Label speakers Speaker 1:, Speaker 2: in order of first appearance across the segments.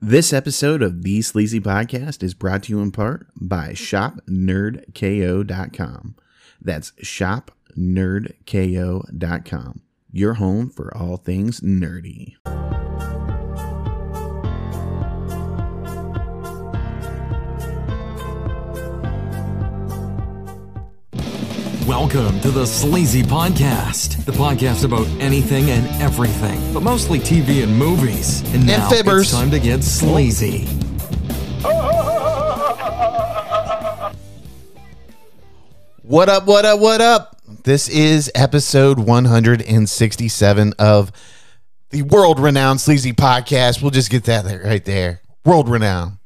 Speaker 1: This episode of the Sleazy Podcast is brought to you in part by ShopNerdKO.com. That's ShopNerdKO.com, your home for all things nerdy.
Speaker 2: Welcome to the Sleazy Podcast, the podcast about anything and everything, but mostly TV and movies. And now
Speaker 1: fibbers.
Speaker 2: it's time to get sleazy.
Speaker 3: What up, what up, what up? This is episode 167 of the world renowned Sleazy Podcast. We'll just get that there, right there. World renowned.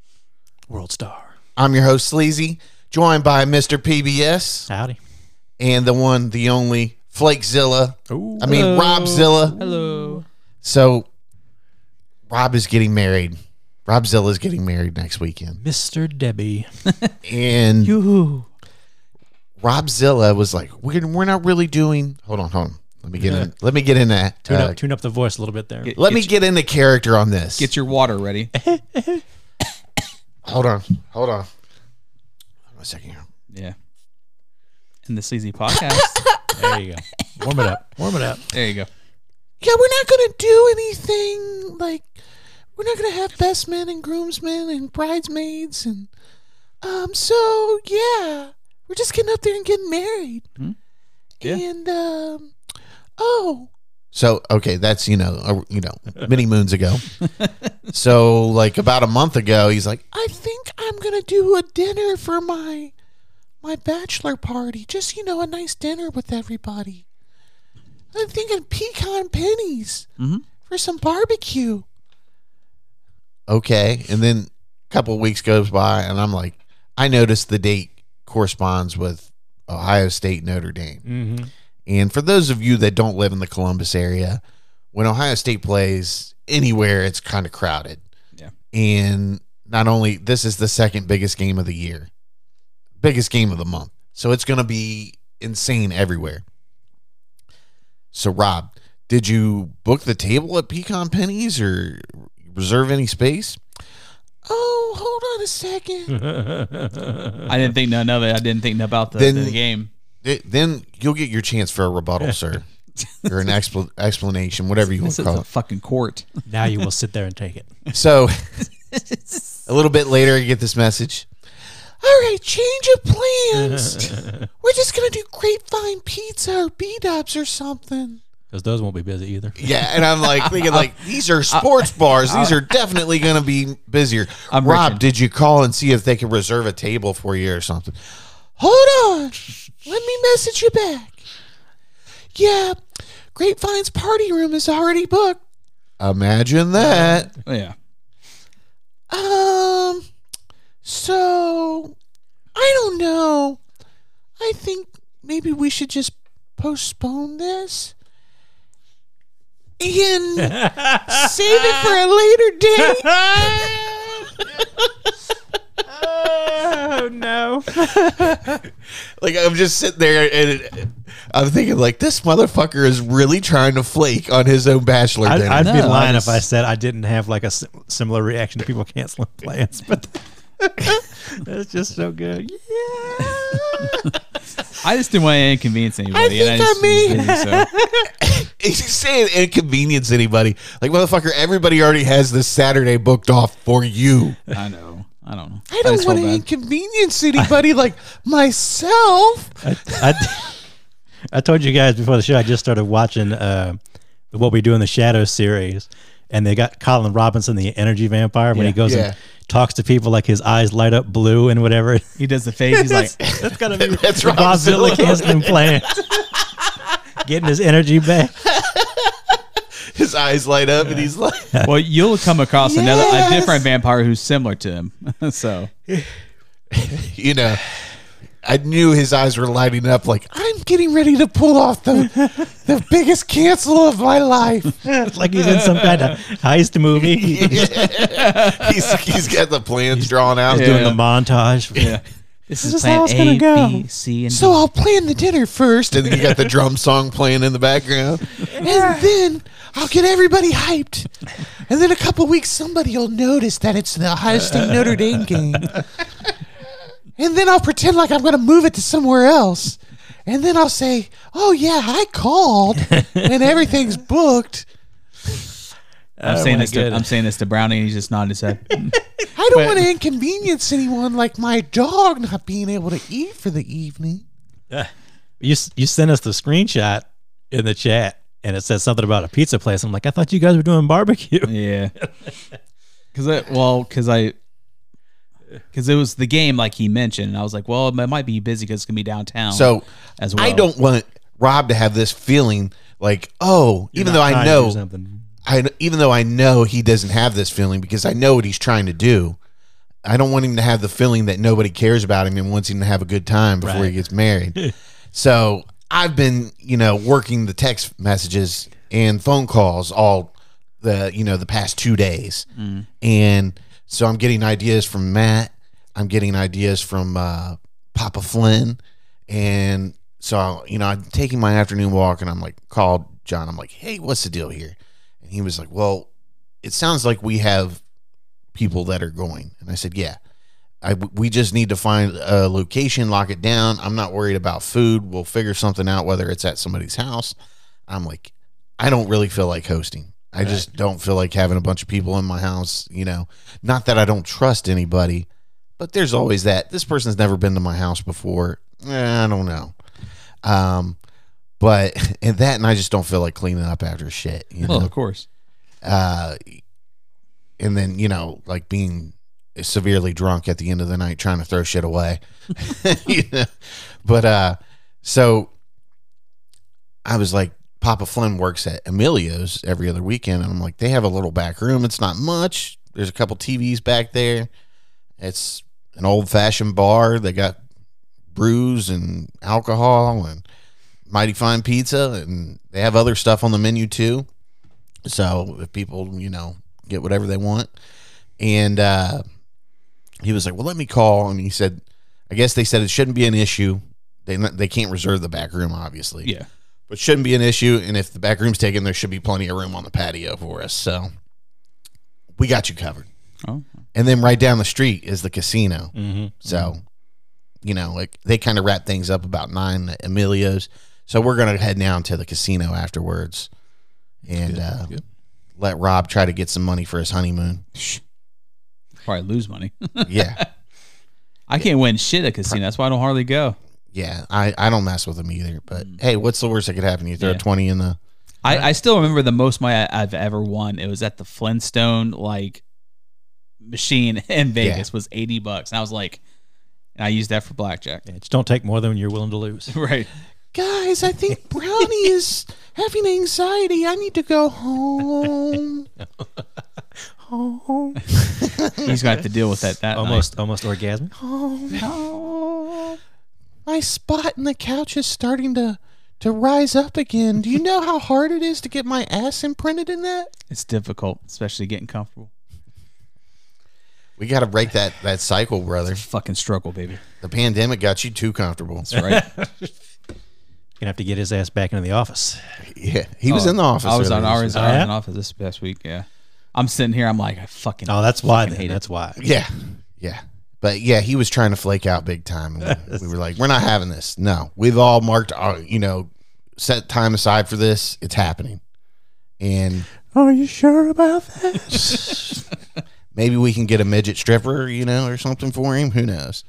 Speaker 4: World Star.
Speaker 3: I'm your host, Sleazy, joined by Mr. PBS
Speaker 4: Howdy.
Speaker 3: and the one, the only Flakezilla.
Speaker 4: Ooh.
Speaker 3: I mean, Robzilla.
Speaker 4: Hello.
Speaker 3: So, Rob is getting married. Robzilla is getting married next weekend.
Speaker 4: Mr. Debbie.
Speaker 3: And
Speaker 4: Yoo-hoo.
Speaker 3: Robzilla was like, we're, we're not really doing. Hold on, hold on. Let me get in. Let me get in that.
Speaker 4: Tune,
Speaker 3: uh,
Speaker 4: up, tune up the voice a little bit there.
Speaker 3: Let me get into character on this.
Speaker 5: Get your water ready.
Speaker 3: hold on, hold on. Hold on a second here.
Speaker 5: Yeah. In the sleazy podcast.
Speaker 4: there you go. Warm it up. Warm it up.
Speaker 5: there you go.
Speaker 3: Yeah, we're not gonna do anything like we're not gonna have best men and groomsmen and bridesmaids and um. So yeah, we're just getting up there and getting married.
Speaker 5: Yeah.
Speaker 3: And um, oh. So okay, that's you know a, you know many moons ago. so like about a month ago, he's like, I think I'm gonna do a dinner for my my bachelor party. Just you know a nice dinner with everybody. I'm thinking pecan pennies for some barbecue. Okay, and then a couple of weeks goes by, and I'm like, I noticed the date corresponds with Ohio State Notre Dame.
Speaker 4: Mm-hmm.
Speaker 3: And for those of you that don't live in the Columbus area, when Ohio State plays anywhere, it's kind of crowded.
Speaker 5: Yeah.
Speaker 3: And not only this is the second biggest game of the year, biggest game of the month. So it's going to be insane everywhere. So Rob, did you book the table at Pecan Pennies or reserve any space? Oh, hold on a second.
Speaker 5: I didn't think none of it. I didn't think about the,
Speaker 3: Then-
Speaker 5: the game.
Speaker 3: Th- then you'll get your chance for a rebuttal, sir, or an expl- explanation, whatever you want
Speaker 5: This
Speaker 3: to
Speaker 5: is
Speaker 3: call
Speaker 5: a
Speaker 3: it.
Speaker 5: fucking court.
Speaker 4: Now you will sit there and take it.
Speaker 3: So a little bit later, I get this message. All right, change of plans. We're just gonna do grapevine pizza or B dubs or something.
Speaker 4: Because those won't be busy either.
Speaker 3: Yeah, and I'm like thinking like these are sports bars. These are definitely gonna be busier.
Speaker 5: I'm
Speaker 3: Rob,
Speaker 5: Richard.
Speaker 3: did you call and see if they could reserve a table for you or something? Hold on. Let me message you back. Yeah, Grapevine's party room is already booked. Imagine that.
Speaker 5: Oh, yeah.
Speaker 3: Um, so I don't know. I think maybe we should just postpone this and save it for a later date.
Speaker 4: Oh, no.
Speaker 3: Like I'm just sitting there and it, I'm thinking, like this motherfucker is really trying to flake on his own bachelor
Speaker 4: I'd,
Speaker 3: dinner.
Speaker 4: I'd be
Speaker 5: No, I
Speaker 4: lying
Speaker 5: just-
Speaker 4: if I said I didn't have like a si- similar reaction to people canceling plans, but that's just so good.
Speaker 5: I just didn't want to inconvenience anybody.
Speaker 3: I think
Speaker 5: and just
Speaker 3: I
Speaker 5: was busy, so.
Speaker 3: He's saying inconvenience anybody. Like motherfucker, everybody already has this Saturday booked off for you.
Speaker 5: I know. I don't know.
Speaker 3: I don't
Speaker 5: just
Speaker 3: want
Speaker 5: felt
Speaker 3: to
Speaker 5: bad.
Speaker 3: inconvenience anybody like myself.
Speaker 4: I, I, I told you guys before the show, I just started watching uh, the What We Do in the Shadows series, and they got Colin Robinson, the energy vampire, when he
Speaker 5: Yeah.
Speaker 4: goes
Speaker 3: Yeah.
Speaker 4: and talks to people, like his eyes light up blue and whatever.
Speaker 5: He does the face. He's like,
Speaker 4: That's gotta be
Speaker 3: That's
Speaker 4: Godzilla canceling plans, getting his energy back.
Speaker 3: His eyes light up, and he's like,
Speaker 5: "Well, you'll come across another
Speaker 3: Yes.
Speaker 5: a different vampire who's similar to him." so
Speaker 3: you know, I knew his eyes were lighting up. Like I'm getting ready to pull off the the biggest cancel of my life.
Speaker 4: It's like he's in some kind of heist movie. He's
Speaker 3: he's he's got the plans drawn out.
Speaker 5: Yeah.
Speaker 4: doing the montage.
Speaker 5: yeah, This
Speaker 4: is
Speaker 5: is
Speaker 4: how
Speaker 5: plan
Speaker 4: it's gonna
Speaker 5: A,
Speaker 4: go.
Speaker 5: B, C, and
Speaker 6: So
Speaker 5: D.
Speaker 6: I'll plan the dinner first, and then you got the drum song playing in the background, and then I'll get everybody hyped, and then a couple weeks somebody will notice that it's the Ohio State Notre Dame game, and then I'll pretend like I'm going to move it to somewhere else, and then I'll say, "Oh yeah, I called, and everything's booked."
Speaker 5: I'm saying
Speaker 4: Oh my
Speaker 5: this. To, I'm
Speaker 4: goodness.
Speaker 5: saying this to Brownie, and he's just nodding his head.
Speaker 6: I don't want to inconvenience anyone, like my dog not being able to eat for the evening.
Speaker 4: you s- you sent us the screenshot in the chat, and it says something about a pizza place. I'm like, I thought you guys were doing barbecue.
Speaker 5: yeah. Because I well, because I because it was the game like he mentioned, and I was like, well, it might be busy because it's gonna be downtown.
Speaker 6: So
Speaker 5: as well,
Speaker 6: I don't want Rob to have this feeling like, oh, even though I
Speaker 4: Or
Speaker 6: know,
Speaker 4: something.
Speaker 6: I even though I know he doesn't have this feeling because I know what he's trying to do. I don't want him to have the feeling that nobody cares about him and wants him to have a good time before he gets married. so I've been, you know, working the text messages and phone calls all the, you know, the past two days, and so I'm getting ideas from Matt. I'm getting ideas from uh, Papa Flynn, and so you know, I'm taking my afternoon walk, and I'm like, called John. I'm like, hey, what's the deal here? And he was like, well, it sounds like we have people that are going. And I said, yeah. I, we just need to find a location, lock it down. I'm not worried about food. We'll figure something out, whether it's at somebody's house. I'm like, I don't really feel like hosting. I just don't feel like having a bunch of people in my house. You know, not that I don't trust anybody, but there's always that. This person's never been to my house before. Eh, I don't know. Um, but and that, and I just don't feel like cleaning up after shit. You
Speaker 5: Well,
Speaker 6: know?
Speaker 5: of course.
Speaker 6: uh, and then you know like being severely drunk at the end of the night trying to throw shit away you know? but uh so i was like papa flynn works at emilio's every other weekend and i'm like they have a little back room it's not much there's a couple tvs back there it's an old fashioned bar they got brews and alcohol and mighty fine pizza and they have other stuff on the menu too so if people, you know, get whatever they want. And uh, he was like, well, let me call. And he said, I guess they said it shouldn't be an issue. They, they can't reserve the back room, obviously.
Speaker 5: Yeah.
Speaker 6: But shouldn't be an issue. And if the back room's taken, there should be plenty of room on the patio for us. So we got you covered.
Speaker 5: Oh. Mm-hmm.
Speaker 6: And then right down the street is the casino.
Speaker 4: Mhm.
Speaker 6: So, you know, like they kind of wrap things up about nine at Emilio's. So we're gonna head down to the casino afterwards, and uh, let Rob try to get some money for his honeymoon.
Speaker 5: Probably lose money.
Speaker 6: yeah,
Speaker 5: I can't win shit at casino. That's why I don't hardly go.
Speaker 6: yeah. I, I don't mess with them either. But hey, what's the worst that could happen? You throw
Speaker 5: Mm. Yeah.
Speaker 6: twenty in the
Speaker 5: I, I still remember the most money I- I've ever won. It was at the Flintstone like machine in Vegas was eighty bucks, and I was like, and I used that for blackjack.
Speaker 4: Yeah, just don't take more than you're willing to lose.
Speaker 5: Right.
Speaker 6: guys. I think Brownie is having anxiety. I need to go home.
Speaker 5: He's gonna have to deal with that. That
Speaker 4: Almost, almost orgasm.
Speaker 6: My spot in the couch is starting to to rise up again. Do you know how hard it is to get my ass imprinted in that?
Speaker 5: night. it's difficult, especially getting comfortable.
Speaker 6: We got to break that that cycle, brother.
Speaker 5: Fucking struggle, baby.
Speaker 6: The pandemic got you too comfortable.
Speaker 5: That's right.
Speaker 4: Gonna have to get his ass back into the office.
Speaker 6: Yeah, he was in the office.
Speaker 5: Oh, I was on
Speaker 6: earlier.
Speaker 5: hours.
Speaker 4: Oh,
Speaker 5: I
Speaker 4: yeah?
Speaker 5: was in office this past week. Yeah. I'm sitting here. I'm like, I fucking.
Speaker 4: Oh, that's why.
Speaker 5: fucking
Speaker 4: Then.
Speaker 5: hate it.
Speaker 4: That's why.
Speaker 6: Yeah, yeah, but yeah, he was trying to flake out big time. And we were like, we're not having this. No, we've all marked our, you know, set time aside for this. It's happening, and
Speaker 4: Are you sure about that?
Speaker 6: maybe we can get a midget stripper, you know, or something for him. Who knows?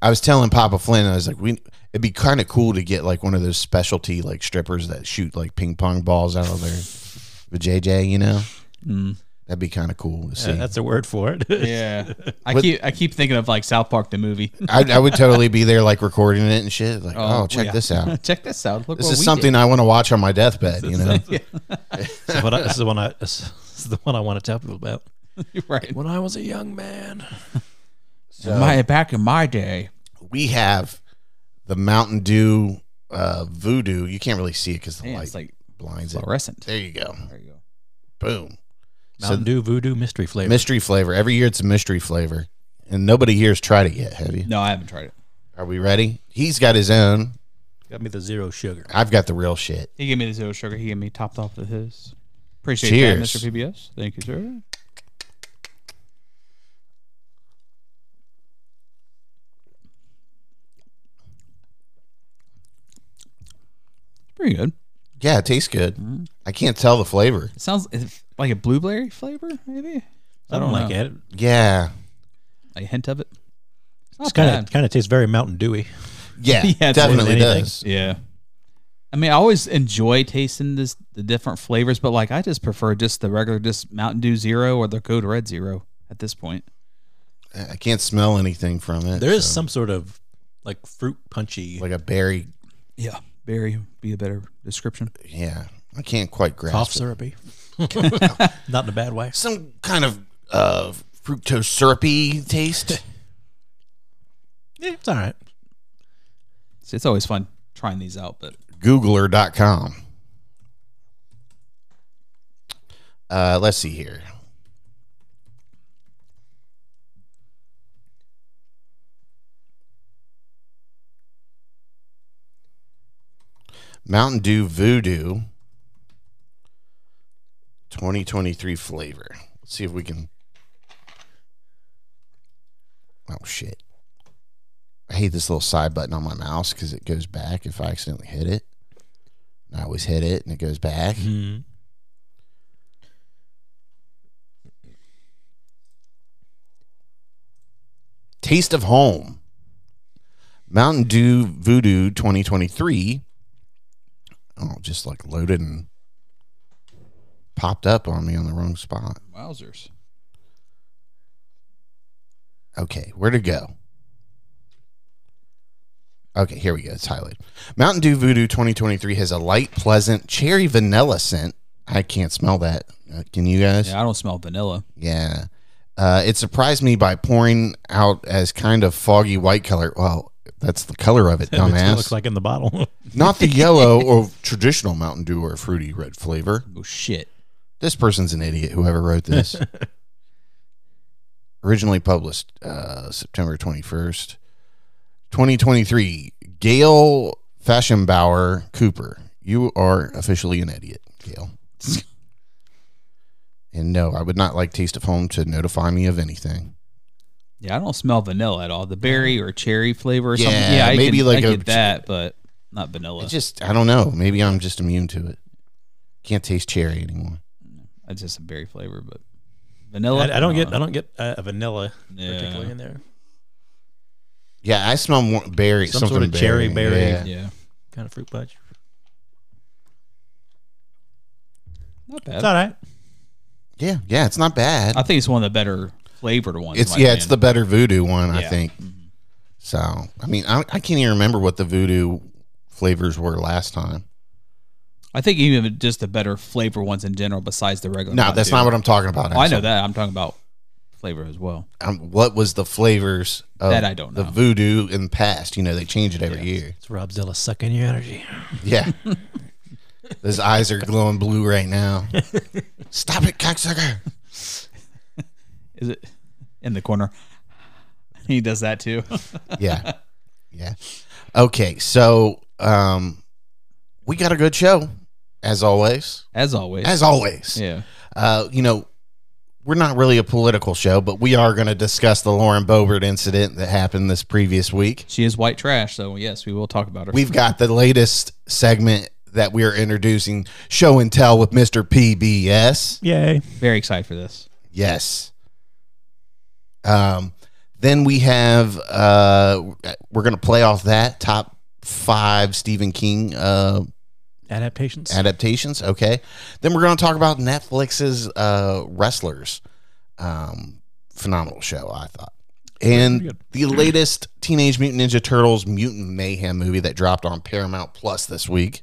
Speaker 6: I was telling Papa Flynn, I was like, we it'd be kind of cool to get like one of those specialty like strippers that shoot like ping pong balls out of their with JJ, you know.
Speaker 4: Mm.
Speaker 6: That'd be kind of cool to see.
Speaker 4: that's a word for it.
Speaker 5: Yeah. I keep I keep thinking of like South Park the movie.
Speaker 6: I, I would totally be there, like recording it and shit. Like, oh, check
Speaker 5: yeah.
Speaker 6: this out.
Speaker 5: Check this out. Look
Speaker 6: This
Speaker 5: what
Speaker 6: is
Speaker 5: we
Speaker 6: something I want to watch on my deathbed. You know,
Speaker 4: This is what I- this is the one I. This is the one I want to tell people about.
Speaker 5: did. right.
Speaker 2: When I was a young man,
Speaker 5: my back in my day.
Speaker 6: we have the Mountain Dew uh, Voodoo. You can't really see it because the
Speaker 5: Man,
Speaker 6: light
Speaker 5: it's like
Speaker 6: blinds it.
Speaker 5: fluorescent.
Speaker 6: There you go.
Speaker 5: There you go.
Speaker 6: Boom.
Speaker 4: Mountain Dew Voodoo mystery flavor.
Speaker 6: Mystery flavor. Every year it's a mystery flavor, and nobody here's tried it yet. Have you?
Speaker 5: No, I haven't tried it.
Speaker 6: Are we ready? He's got his own.
Speaker 4: Got me the zero sugar.
Speaker 6: I've got the real shit.
Speaker 5: He gave me the zero sugar. He gave me topped off with his. Appreciate that,
Speaker 6: Cheers.
Speaker 5: Mr. PBS. Thank you, sir. Pretty good.
Speaker 6: Yeah, it tastes good.
Speaker 5: Mm-hmm.
Speaker 6: I can't tell the flavor.
Speaker 5: It sounds is it like a blueberry flavor, maybe.
Speaker 4: I don't, like it.
Speaker 6: Yeah.
Speaker 5: A hint of it. It's not
Speaker 4: It's kind
Speaker 5: bad.
Speaker 4: of kind of tastes very Mountain Dewy.
Speaker 5: Yeah,
Speaker 6: Yeah,
Speaker 5: it's
Speaker 6: definitely
Speaker 4: more than anything.
Speaker 6: does.
Speaker 5: Yeah. I mean, I always enjoy tasting this the different flavors, but like I just prefer just the regular just Mountain Dew Zero or the Code Red Zero at this point.
Speaker 6: I can't smell anything from it.
Speaker 4: There is
Speaker 6: so-
Speaker 4: some sort of like fruit punchy
Speaker 6: like a berry.
Speaker 5: Yeah. Berry would be a better description.
Speaker 6: Yeah, I can't quite grasp.
Speaker 4: cough
Speaker 6: it.
Speaker 4: syrupy. Not in a bad way.
Speaker 6: Some kind of uh, fructose syrupy taste.
Speaker 4: Yeah, it's all right.
Speaker 5: See, it's always fun trying these out, but
Speaker 6: Googler.com. Uh, let's see here. Mountain Dew Voodoo 2023 flavor. Let's see if we can. Oh, shit. I hate this little side button on my mouse because it goes back if I accidentally hit it. And I always hit it and it goes back. Taste of Home. Mountain Dew Voodoo 2023. Oh, just like loaded and popped up on me on the wrong spot.
Speaker 5: wowzers.
Speaker 6: Okay, where to go? Okay, here we go. It's highlighted. Mountain Dew Voodoo 2023 has a light, pleasant cherry vanilla scent. I can't smell that. Uh, Can you guys?
Speaker 5: Yeah, I don't smell vanilla.
Speaker 6: Yeah. Uh, it surprised me by pouring out as kind of foggy white color. Well, that's the color of it,
Speaker 4: That's what it
Speaker 6: dumbass.
Speaker 4: looks like in the bottle.
Speaker 6: Not the yellow or traditional Mountain Dew or fruity red flavor.
Speaker 5: Oh shit.
Speaker 6: This person's an idiot, whoever wrote this. Originally published uh, September 21st, 2023. Gail Fashionbauer Cooper, you are officially an idiot, Gail. and no, I would not like Taste of Home to notify me of anything.
Speaker 5: Yeah, I don't smell vanilla at all. The berry or cherry flavor or something.
Speaker 6: Yeah,
Speaker 5: Yeah, I
Speaker 6: maybe
Speaker 5: can-
Speaker 6: like
Speaker 5: I
Speaker 6: a-
Speaker 5: get that, but not vanilla.
Speaker 6: I just, I don't know. Maybe I'm just immune to it. Can't taste cherry anymore.
Speaker 5: it's just a berry flavor, but vanilla.
Speaker 4: I, I don't get
Speaker 5: know.
Speaker 4: I don't get uh, a vanilla
Speaker 5: Yeah.
Speaker 4: particularly in there.
Speaker 6: Yeah, I smell more berry,
Speaker 4: Some
Speaker 6: something
Speaker 4: sort of cherry berry.
Speaker 6: Yeah.
Speaker 5: Yeah,
Speaker 4: Kind of fruit punch.
Speaker 5: not
Speaker 4: It's
Speaker 5: bad.
Speaker 4: all right.
Speaker 6: yeah, yeah, it's not bad.
Speaker 5: I think it's one of the better flavored ones. in
Speaker 6: It's
Speaker 5: my
Speaker 6: yeah, it's the
Speaker 5: opinion.
Speaker 6: better voodoo one, I
Speaker 5: Yeah. Mm-hmm.
Speaker 6: think. So I mean, I, I can't even remember what the voodoo flavors were last time.
Speaker 5: I think even just the better flavor ones in general, besides the regular.
Speaker 6: No, that's not what I'm talking about.
Speaker 5: Oh, I know
Speaker 6: actually.
Speaker 5: that. I'm talking about flavor as well.
Speaker 6: Um, what was the flavors of
Speaker 5: That I don't
Speaker 6: the
Speaker 5: know.
Speaker 6: voodoo in the past? You know, they change it every year.
Speaker 4: It's Rob Zilla sucking your energy.
Speaker 6: Yeah. His eyes are glowing blue right now. Stop it, cocksucker.
Speaker 5: Is it in the corner? He does that too.
Speaker 6: Yeah. Yeah. Okay, so um we got a good show, as always.
Speaker 5: as always.
Speaker 6: As always.
Speaker 5: yeah.
Speaker 6: uh, you know, we're not really a political show, but we are going to discuss the Lauren Boebert incident that happened this previous week.
Speaker 5: She is white trash, so yes, we will talk about her.
Speaker 6: We've got the latest segment that we are introducing, Show and Tell with Mr. PBS.
Speaker 4: Yay.
Speaker 5: Very excited for this.
Speaker 6: Yes. Um, then we have, uh, we're going to play off that top five Stephen King uh,
Speaker 4: Adaptations.
Speaker 6: adaptations. Okay. Then we're going to talk about Netflix's uh, Wrestlers. Um, phenomenal show, I thought. And the latest Teenage Mutant Ninja Turtles Mutant Mayhem movie that dropped on Paramount Plus this week.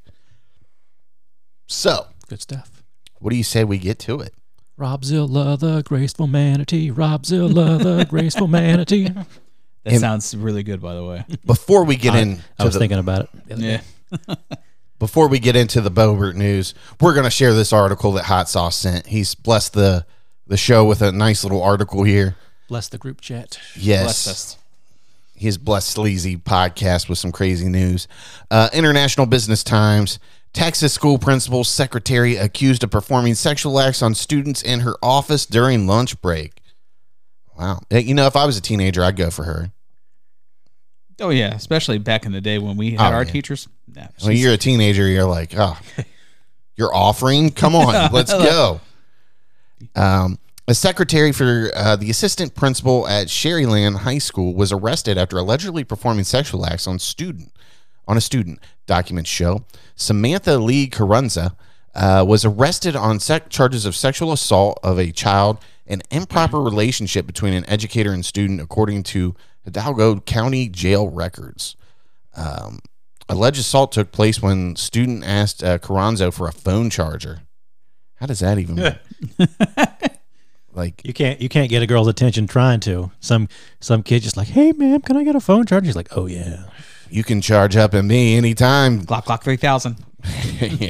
Speaker 6: So,
Speaker 4: Good stuff.
Speaker 6: what do you say we get to it?
Speaker 4: Rob Zilla, the graceful manatee. Rob Zilla, the graceful manatee.
Speaker 5: That
Speaker 6: And-
Speaker 5: sounds really good, by the way.
Speaker 6: Before we get
Speaker 4: I,
Speaker 6: in,
Speaker 4: I was thinking about it. the other
Speaker 5: Yeah.
Speaker 4: day.
Speaker 6: before we get into the Bobert news, we're going to share this article that Hot Sauce sent. He's blessed the the show with a nice little article here.
Speaker 4: Bless the group chat.
Speaker 6: Yes,
Speaker 5: Bless us.
Speaker 6: his blessed sleazy podcast with some crazy news. Uh, International Business Times. Texas school principal's secretary accused of performing sexual acts on students in her office during lunch break. Wow. Eh, You know, if I was a teenager, I'd go for her.
Speaker 5: Oh yeah, especially back in the day when we had
Speaker 6: Oh,
Speaker 5: our
Speaker 6: yeah.
Speaker 5: teachers. Nah,
Speaker 6: When
Speaker 5: she's-
Speaker 6: you're a teenager, you're like, oh, you're offering? Come on, let's go. Um, a secretary for uh, the assistant principal at Sherryland High School was arrested after allegedly performing sexual acts on student on a student. Documents show Samantha Lee Carranza uh, was arrested on sec- charges of sexual assault of a child and improper relationship between an educator and student, according to Hidalgo County jail records. Alleged assault took place when student asked uh, Carranzo for a phone charger. How does that even work? like?
Speaker 4: You can't you can't get a girl's attention trying to. Some some kid just like, hey ma'am, can I get a phone charger? She's like, oh yeah.
Speaker 6: You can charge up at me anytime.
Speaker 5: Glock Glock three thousand.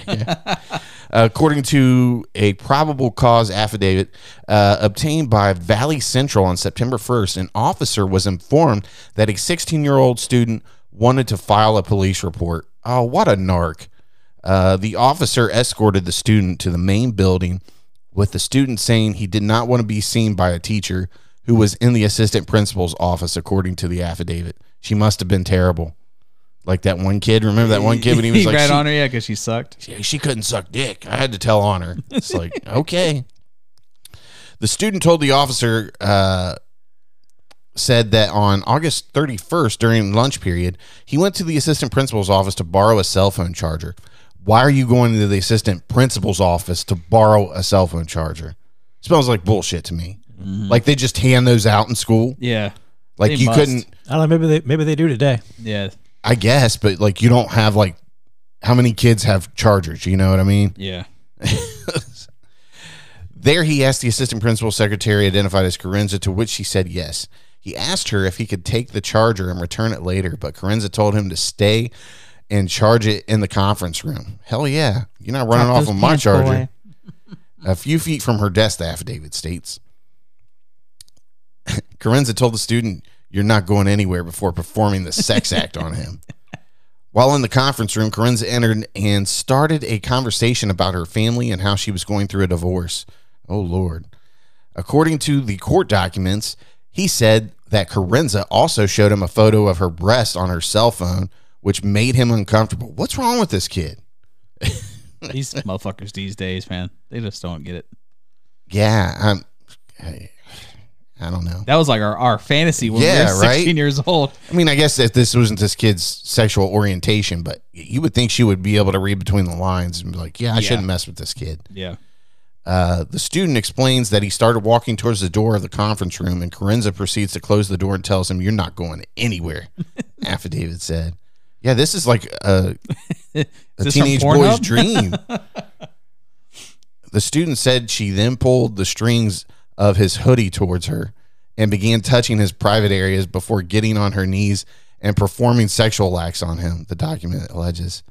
Speaker 6: According to a probable cause affidavit uh, obtained by Valley Central on September 1st, an officer was informed that a 16 year old student wanted to file a police report. Oh, what a narc. Uh, the officer escorted the student to the main building, with the student saying he did not want to be seen by a teacher who was in the assistant principal's office, according to the affidavit. She must have been terrible. Like that one kid. Remember that one kid when he was like,
Speaker 5: right
Speaker 6: "She-
Speaker 5: on her, yeah, because she sucked.
Speaker 6: she, she couldn't suck dick. I had to tell on her. It's like, okay. The student told the officer, uh, said that on August 31st, during lunch period, he went to the assistant principal's office to borrow a cell phone charger. Why are you going to the assistant principal's office to borrow a cell phone charger? Smells like bullshit to me. Like they just hand those out in school.
Speaker 5: Yeah,
Speaker 6: Like
Speaker 5: Mm-hmm. They
Speaker 6: you
Speaker 5: must.
Speaker 6: couldn't,
Speaker 4: I don't know, maybe they maybe they do today.
Speaker 5: yeah,
Speaker 6: I guess, but like you don't have like how many kids have chargers? You know what I mean?
Speaker 5: yeah.
Speaker 6: There, he asked the assistant principal secretary, identified as Carenza, to which she said yes. He asked her if he could take the charger and return it later, but Carenza told him to stay and charge it in the conference room. Hell yeah. You're not running off
Speaker 5: Those
Speaker 6: on my
Speaker 5: pants,
Speaker 6: charger.
Speaker 5: boy.
Speaker 6: A few feet from her desk, the affidavit states. Carenza told the student, You're not going anywhere before performing the sex act on him. While in the conference room, Carenza entered and started a conversation about her family and how she was going through a divorce. Oh, Lord. According to the court documents, he said that Carenza also showed him a photo of her breast on her cell phone, which made him uncomfortable. What's wrong with this kid?
Speaker 5: These motherfuckers these days, man, they just don't get it.
Speaker 6: Yeah, I'm, I, I don't know.
Speaker 5: That was like our, our fantasy when
Speaker 6: Yeah,
Speaker 5: we were 16
Speaker 6: right?
Speaker 5: years old.
Speaker 6: I mean, I guess if this wasn't this kid's sexual orientation, but you would think she would be able to read between the lines and be like, yeah, I shouldn't mess with this kid.
Speaker 5: Yeah.
Speaker 6: Uh, the student explains that he started walking towards the door of the conference room, and Carenza proceeds to close the door and tells him, You're not going anywhere, affidavit said. Yeah, this is like a, a
Speaker 5: this from
Speaker 6: teenage boy's
Speaker 5: Pornhub?
Speaker 6: dream. the student said she then pulled the strings of his hoodie towards her and began touching his private areas before getting on her knees and performing sexual acts on him, the document alleges.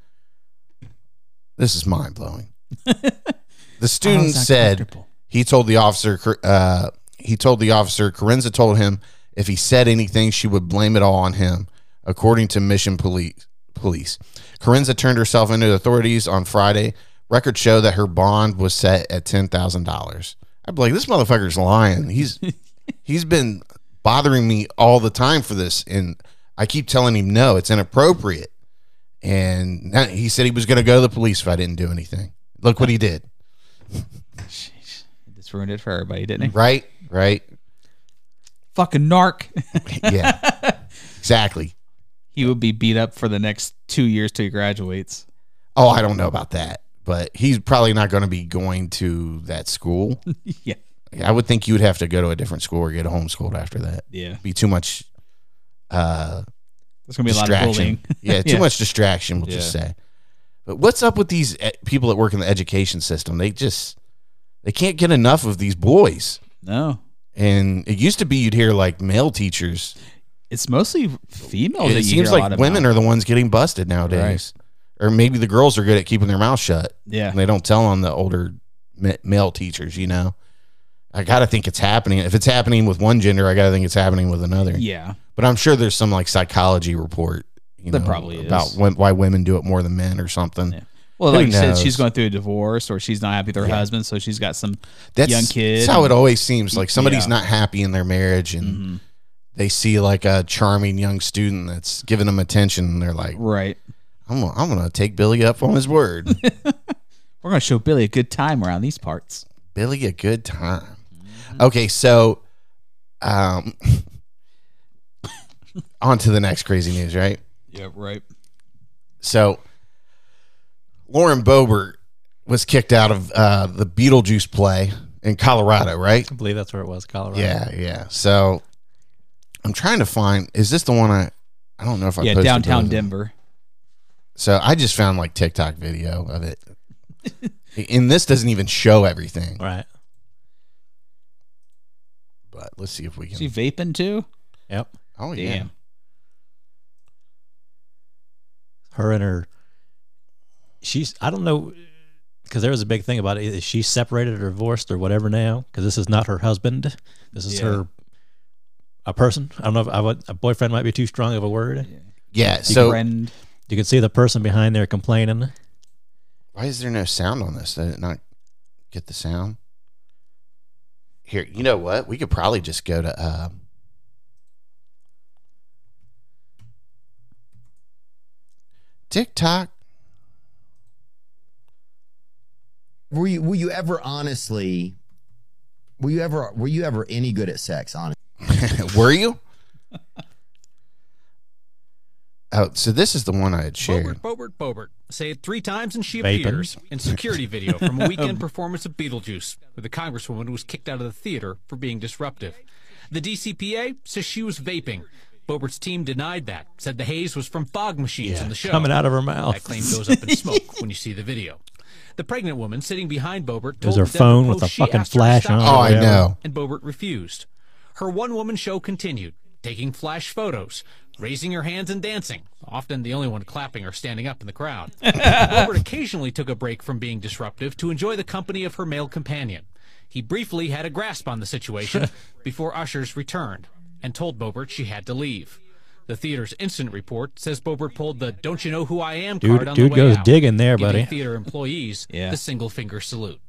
Speaker 6: This is mind blowing. the student said he told the officer uh, he told the officer Carenza told him if he said anything she would blame it all on him according to mission police police Carenza turned herself into the authorities on Friday records show that her bond was set at $10,000 I'd be like this motherfucker's lying he's he's been bothering me all the time for this and I keep telling him no it's inappropriate and now he said he was going to go to the police if I didn't do anything look what he did
Speaker 5: Jeez, he just ruined it for everybody, didn't he?
Speaker 6: right right
Speaker 5: Fucking narc.
Speaker 6: yeah, exactly.
Speaker 5: he would be beat up for the next two years till he graduates.
Speaker 6: Oh, I don't know about that, but he's probably not going to be going to that school.
Speaker 5: Yeah.
Speaker 6: I would think you would have to go to a different school or get homeschooled after that.
Speaker 5: Yeah.
Speaker 6: Be too much uh,
Speaker 5: There's going to be a lot of
Speaker 6: distraction.
Speaker 5: bullying.
Speaker 6: Yeah, too
Speaker 5: Yeah.
Speaker 6: much distraction. We'll just say. But what's up with these eh, people that work in the education system? They just they can't get enough of these boys.
Speaker 5: No.
Speaker 6: And it used to be you'd hear like male teachers.
Speaker 5: It's mostly female. Oh, that
Speaker 6: it
Speaker 5: you
Speaker 6: seems
Speaker 5: hear a lot
Speaker 6: like
Speaker 5: about.
Speaker 6: women are the ones getting busted nowadays, or maybe the girls are good at keeping their mouth shut.
Speaker 5: Yeah.
Speaker 6: and they don't tell on the older ma- male teachers, you know. I gotta think it's happening. If it's happening with one gender, I gotta think it's happening with another.
Speaker 5: Yeah.
Speaker 6: But I'm sure there's some like psychology report. You
Speaker 5: There
Speaker 6: know,
Speaker 5: probably is.
Speaker 6: about when, why women do it more than men or something.
Speaker 5: Yeah. Well,
Speaker 6: Who
Speaker 5: like you said,
Speaker 6: knows?
Speaker 5: she's going through a divorce or she's not happy with her husband, so she's got some.
Speaker 6: That's
Speaker 5: Young kid.
Speaker 6: That's how it always seems. Like somebody's
Speaker 5: Yeah.
Speaker 6: not happy in their marriage, and
Speaker 5: Mhm.
Speaker 6: they see like a charming young student that's giving them attention, and they're like,
Speaker 5: Right.
Speaker 6: "I'm gonna, I'm gonna take Billy up on his word."
Speaker 5: We're going to show Billy a good time around these parts.
Speaker 6: Billy a good time. Okay, so um on to the next crazy news, right?
Speaker 5: Yeah, right.
Speaker 6: So Lauren Boebert was kicked out of uh the Beetlejuice play in Colorado, right?
Speaker 4: I believe that's where it was, Colorado.
Speaker 6: Yeah, yeah. So I'm trying to find is this the one I I don't know if I
Speaker 5: yeah,
Speaker 6: posted
Speaker 5: downtown
Speaker 6: those.
Speaker 5: Denver.
Speaker 6: So I just found like TikTok video of it. and this doesn't even show everything.
Speaker 4: Right.
Speaker 6: But let's see if we
Speaker 5: Is he
Speaker 6: can
Speaker 5: vaping too?
Speaker 4: Yep.
Speaker 6: Oh
Speaker 5: Damn.
Speaker 6: yeah.
Speaker 4: Her and her. She's. I don't know. Because there was a big thing about it. Is she separated or divorced or whatever now? Because this is not her husband. This is
Speaker 5: Yeah.
Speaker 4: her. A person. I don't know if I would, a boyfriend might be too strong of a word.
Speaker 6: Yeah, so
Speaker 5: friend.
Speaker 4: You can see the person behind there complaining.
Speaker 6: Why is there no sound on this? Did it not get the sound? Here, you know what? We could probably just go to. Uh, TikTok.
Speaker 7: were you were you ever honestly were you ever were you ever any good at sex honestly
Speaker 6: Were you? Oh, so this is the one I had shared.
Speaker 8: Bobert, Bobert, Bobert. Say it three times and she
Speaker 4: Vaping.
Speaker 8: appears in security video from a weekend performance of Beetlejuice with a congresswoman who was kicked out of the theater for being disruptive. The DCPA says she was vaping. Bobert's team denied that, said the haze was from fog machines in the show.
Speaker 4: Coming out of her
Speaker 8: That
Speaker 4: mouth.
Speaker 8: claim goes up in smoke when you see the video. The pregnant woman sitting behind Bobert
Speaker 4: There's
Speaker 8: told
Speaker 4: her
Speaker 8: the Denver
Speaker 4: phone with
Speaker 8: Post
Speaker 4: a
Speaker 8: she
Speaker 4: fucking
Speaker 8: asked her to
Speaker 4: flash
Speaker 8: stop
Speaker 4: on it.
Speaker 6: Oh, I know.
Speaker 8: and Bobert refused. Her one woman show continued, taking flash photos, raising her hands and dancing, often the only one clapping or standing up in the crowd. Bobert occasionally took a break from being disruptive to enjoy the company of her male companion. He briefly had a grasp on the situation before ushers returned and told Bobert she had to leave. The theater's incident report says Bobert pulled the "Don't you know who I am?"
Speaker 4: Dude-
Speaker 8: card on
Speaker 4: dude
Speaker 8: the way
Speaker 4: goes
Speaker 8: out,
Speaker 4: digging there,
Speaker 8: giving
Speaker 4: buddy.
Speaker 8: Theater employees
Speaker 5: Yeah.
Speaker 8: the single finger salute.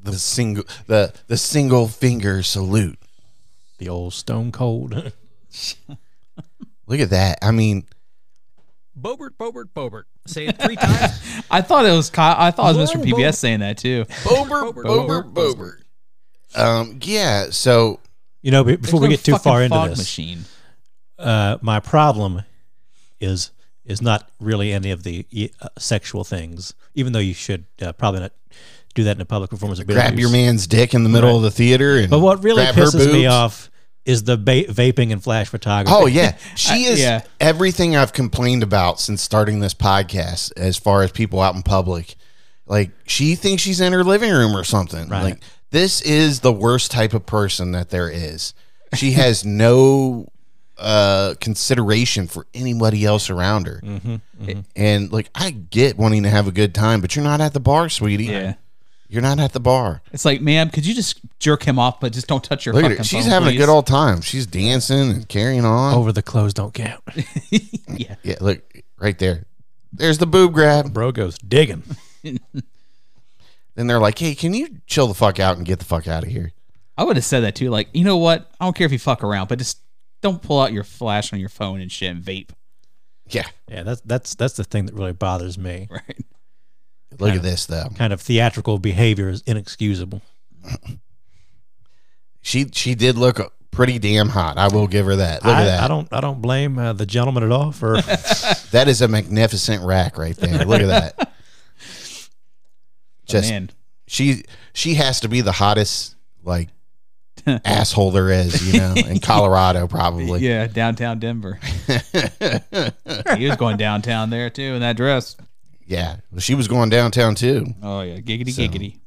Speaker 6: The single, the the single finger salute.
Speaker 4: The old stone cold.
Speaker 6: Look at that. I mean,
Speaker 8: Bobert, Bobert, Bobert. Say it three times.
Speaker 5: I thought it was. Ki- I thought it was Mr.
Speaker 6: Whoa,
Speaker 5: PBS
Speaker 6: whoa.
Speaker 5: saying that too.
Speaker 6: Bober, Bober, Bober. Um, yeah. So
Speaker 4: you know, be- before we
Speaker 5: There's
Speaker 4: get too
Speaker 5: no
Speaker 4: far
Speaker 5: fucking
Speaker 4: into
Speaker 5: fog
Speaker 4: this,
Speaker 5: machine.
Speaker 4: uh, my problem is is not really any of the uh, sexual things, even though you should uh, probably not do that in a public performance. Of
Speaker 6: grab
Speaker 4: Beetlejuice.
Speaker 6: your man's dick in the middle of the theater, and
Speaker 4: But what really
Speaker 6: grab her
Speaker 4: pisses me
Speaker 6: boobs.
Speaker 4: off is the ba- vaping and flash photography.
Speaker 6: Oh yeah, she
Speaker 5: I-
Speaker 6: is
Speaker 5: yeah.
Speaker 6: everything I've complained about since starting this podcast. As far as people out in public, like she thinks she's in her living room or something.
Speaker 4: Right.
Speaker 6: Like this is the worst type of person that there is. She has no uh consideration for anybody else around her.
Speaker 4: Mm-hmm,
Speaker 6: And like I get wanting to have a good time, but you're not at the bar, sweetie.
Speaker 5: Yeah.
Speaker 6: You're not at the bar.
Speaker 5: It's like, ma'am, could you just jerk him off, but just don't touch your
Speaker 6: Look at
Speaker 5: fucking
Speaker 6: her. She's
Speaker 5: phone,
Speaker 6: having
Speaker 5: please?
Speaker 6: a good old time. She's dancing and carrying on.
Speaker 4: over the clothes don't count.
Speaker 6: Yeah, look right there. There's the boob grab.
Speaker 4: Bro goes digging.
Speaker 6: Then they're like, "Hey, can you chill the fuck out and get the fuck out of here?"
Speaker 5: I would have said that too. Like, you know what? I don't care if you fuck around, but just don't pull out your flash on your phone and shit and vape.
Speaker 6: Yeah.
Speaker 4: Yeah, that's that's that's the thing that really bothers me.
Speaker 5: Right.
Speaker 6: Look at this though.
Speaker 4: Kind of theatrical behavior is inexcusable.
Speaker 6: She she did look pretty damn hot. I will give her that. Look
Speaker 4: I,
Speaker 6: at that.
Speaker 4: I don't I don't blame uh, the gentleman at all for
Speaker 6: that is a magnificent rack right there. Look at that. Just
Speaker 5: Man,
Speaker 6: she she has to be the hottest like asshole there is, you know, in Colorado probably.
Speaker 5: yeah, downtown Denver. he was going downtown there too in that dress.
Speaker 6: Yeah. She was going downtown too.
Speaker 5: Oh yeah, giggity
Speaker 6: So-
Speaker 5: giggity.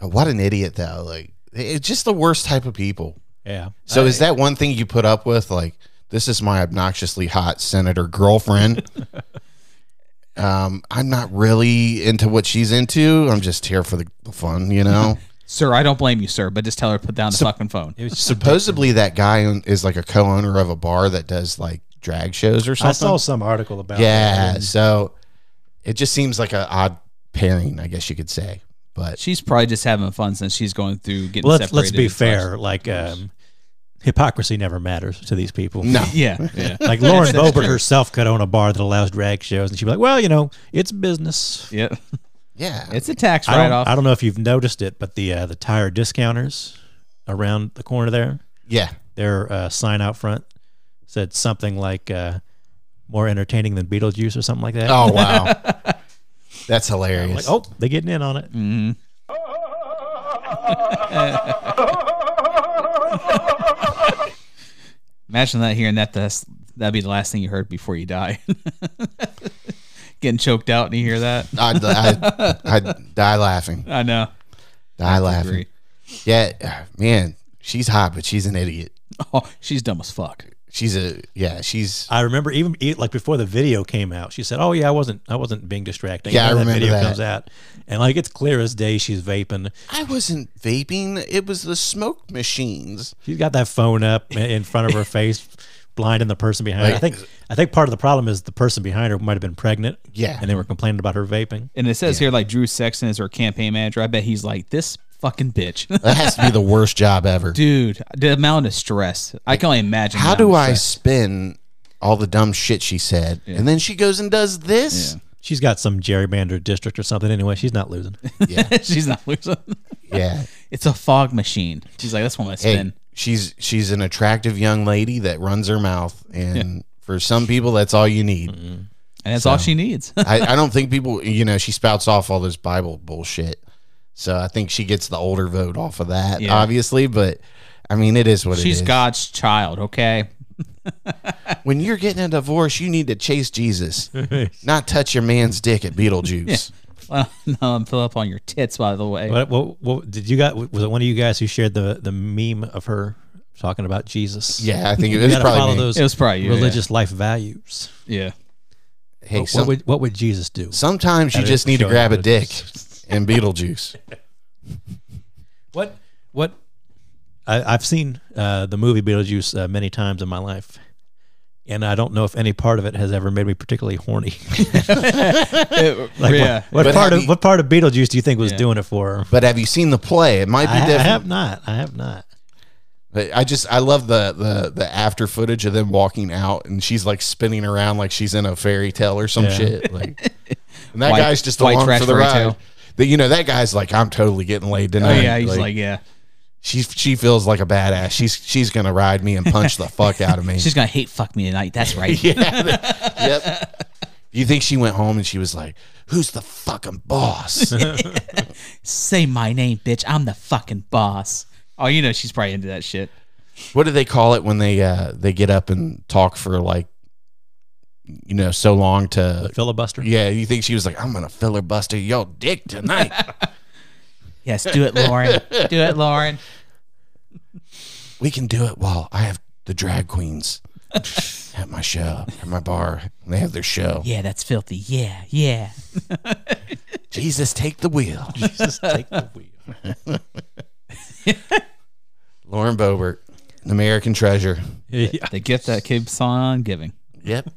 Speaker 6: What an idiot though. Like it's just the worst type of people.
Speaker 4: yeah.
Speaker 6: So is that one thing you put up with? Like, this is my obnoxiously hot senator girlfriend, Um, I'm not really into what she's into. I'm just here for the fun, you know.
Speaker 5: Sir, I don't blame you, sir, but just tell her to put down the fucking phone.
Speaker 4: It was
Speaker 6: Supposedly, that guy own- is like a co-owner of a bar that does like drag shows or something.
Speaker 4: I saw some article about
Speaker 6: yeah,
Speaker 4: that, and
Speaker 6: so it just seems like an odd pairing, I guess you could say. But
Speaker 5: She's probably just having fun since she's going through getting
Speaker 4: Let's
Speaker 5: separated.
Speaker 4: let's be
Speaker 5: and stuff.
Speaker 4: fair. Like um, hypocrisy never matters to these people.
Speaker 6: no,
Speaker 5: Yeah, yeah,
Speaker 4: Like Lauren
Speaker 5: That's
Speaker 4: Boebert
Speaker 5: true.
Speaker 4: herself could own a bar that allows drag shows, and she'd be like, "Well, you know, it's business."
Speaker 5: yeah.
Speaker 6: yeah,
Speaker 5: It's a tax
Speaker 4: I don't,
Speaker 5: write-off.
Speaker 4: I don't know if you've noticed it, but the uh, the tire discounters around the corner there,
Speaker 6: yeah,
Speaker 4: their uh, sign out front said something like uh, "more entertaining than Beetlejuice" or something like that.
Speaker 6: Oh wow, that's
Speaker 4: I'm like,
Speaker 6: hilarious.
Speaker 4: oh, they're getting in on it.
Speaker 5: Mhm. Imagine that hearing that. That's, that'd be the last thing you heard before you die. Getting choked out and you hear that.
Speaker 6: I'd, I'd, I'd die laughing,
Speaker 5: I know.
Speaker 6: die laughing.
Speaker 5: Agree.
Speaker 6: Yeah, man, she's hot, but she's an idiot.
Speaker 5: Oh, she's dumb as fuck.
Speaker 6: She's a yeah, she's
Speaker 4: I remember even e- like before the video came out, she said, "Oh yeah, I wasn't, I wasn't being distracting."
Speaker 6: Yeah,
Speaker 4: And
Speaker 6: I
Speaker 4: then
Speaker 6: remember
Speaker 4: video
Speaker 6: that.
Speaker 4: comes out, and like it's clear as day, she's vaping.
Speaker 6: I wasn't vaping. It was the smoke machines.
Speaker 4: She's got that phone up in- in front of her face, blinding the person behind. her. I
Speaker 6: Like-
Speaker 4: think, I think part of the problem is the person behind her might have been pregnant.
Speaker 6: Yeah.
Speaker 4: and they were complaining about her vaping.
Speaker 5: And it says here like Drew Sexton is her campaign manager. I bet he's like this fucking bitch,
Speaker 6: That has to be the worst job ever.
Speaker 5: dude. The amount of stress I can only imagine. the
Speaker 6: How
Speaker 5: amount
Speaker 6: do
Speaker 5: of
Speaker 6: I
Speaker 5: stress.
Speaker 6: spin all the dumb shit she said, and then she goes and does this?
Speaker 4: She's got some gerrymandered district or something. Anyway, she's not losing.
Speaker 5: she's not losing.
Speaker 6: Yeah.
Speaker 5: It's a fog machine. She's like, that's one I
Speaker 6: Hey,
Speaker 5: spin.
Speaker 6: she's she's an attractive young lady that runs her mouth, and for some people, that's all you need.
Speaker 5: and that's all she needs.
Speaker 6: I, I don't think people, you know, she spouts off all this Bible bullshit. So I think she gets the older vote off of that,
Speaker 5: Yeah.
Speaker 6: obviously. But I mean, it is what it
Speaker 5: she's
Speaker 6: is.
Speaker 5: God's child. Okay.
Speaker 6: when you're getting a divorce, you need to chase Jesus, not touch your man's dick at Beetlejuice.
Speaker 5: Well, no, I'm fill up on your tits, by the way.
Speaker 4: what, what, what did you got? Was it one of you guys who shared the the meme of her talking about Jesus?
Speaker 6: Yeah, I think it
Speaker 4: you
Speaker 6: was
Speaker 4: got to follow
Speaker 6: probably me.
Speaker 4: those
Speaker 5: It was probably you,
Speaker 4: religious life values.
Speaker 5: Yeah.
Speaker 6: Hey,
Speaker 4: what
Speaker 6: some-
Speaker 4: would what would Jesus do?
Speaker 6: sometimes you
Speaker 4: That
Speaker 6: just
Speaker 4: is
Speaker 6: need to
Speaker 4: showing
Speaker 6: grab a dick
Speaker 4: Beetlejuice.
Speaker 6: and Beetlejuice.
Speaker 4: What what? I, I've seen uh, the movie Beetlejuice uh, many times in my life, and I don't know if any part of it has ever made me particularly horny. Like,
Speaker 5: yeah.
Speaker 4: What,
Speaker 6: But
Speaker 4: what part
Speaker 6: have
Speaker 4: of
Speaker 6: you-
Speaker 4: what part of Beetlejuice do you think was
Speaker 5: Yeah.
Speaker 4: doing it for? her?
Speaker 6: But have you seen the play? It might be
Speaker 4: I, I
Speaker 6: different.
Speaker 4: have not. I have not.
Speaker 6: But I just I love the the the after footage of them walking out and she's like spinning around like she's in a fairy tale or some
Speaker 4: Yeah.
Speaker 6: shit. Like, and that
Speaker 5: White-
Speaker 6: guy's just
Speaker 5: white
Speaker 6: along
Speaker 5: trash
Speaker 6: for the
Speaker 5: fairy
Speaker 6: ride.
Speaker 5: tale.
Speaker 6: That you know that guy's like I'm totally getting laid
Speaker 5: Oh
Speaker 6: tonight.
Speaker 5: yeah. He's like, yeah.
Speaker 6: she she feels like a badass. She's she's gonna ride me and punch the fuck out of me.
Speaker 5: She's gonna hate fuck me tonight. That's right.
Speaker 6: yep. You think she went home and she was like, "Who's the fucking boss?"
Speaker 5: Say my name, bitch. I'm the fucking boss. Oh, you know she's probably into that shit.
Speaker 6: what do they call it when they uh they get up and talk for like you know so long
Speaker 4: The
Speaker 6: to
Speaker 4: filibuster.
Speaker 6: yeah you think she was like i'm gonna filibuster your dick tonight
Speaker 5: Yes, do it, Lauren. do it, Lauren.
Speaker 6: we can do it while i have the drag queens at my show at my bar and they have their show
Speaker 5: Yeah, that's filthy. Yeah, yeah.
Speaker 6: jesus take the wheel
Speaker 4: Jesus, take the wheel.
Speaker 6: lauren bobert an american treasure
Speaker 4: Yeah.
Speaker 5: The gift that keeps on giving.
Speaker 6: yep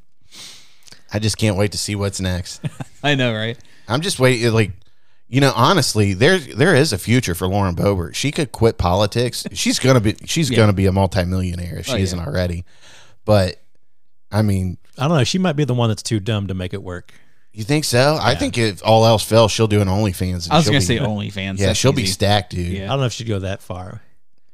Speaker 6: i just can't wait to see what's next
Speaker 5: I know, right?
Speaker 6: I'm just waiting. Like, you know, honestly, there there is a future for Lauren Boebert. She could quit politics. She's gonna be she's gonna be a multimillionaire if she
Speaker 5: Oh, yeah.
Speaker 6: isn't already. But I mean,
Speaker 4: I don't know. She might be the one that's too dumb to make it work.
Speaker 6: you think so? I think if all else fails, she'll do an OnlyFans. and
Speaker 5: I was
Speaker 6: she'll
Speaker 5: gonna
Speaker 6: be-
Speaker 5: say OnlyFans.
Speaker 6: yeah,
Speaker 5: That's
Speaker 6: she'll be
Speaker 5: easy.
Speaker 6: stacked, dude.
Speaker 5: Yeah.
Speaker 4: I don't know if she'd go that far.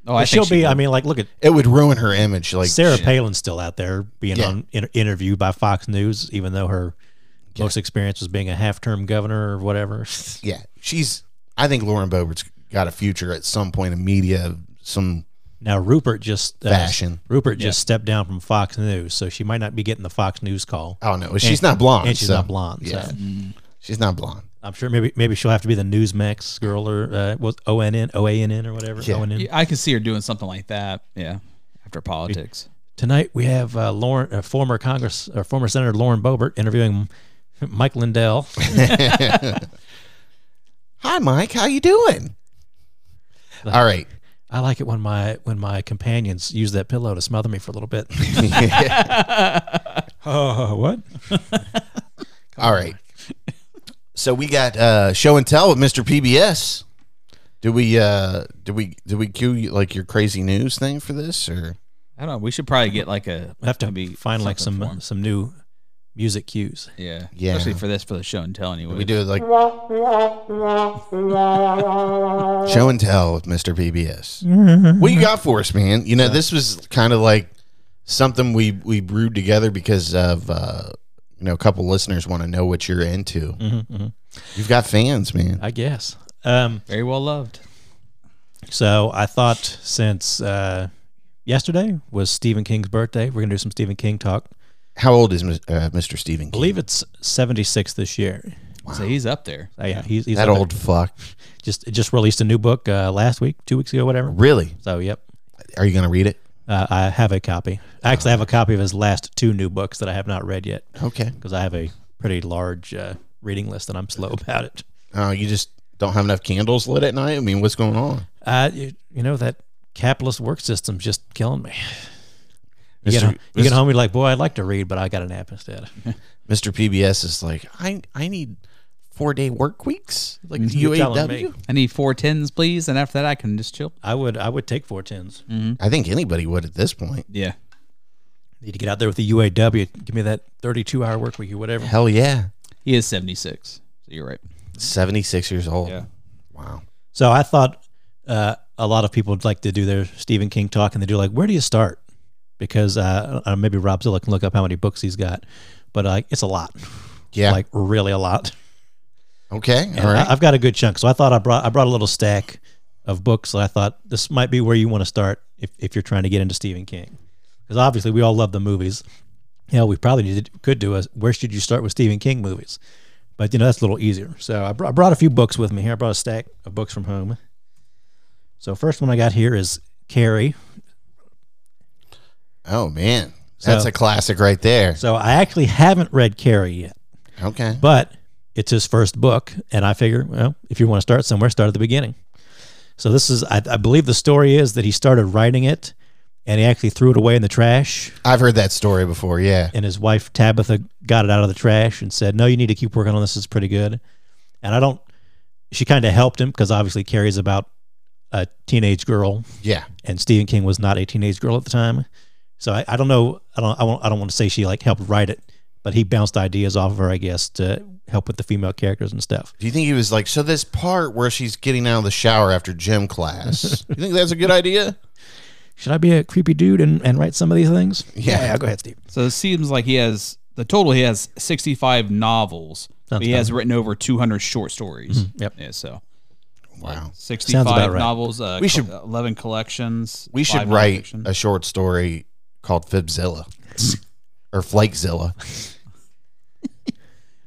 Speaker 5: Oh, I
Speaker 4: But
Speaker 5: think
Speaker 4: she'll
Speaker 5: she
Speaker 4: be.
Speaker 5: will.
Speaker 4: I mean, like, look at
Speaker 6: It would ruin her image. Like,
Speaker 4: Sarah Palin's still out there being
Speaker 6: Yeah.
Speaker 4: on in, interviewed by Fox News, even though her most experience was being a half-term governor or whatever.
Speaker 6: yeah, she's. I think Lauren Boebert's got a future at some point in media. Some
Speaker 4: Now Rupert just uh,
Speaker 6: Fashion.
Speaker 4: Rupert just stepped down from Fox News, so she might not be getting the Fox News call.
Speaker 6: I don't know. She's not blonde.
Speaker 4: and she's
Speaker 6: so-
Speaker 4: not blonde.
Speaker 6: Yeah,
Speaker 4: So Mm.
Speaker 6: she's not blonde.
Speaker 4: I'm sure maybe maybe she'll have to be the Newsmax girl or uh, was ONN OANN or whatever.
Speaker 6: Yeah.
Speaker 4: ONN.
Speaker 5: Yeah, I can see her doing something like that. Yeah, after politics.
Speaker 4: uh, Tonight we have uh, Lauren, uh, former Congress or former Senator Lauren Boebert interviewing Mike Lindell.
Speaker 6: Hi, Mike. How you doing? All right.
Speaker 4: I like it when my when my companions use that pillow to smother me for a little bit. oh, what?
Speaker 6: All right. So we got uh, show and tell with Mr. PBS. Do we uh do we do we cue you, like your crazy news thing for this or
Speaker 5: I don't know. We should probably get like a
Speaker 4: I have to
Speaker 5: maybe
Speaker 4: find like
Speaker 5: something for
Speaker 4: some
Speaker 5: 'em.
Speaker 4: some new music cues.
Speaker 5: yeah
Speaker 6: uh, Yeah.
Speaker 5: especially for this for the show and tell anyway.
Speaker 6: we do it like show and tell with Mr. PBS? what you got for us, man? You know, this was kind of like something we we brewed together because of uh you know a couple listeners want to know what you're into. You've got fans, man.
Speaker 4: I guess. Um,
Speaker 5: very well loved.
Speaker 4: so I thought since uh, yesterday was Stephen King's birthday, we're gonna do some Stephen King talk.
Speaker 6: How old is uh, Mr. Stephen?
Speaker 4: I
Speaker 6: King?
Speaker 4: believe it's seventy six this year.
Speaker 5: So he's up there.
Speaker 4: Uh, yeah, he's, he's
Speaker 6: that
Speaker 4: up
Speaker 6: old
Speaker 4: there.
Speaker 6: fuck.
Speaker 4: Just just released a new book uh, last week, two weeks ago, whatever.
Speaker 6: Really?
Speaker 4: So yep,
Speaker 6: Are you gonna read it?
Speaker 4: uh, I have a copy. I actually have a copy of his last two new books that I have not read yet
Speaker 6: Okay.
Speaker 4: because I have a pretty large uh, reading list and I'm slow about it.
Speaker 6: Oh, you just don't have enough candles lit at night. I mean, what's going on?
Speaker 4: Uh, you, you know that capitalist work system's just killing me. You get,
Speaker 6: Mr.
Speaker 4: home, you get
Speaker 6: Mr.
Speaker 4: home, you're like, boy, I'd like to read, but I got an app instead.
Speaker 6: Mr. PBS is like, I I need four day work weeks. Like
Speaker 4: You're telling
Speaker 6: UAW.
Speaker 4: me.
Speaker 5: I need four tens, please, and after that I can just chill.
Speaker 4: I would, I would take four tens.
Speaker 6: Mm-hmm. I think anybody would at this point.
Speaker 5: Yeah.
Speaker 4: Need to get out there with the UAW. Give me that 32 hour work week or whatever.
Speaker 6: Hell yeah.
Speaker 5: He is seventy six. So you're right.
Speaker 6: Seventy six years old. Wow.
Speaker 4: So I thought uh, a lot of people would like to do their Stephen King talk, and they do like, where do you start? Because uh, uh, maybe Rob Zilla can look up how many books he's got, but uh, it's a lot,
Speaker 6: Yeah.
Speaker 4: like really a lot.
Speaker 6: okay. All
Speaker 4: And
Speaker 6: right.
Speaker 4: I, have got a good chunk, so I thought I brought I brought a little stack of books that I thought this might be where you want to start if, if you're trying to get into Stephen King, because obviously we all love the movies. Hell, we probably did, could do a where should you start with Stephen King movies, but you know that's a little easier. So I, br- I brought a few books with me here. I brought a stack of books from home. So first one I got here is Carrie.
Speaker 6: oh man. That's
Speaker 4: So-
Speaker 6: a classic right there.
Speaker 4: So I actually haven't read Carrie yet,
Speaker 6: Okay.
Speaker 4: but it's his first book, and I figure, well, if you want to start somewhere, start at the beginning. So this is, I, I believe, the story is that he started writing it, and he actually threw it away in the trash,
Speaker 6: I've heard that story before. Yeah.
Speaker 4: and his wife Tabitha got it out of the trash and said, "No, you need to keep working on this. It's pretty good." And I don't. She kind of helped him because obviously Carrie's about a teenage girl
Speaker 6: Yeah.
Speaker 4: and Stephen King was not a teenage girl at the time. So I, I don't know. I don't. I, won't, I don't want to say she like helped write it, but he bounced ideas off of her, I guess, to help with the female characters and stuff.
Speaker 6: Do you think he was like, so this part where she's getting out of the shower after gym class? you think that's a good idea?
Speaker 4: Should I be a creepy dude and, and write some of these things?
Speaker 6: Yeah.
Speaker 4: go ahead, Steve.
Speaker 5: So it seems like he has the total. He has sixty five novels. but he
Speaker 4: about Mm-hmm.
Speaker 5: has written over two hundred short stories.
Speaker 4: yep.
Speaker 5: Yeah. So
Speaker 6: Wow.
Speaker 5: sixty
Speaker 4: Sounds about
Speaker 5: five
Speaker 4: right.
Speaker 5: novels. Uh,
Speaker 6: We
Speaker 5: we
Speaker 6: should-
Speaker 5: should eleven collections.
Speaker 6: We should
Speaker 5: five
Speaker 6: write
Speaker 5: nonfiction.
Speaker 6: a short story called Fibzilla or Flakezilla.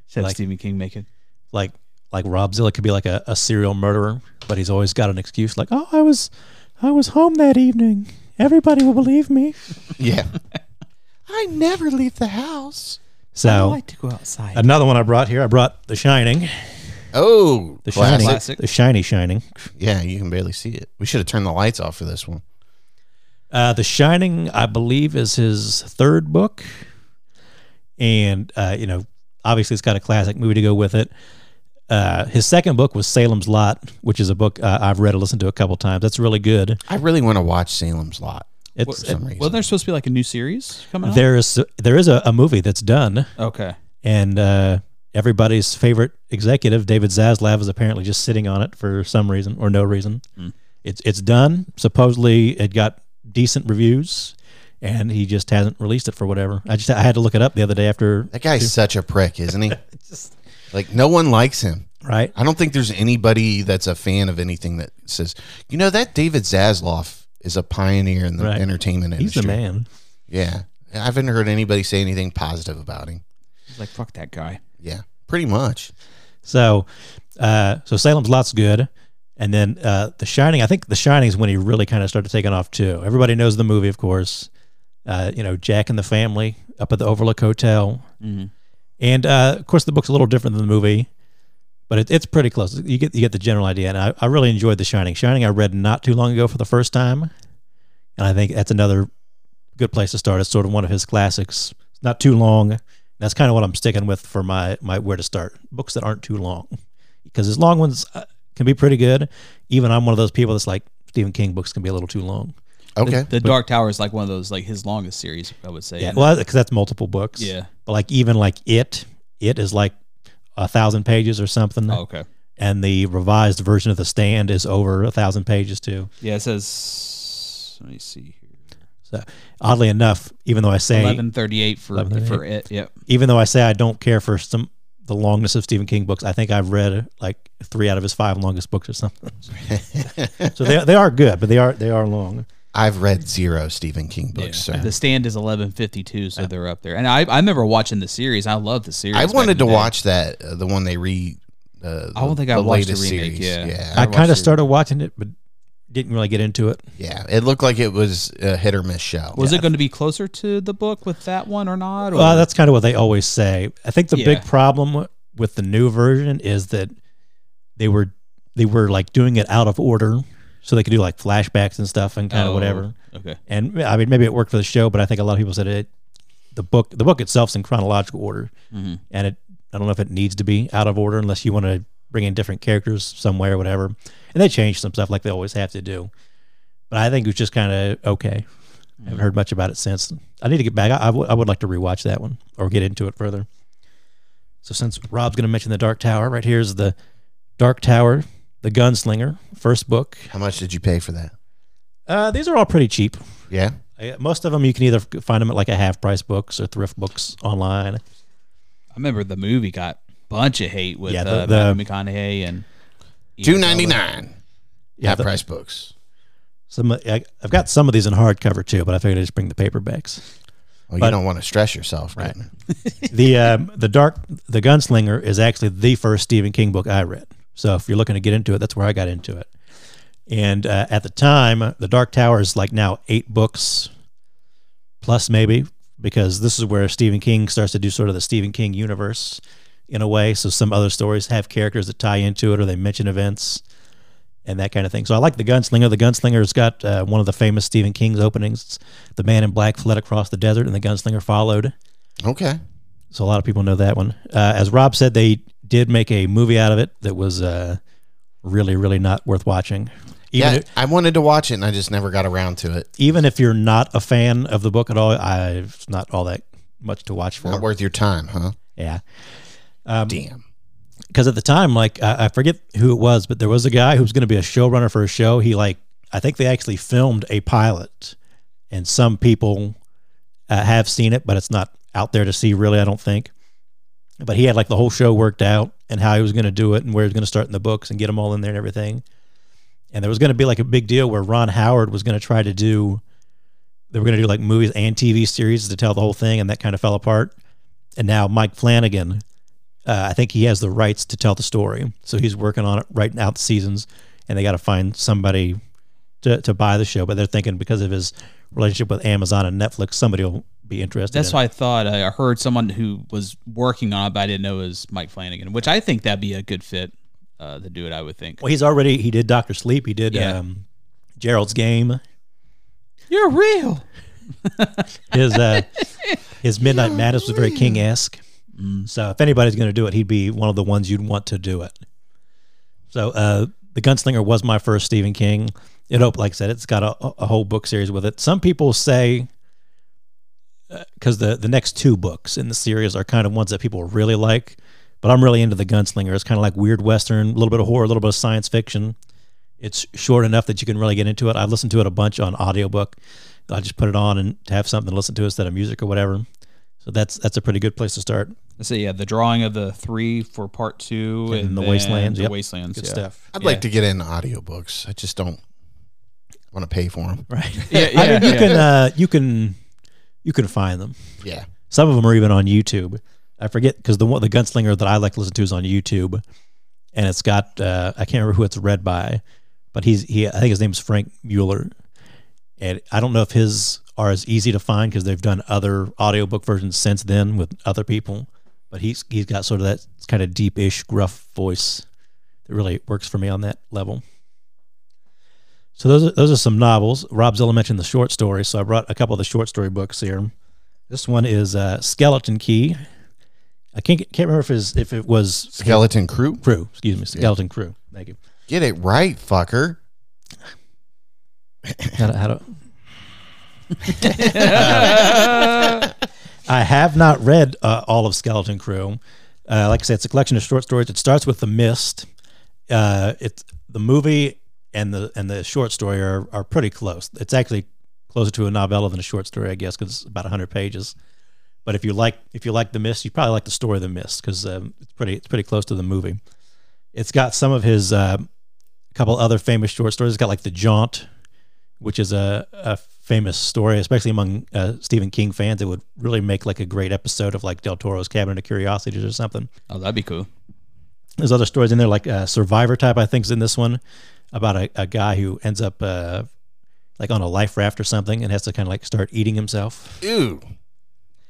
Speaker 5: Should have
Speaker 4: like-
Speaker 5: Stephen King make it.
Speaker 4: Like like Rob Zilla could be like a, a serial murderer, but he's always got an excuse. Like, oh, I was, I was home that evening. Everybody will believe me.
Speaker 6: Yeah. I never leave the house.
Speaker 4: So
Speaker 5: to go outside.
Speaker 4: another one I brought here. I brought The Shining.
Speaker 6: Oh,
Speaker 4: The
Speaker 6: classic.
Speaker 4: Shining.
Speaker 5: Classic.
Speaker 4: The shiny Shining.
Speaker 6: Yeah, you can barely see it. We should have turned the lights off for this one.
Speaker 4: Uh, the Shining, I believe, is his third book, and uh, you know, obviously, it's got a classic movie to go with it. Uh, his second book was Salem's Lot, which is a book uh, I've read and listened to a couple times. That's really good.
Speaker 6: I really want to watch Salem's Lot.
Speaker 4: It's
Speaker 6: some reason.
Speaker 5: Well, there's supposed to be like a new series coming out.
Speaker 4: there is there is a, a movie that's done,
Speaker 5: Okay.
Speaker 4: and uh, everybody's favorite executive, David Zaslav, is apparently just sitting on it for some reason or no reason. It's it's done. Supposedly, it got decent reviews, and he just hasn't released it for whatever. I just I had to look it up the other day after.
Speaker 6: That guy's such a prick, isn't he? like no one likes him.
Speaker 4: Right?
Speaker 6: I don't think there's anybody that's a fan of anything that says, you know, that David Zasloff is a pioneer in the
Speaker 4: Right.
Speaker 6: entertainment
Speaker 4: He's
Speaker 6: industry.
Speaker 4: the man.
Speaker 6: Yeah. I haven't heard anybody say anything positive about him.
Speaker 5: He's like fuck that guy.
Speaker 6: Yeah. Pretty much.
Speaker 4: So, uh, so Salem's Lot's good, and then uh, The Shining. I think The Shining is when he really kind of started taking off too. Everybody knows the movie, of course. Uh, you know, Jack and the family up at the Overlook Hotel, And uh, of course, the book's a little different than the movie, but it, it's pretty close. You get you get the general idea. And I, I really enjoyed The Shining. Shining I read not too long ago for the first time, and I think that's another good place to start. It's sort of one of his classics. It's not too long. That's kind of what I'm sticking with for my my where to start books that aren't too long, because his long ones uh, can be pretty good. Even I'm one of those people that's like Stephen King books can be a little too long.
Speaker 6: Okay.
Speaker 5: The Dark Tower is like one of those, like his longest series, I would say.
Speaker 4: Yeah, well, because that's multiple books.
Speaker 5: Yeah.
Speaker 4: but like even like it, it is like a thousand pages or something,
Speaker 5: Oh, okay.
Speaker 4: and the revised version of the Stand is over a thousand pages too.
Speaker 5: Yeah, it says. Let me see here.
Speaker 4: So oddly enough, even though I say
Speaker 5: Eleven thirty-eight for
Speaker 4: 11:38.
Speaker 5: for it. Yep.
Speaker 4: even though I say I don't care for some the longness of Stephen King books, I think I've read like three out of his five longest books or something. so they they are good, but they are they are long.
Speaker 6: I've read zero Stephen King books,
Speaker 5: Yeah.
Speaker 6: sir.
Speaker 5: The stand is eleven fifty-two, so they're up there. And I, I remember watching the series. I love the series.
Speaker 6: I
Speaker 5: back in
Speaker 6: wanted
Speaker 5: the
Speaker 6: to
Speaker 5: day.
Speaker 6: watch that, uh, the one they re. Uh,
Speaker 5: I don't think I watched the remake, yeah.
Speaker 4: I, kind of
Speaker 6: watched it.
Speaker 4: started watching it, but didn't really get into it.
Speaker 6: Yeah, it looked like it was a hit or miss show.
Speaker 5: Was it going to be closer to the book with that one or not? Or?
Speaker 4: Well, that's kind of what they always say. I think the
Speaker 5: Yeah.
Speaker 4: big problem with the new version is that they were they were like doing it out of order, so they could do like flashbacks and stuff and kind
Speaker 5: Oh,
Speaker 4: of whatever.
Speaker 5: Okay.
Speaker 4: And I mean, maybe it worked for the show, but I think a lot of people said it. The book the book itself's in chronological order,
Speaker 5: Mhm.
Speaker 4: and it I don't know if it needs to be out of order unless you want to bring in different characters somewhere or whatever. And they changed some stuff like they always have to do. But I think it was just kind of okay. I haven't heard much about it since. I need to get back. I I would- I would like to rewatch that one or get into it further. So since Rob's going to mention the Dark Tower, right here is the Dark Tower, the Gunslinger, first book.
Speaker 6: How much did you pay for that?
Speaker 4: Uh, these are all pretty cheap.
Speaker 6: Yeah,
Speaker 4: I- Most of them you can either find them at like a half price books or thrift books online.
Speaker 5: I remember the movie got bunch of hate with
Speaker 4: Yeah, the-
Speaker 5: uh,
Speaker 4: the-
Speaker 5: Matthew McConaughey and
Speaker 6: two ninety nine.
Speaker 4: Yeah,
Speaker 6: Half
Speaker 4: the-
Speaker 6: price books.
Speaker 4: Some I, I've got some of these in hardcover too, but I figured I just bring the paperbacks.
Speaker 6: Well,
Speaker 4: but-
Speaker 6: you don't want to stress yourself, right?
Speaker 4: the um, the dark the gunslinger is actually the first Stephen King book I read. So if you're looking to get into it, that's where I got into it. And uh, at the time, the Dark Tower is like now eight books plus maybe because this is where Stephen King starts to do sort of the Stephen King universe in a way. So some other stories have characters that tie into it or they mention events and that kind of thing. So I like the Gunslinger. The Gunslinger's got uh, one of the famous Stephen King's openings. It's the man in black fled across the desert and the Gunslinger followed.
Speaker 6: Okay.
Speaker 4: So a lot of people know that one. Uh, as Rob said, they did make a movie out of it that was uh, really, really not worth watching. Even
Speaker 6: yeah, I wanted to watch it and I just never got around to it.
Speaker 4: even if you're not a fan of the book at all, I, it's not all that much to watch for.
Speaker 6: Not worth your time, huh?
Speaker 4: Yeah,
Speaker 6: Damn.
Speaker 4: because at the time, like I, I forget who it was, but there was a guy who was going to be a showrunner for a show. He like I think they actually filmed a pilot, and some people uh, have seen it, but it's not out there to see really. I don't think. But he had like the whole show worked out and how he was going to do it and where he was going to start in the books and get them all in there and everything. And there was going to be like a big deal where Ron Howard was going to try to do. They were going to do like movies and TV series to tell the whole thing, and that kind of fell apart. And now Mike Flanagan uh, I think he has the rights to tell the story. So he's working on it right now, the seasons, and they got to find somebody to, to buy the show. But they're thinking because of his relationship with Amazon and Netflix, somebody will be interested.
Speaker 5: That's
Speaker 4: in
Speaker 5: why
Speaker 4: it.
Speaker 5: I thought I heard someone who was working on it, but I didn't know it was Mike Flanagan, which I think that'd be a good fit uh, to do it. I would think.
Speaker 4: Well, he's already he did Doctor Sleep. He did
Speaker 5: Yeah.
Speaker 4: um, Gerald's Game.
Speaker 5: You're real.
Speaker 4: His uh, his Midnight Madness was very King esque. So if anybody's going to do it, he'd be one of the ones you'd want to do it. So uh, the Gunslinger was my first Stephen King. It op- like I said, it's got a, a whole book series with it. Some people say because the the next two books in the series are kind of ones that people really like, but I'm really into the Gunslinger. It's kind of like weird western, a little bit of horror, a little bit of science fiction. It's short enough that you can really get into it. I've listened to it a bunch on audiobook. I just put it on and to have something to listen to instead of music or whatever. So that's that's a pretty good place to start.
Speaker 5: So yeah, the drawing of the three for part two and,
Speaker 4: And the
Speaker 5: then
Speaker 4: Wastelands,
Speaker 5: the
Speaker 4: yep.
Speaker 5: wastelands,
Speaker 4: Good
Speaker 5: yeah.
Speaker 4: stuff.
Speaker 6: I'd like to get into audiobooks. I just don't want to pay for them.
Speaker 4: Right.
Speaker 5: Yeah, yeah,
Speaker 4: I mean, you
Speaker 5: yeah.
Speaker 4: can uh, you can you can find them.
Speaker 6: Yeah.
Speaker 4: Some of them are even on YouTube. I forget because the one the gunslinger that I like to listen to is on YouTube, and it's got uh, I can't remember who it's read by, but he's he I think his name's Frank Mueller, and I don't know if his are as easy to find because they've done other audiobook versions since then with other people. but he's he's got sort of that kind of deep-ish, gruff voice that really works for me on that level. So those are, those are some novels. Rob Zilla mentioned the short story, so I brought a couple of the short story books here. This one is uh, Skeleton Key. I can't can't remember if it, was, if it was
Speaker 6: Skeleton Crew.
Speaker 4: Crew. Excuse me, Skeleton Crew. Thank you.
Speaker 6: Get it right, fucker.
Speaker 4: How to, how to- I have not read uh, all of Skeleton Crew. Uh, like I said, it's a collection of short stories. It starts with The Mist. Uh, it's the movie and the and the short story are, are pretty close. It's actually closer to a novella than a short story, I guess, because it's about hundred pages. But if you like if you like The Mist, you probably like the story of The Mist because um, it's pretty it's pretty close to the movie. It's got some of his uh, couple other famous short stories. It's got like The Jaunt, which is a, a famous story, especially among uh, Stephen King fans. It would really make like a great episode of like Del Toro's Cabinet of Curiosities or something.
Speaker 5: Oh, that'd be cool.
Speaker 4: There's other stories in there, like uh, Survivor Type, I think, is in this one about a, a guy who ends up uh, like on a life raft or something and has to kind of like start eating himself.
Speaker 6: Ew.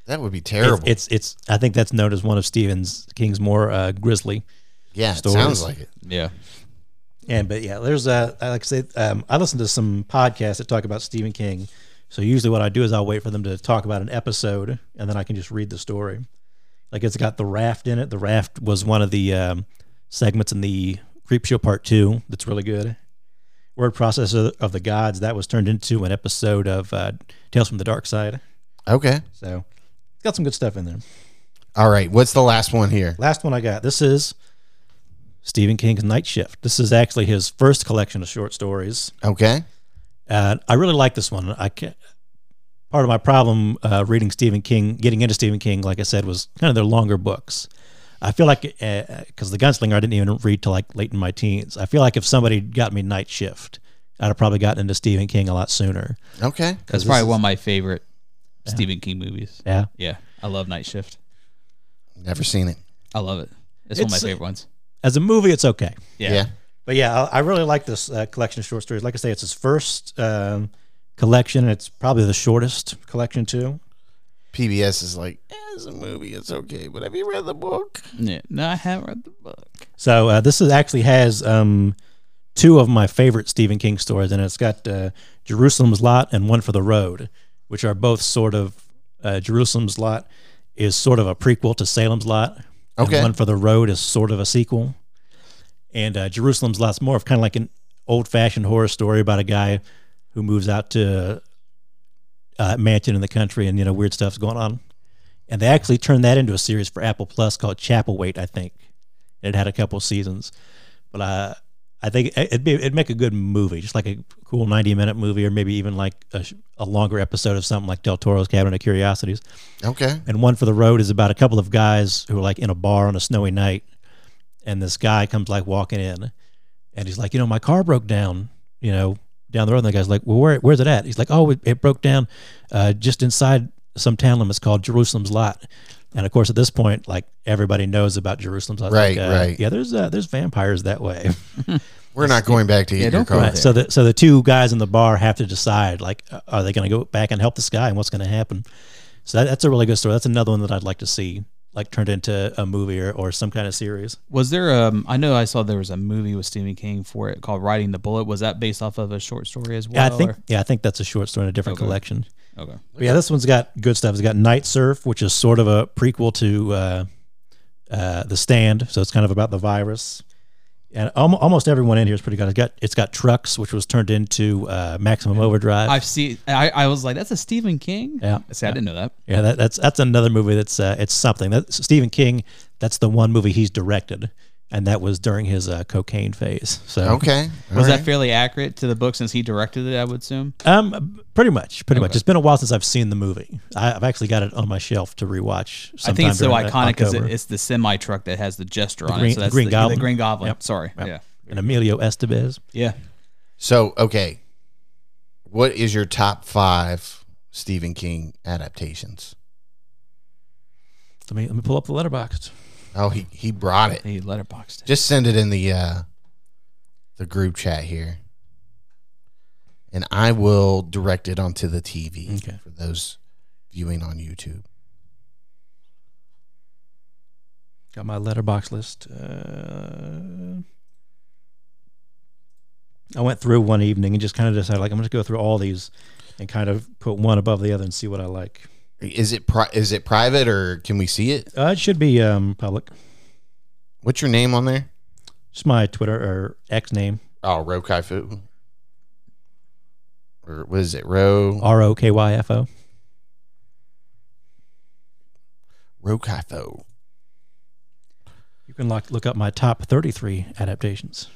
Speaker 6: That would be
Speaker 4: It's,
Speaker 6: terrible.
Speaker 4: it's, it's, I think that's known as one of Stephen's King's more uh, grisly
Speaker 6: yeah, it
Speaker 4: stories.
Speaker 6: sounds like it.
Speaker 5: Yeah.
Speaker 4: And but yeah, there's a I like I say um, I listen to some podcasts that talk about Stephen King. So usually what I do is I'll wait for them to talk about an episode and then I can just read the story. Like it's got the raft in it. The raft was one of the um, segments in the Creep Show Part Two. That's really good. Word processor of the gods that was turned into an episode of uh, Tales from the Dark Side.
Speaker 6: Okay.
Speaker 4: So it's got some good stuff in there.
Speaker 6: All right. What's the last one here?
Speaker 4: Last one I got. This is Stephen King's Night Shift. This is actually his first collection of short stories.
Speaker 6: Okay.
Speaker 4: Uh, I really like this one. I can part of my problem uh, reading Stephen King, getting into Stephen King, like I said, was kind of their longer books. I feel like because The Gunslinger, I didn't even read till like late in my teens. I feel like if somebody got me Night Shift, I'd have probably gotten into Stephen King a lot sooner.
Speaker 6: Okay.
Speaker 5: That's probably one of my favorite Stephen King movies.
Speaker 4: Yeah,
Speaker 5: Yeah. I love Night Shift.
Speaker 6: Never seen it.
Speaker 5: I love it. It's, one of my
Speaker 4: It's-
Speaker 5: favorite ones.
Speaker 4: as a movie, it's okay.
Speaker 5: Yeah.
Speaker 6: yeah.
Speaker 4: But yeah, I, I really like this uh, collection of short stories. Like I say, it's his first um, collection. It's probably the shortest collection too.
Speaker 6: PBS is like, eh, it's a movie. It's okay. But have you read the book?
Speaker 5: Yeah. No, I haven't read the book.
Speaker 4: So uh, this is actually has um, two of my favorite Stephen King stories, and it. has got uh, Jerusalem's Lot and One for the Road, which are both sort of uh, Jerusalem's Lot is sort of a prequel to Salem's Lot. and
Speaker 6: Okay.
Speaker 4: One for the Road is sort of a sequel, and uh, Jerusalem's Lot's more of kind of like an old-fashioned horror story about a guy who moves out to uh, a mansion in the country, and you know weird stuff's going on. And they actually turned that into a series for Apple Plus called Chapel Wait, I think it had a couple seasons but uh, i think it'd, be, it'd make a good movie just like a cool 90 minute movie or maybe even like a, sh- a longer episode of something like del toro's cabinet of curiosities
Speaker 6: Okay.
Speaker 4: and one for the road is about a couple of guys who are like in a bar on a snowy night and this guy comes like walking in and he's like you know my car broke down you know down the road and the guy's like well where, where's it at he's like oh it, it broke down uh, just inside some town limits called jerusalem's lot and of course at this point like everybody knows about jerusalem's lot
Speaker 6: Right,
Speaker 4: Like, uh,
Speaker 6: right.
Speaker 4: yeah there's uh, there's vampires that way
Speaker 6: We're not going back to eat your
Speaker 5: don't go
Speaker 6: car.
Speaker 4: Right. So the so the two guys in the bar have to decide like uh, are they going to go back and help this guy and what's going to happen. So that, that's a really good story. That's another one that I'd like to see like turned into a movie or, or some kind of series.
Speaker 5: Was there um I know I saw there was a movie with Stephen King for it called Riding the Bullet. Was that based off of a short story as well?
Speaker 4: yeah, I think
Speaker 5: or-
Speaker 4: yeah, I think that's a short story in a different
Speaker 5: Okay.
Speaker 4: collection.
Speaker 5: Okay.
Speaker 4: But yeah, this one's got good stuff. It's got Night Surf, which is sort of a prequel to uh, uh, The Stand, so it's kind of about the virus. And almo- almost everyone in here is pretty good. It's got it's got Trucks, which was turned into uh, Maximum Overdrive.
Speaker 5: I've seen I, I was like, that's a Stephen King?
Speaker 4: Yeah.
Speaker 5: See, I didn't know that.
Speaker 4: Yeah, that, that's that's another movie that's uh, it's something. That Stephen King, that's the one movie he's directed, and that was during his uh, cocaine phase. So
Speaker 6: Okay. All
Speaker 5: Was that
Speaker 6: right.
Speaker 5: fairly accurate to the book since he directed it, I would assume?
Speaker 4: um, pretty much, pretty much. It's been a while since I've seen the movie. I, I've actually got it on my shelf to rewatch.
Speaker 5: I think it's so
Speaker 4: sometime during uh,
Speaker 5: iconic because it,
Speaker 4: October.
Speaker 5: it's the semi truck that has the jester on
Speaker 4: green-
Speaker 5: it. So that's
Speaker 4: green
Speaker 5: the,
Speaker 4: goblin.
Speaker 5: the Green Goblin.
Speaker 4: Yep.
Speaker 5: Sorry.
Speaker 4: Yep. and Emilio Estevez.
Speaker 5: Yeah.
Speaker 6: So okay. What is your top five Stephen King adaptations?
Speaker 4: Let me let me pull up the letterbox.
Speaker 6: Oh, he he brought
Speaker 5: Yeah.
Speaker 6: it.
Speaker 5: He letterboxed it.
Speaker 6: Just send it in the uh the group chat here. And I will direct it onto the TV
Speaker 4: Okay.
Speaker 6: for those viewing on YouTube.
Speaker 4: Got my letterbox list. Uh, I went through one evening and just kind of decided, like, I'm going to go through all these and kind of put one above the other and see what I like.
Speaker 6: Is it pri- is it private or can we see it?
Speaker 4: Uh, it should be um, public.
Speaker 6: What's your name on there?
Speaker 4: It's my Twitter or X name,
Speaker 6: Oh, Rokai Fu. Or what is it? Ro
Speaker 4: R O K Y F O.
Speaker 6: Rokai Fu.
Speaker 4: You can look, look up my top 33 adaptations.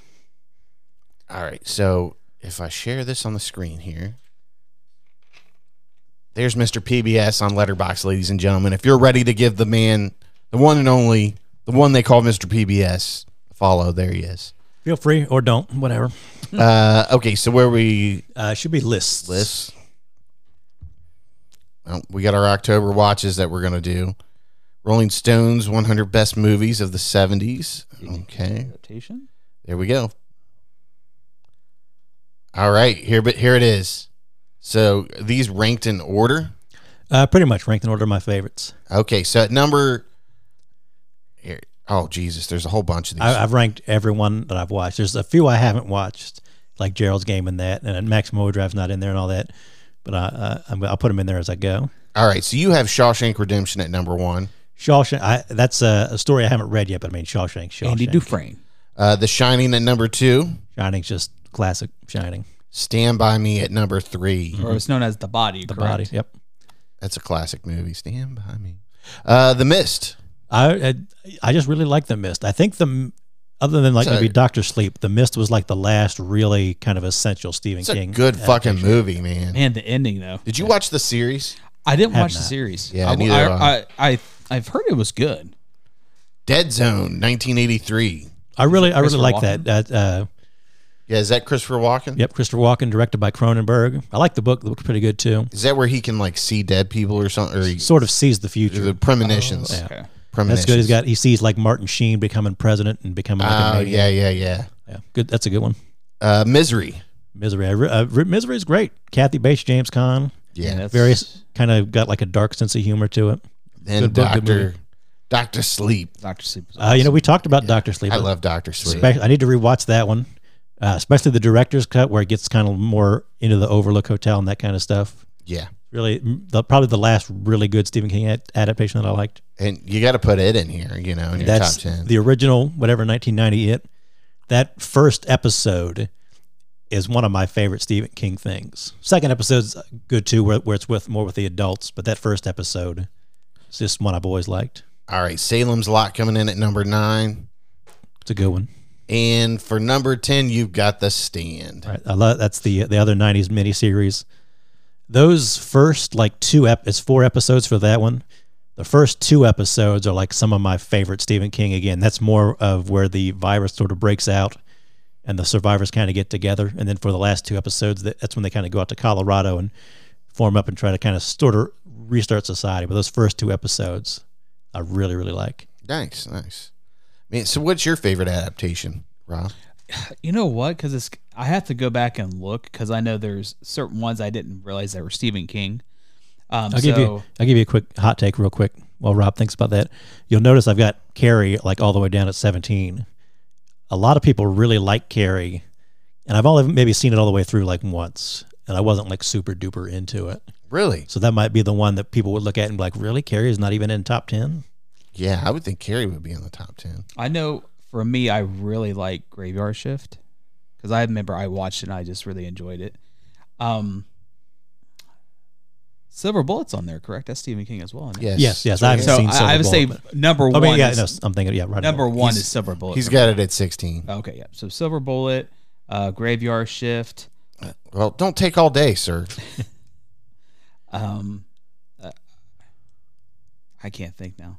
Speaker 6: All right. So if I share this on the screen here, there's Mr. PBS on Letterbox, ladies and gentlemen. If you're ready to give the man, the one and only, the one they call Mr. PBS, a follow. There he is.
Speaker 4: Feel free or don't, whatever.
Speaker 6: Uh, okay. So where we
Speaker 4: Uh, it should be lists.
Speaker 6: lists. Well, we got our October watches that we're gonna do. Rolling Stones 100 best movies of the 70s. Okay,
Speaker 5: Adaptation?
Speaker 6: there we go. All right, here but here it is. So these ranked in order.
Speaker 4: Uh, pretty much ranked in order of my favorites.
Speaker 6: Okay, so at number here. Oh Jesus, there's a whole bunch of these.
Speaker 4: I, I've ranked every one that I've watched. There's a few I haven't watched, like Gerald's Game and that, and Maximum Overdrive's not in there and all that. But I, uh, I'm, I'll put them in there as I go.
Speaker 6: All right, so you have Shawshank Redemption at number one.
Speaker 4: Shawshank. I, that's a, a story I haven't read yet, but I mean Shawshank. Shawshank.
Speaker 5: Andy Dufresne.
Speaker 6: Uh, the Shining at number two.
Speaker 4: Shining's just classic. Shining.
Speaker 6: Stand by Me at number three.
Speaker 5: Or it's known as The Body.
Speaker 4: The
Speaker 5: correct?
Speaker 4: body. Yep.
Speaker 6: That's a classic movie. Stand by me. Uh, the Mist.
Speaker 4: I, I I just really like The Mist. I think the other than like
Speaker 6: It's a-
Speaker 4: maybe Doctor Sleep, The Mist was like the last really kind of essential Stephen
Speaker 6: It's
Speaker 4: King.
Speaker 6: a good fucking
Speaker 4: adaptation.
Speaker 6: movie, man.
Speaker 5: Man, the ending, though.
Speaker 6: Did you watch the series?
Speaker 5: I didn't
Speaker 4: Have
Speaker 5: watch the
Speaker 4: not.
Speaker 5: series.
Speaker 6: Yeah,
Speaker 5: I,
Speaker 6: neither
Speaker 5: I,
Speaker 6: have I.
Speaker 5: I, I, have heard it was good.
Speaker 6: Dead Zone, 1983.
Speaker 4: I really I really
Speaker 5: Christopher
Speaker 4: like
Speaker 5: Walken?
Speaker 4: that. that uh,
Speaker 6: Yeah, is that Christopher Walken?
Speaker 4: yep, Christopher Walken, directed by Cronenberg. I like the book. The book's pretty good too.
Speaker 6: Is that where he can like see dead people or something? Or he,
Speaker 4: Sort of sees the future.
Speaker 6: the premonitions.
Speaker 4: yeah.
Speaker 5: Okay.
Speaker 4: That's
Speaker 6: Premonitions.
Speaker 4: good. He's got he sees like Martin Sheen becoming president and becoming. Like
Speaker 6: Oh
Speaker 4: a
Speaker 6: yeah,
Speaker 4: maniac.
Speaker 6: yeah, yeah.
Speaker 4: yeah, good. That's a good one.
Speaker 6: Uh, Misery.
Speaker 4: Misery. I re, uh, re, Misery is great. Kathy Bates, James Caan,
Speaker 6: Yeah.
Speaker 5: that's-
Speaker 4: various kind of got like a dark sense of humor to it.
Speaker 6: Then
Speaker 4: good book, good
Speaker 6: Doctor
Speaker 4: movie.
Speaker 6: Doctor Sleep.
Speaker 5: Doctor Sleep. Was
Speaker 4: Uh, you know, we talked about Doctor Sleep.
Speaker 6: I love Doctor Sleep.
Speaker 4: Spe- I need to rewatch that one, uh, especially the director's cut where it gets kind of more into the Overlook Hotel and that kind of stuff.
Speaker 6: yeah,
Speaker 4: Really, m- the, probably the last really good Stephen King ad- adaptation that I liked.
Speaker 6: and you got to put it in here. You know, in your
Speaker 4: That's
Speaker 6: top ten.
Speaker 4: the original, whatever 1990 it. That first episode is one of my favorite Stephen King things. Second episode's good too, where, where it's with more with the adults, but that first episode is just one I've always liked.
Speaker 6: All right, Salem's Lot coming in at number nine,
Speaker 4: It's a good one.
Speaker 6: and for number ten, you've got The Stand.
Speaker 4: Right. I love that's the the other '90s miniseries. Those first like two ep, it's four episodes for that one. The first two episodes are like some of my favorite Stephen King. Again, that's more of where the virus sort of breaks out, and the survivors kind of get together. And then for the last two episodes, that, that's when they kind of go out to Colorado and form up and try to kind of sort of restart society. But those first two episodes, I really really like.
Speaker 6: Nice, nice. Man, so what's your favorite adaptation, Rob?
Speaker 5: You know what? Because it's I have to go back and look because I know there's certain ones I didn't realize that were Stephen King. Um,
Speaker 4: I'll
Speaker 5: so
Speaker 4: give you I'll give you a quick hot take real quick while Rob thinks about that. You'll notice I've got Carrie like all the way down at 17. A lot of people really like Carrie, and I've only maybe seen it all the way through like once, and I wasn't like super duper into it.
Speaker 6: Really?
Speaker 4: So that might be the one that people would look at and be like, "Really, Carrie is not even in top 10?"
Speaker 6: Yeah, I would think Carrie would be in the top ten.
Speaker 5: I know for me, I really like Graveyard Shift because I remember I watched it and I just really enjoyed it. Um, Silver Bullet's on there, correct? That's Stephen King as well. isn't it?
Speaker 6: Yes,
Speaker 4: Yes, yes,
Speaker 6: That's
Speaker 4: I've
Speaker 6: right.
Speaker 5: So
Speaker 4: seen
Speaker 5: I, I would say
Speaker 4: Silver Bullet,
Speaker 5: number
Speaker 4: I
Speaker 5: one.
Speaker 4: mean, yeah,
Speaker 5: is,
Speaker 4: no, I'm thinking, yeah, right.
Speaker 5: number one
Speaker 6: He's-
Speaker 5: is Silver Bullet.
Speaker 6: He's
Speaker 5: for
Speaker 6: got it at sixteen.
Speaker 5: me. okay, yeah. So Silver Bullet, uh, Graveyard Shift.
Speaker 6: Well, don't take all day, sir.
Speaker 5: Um, uh, I can't think now.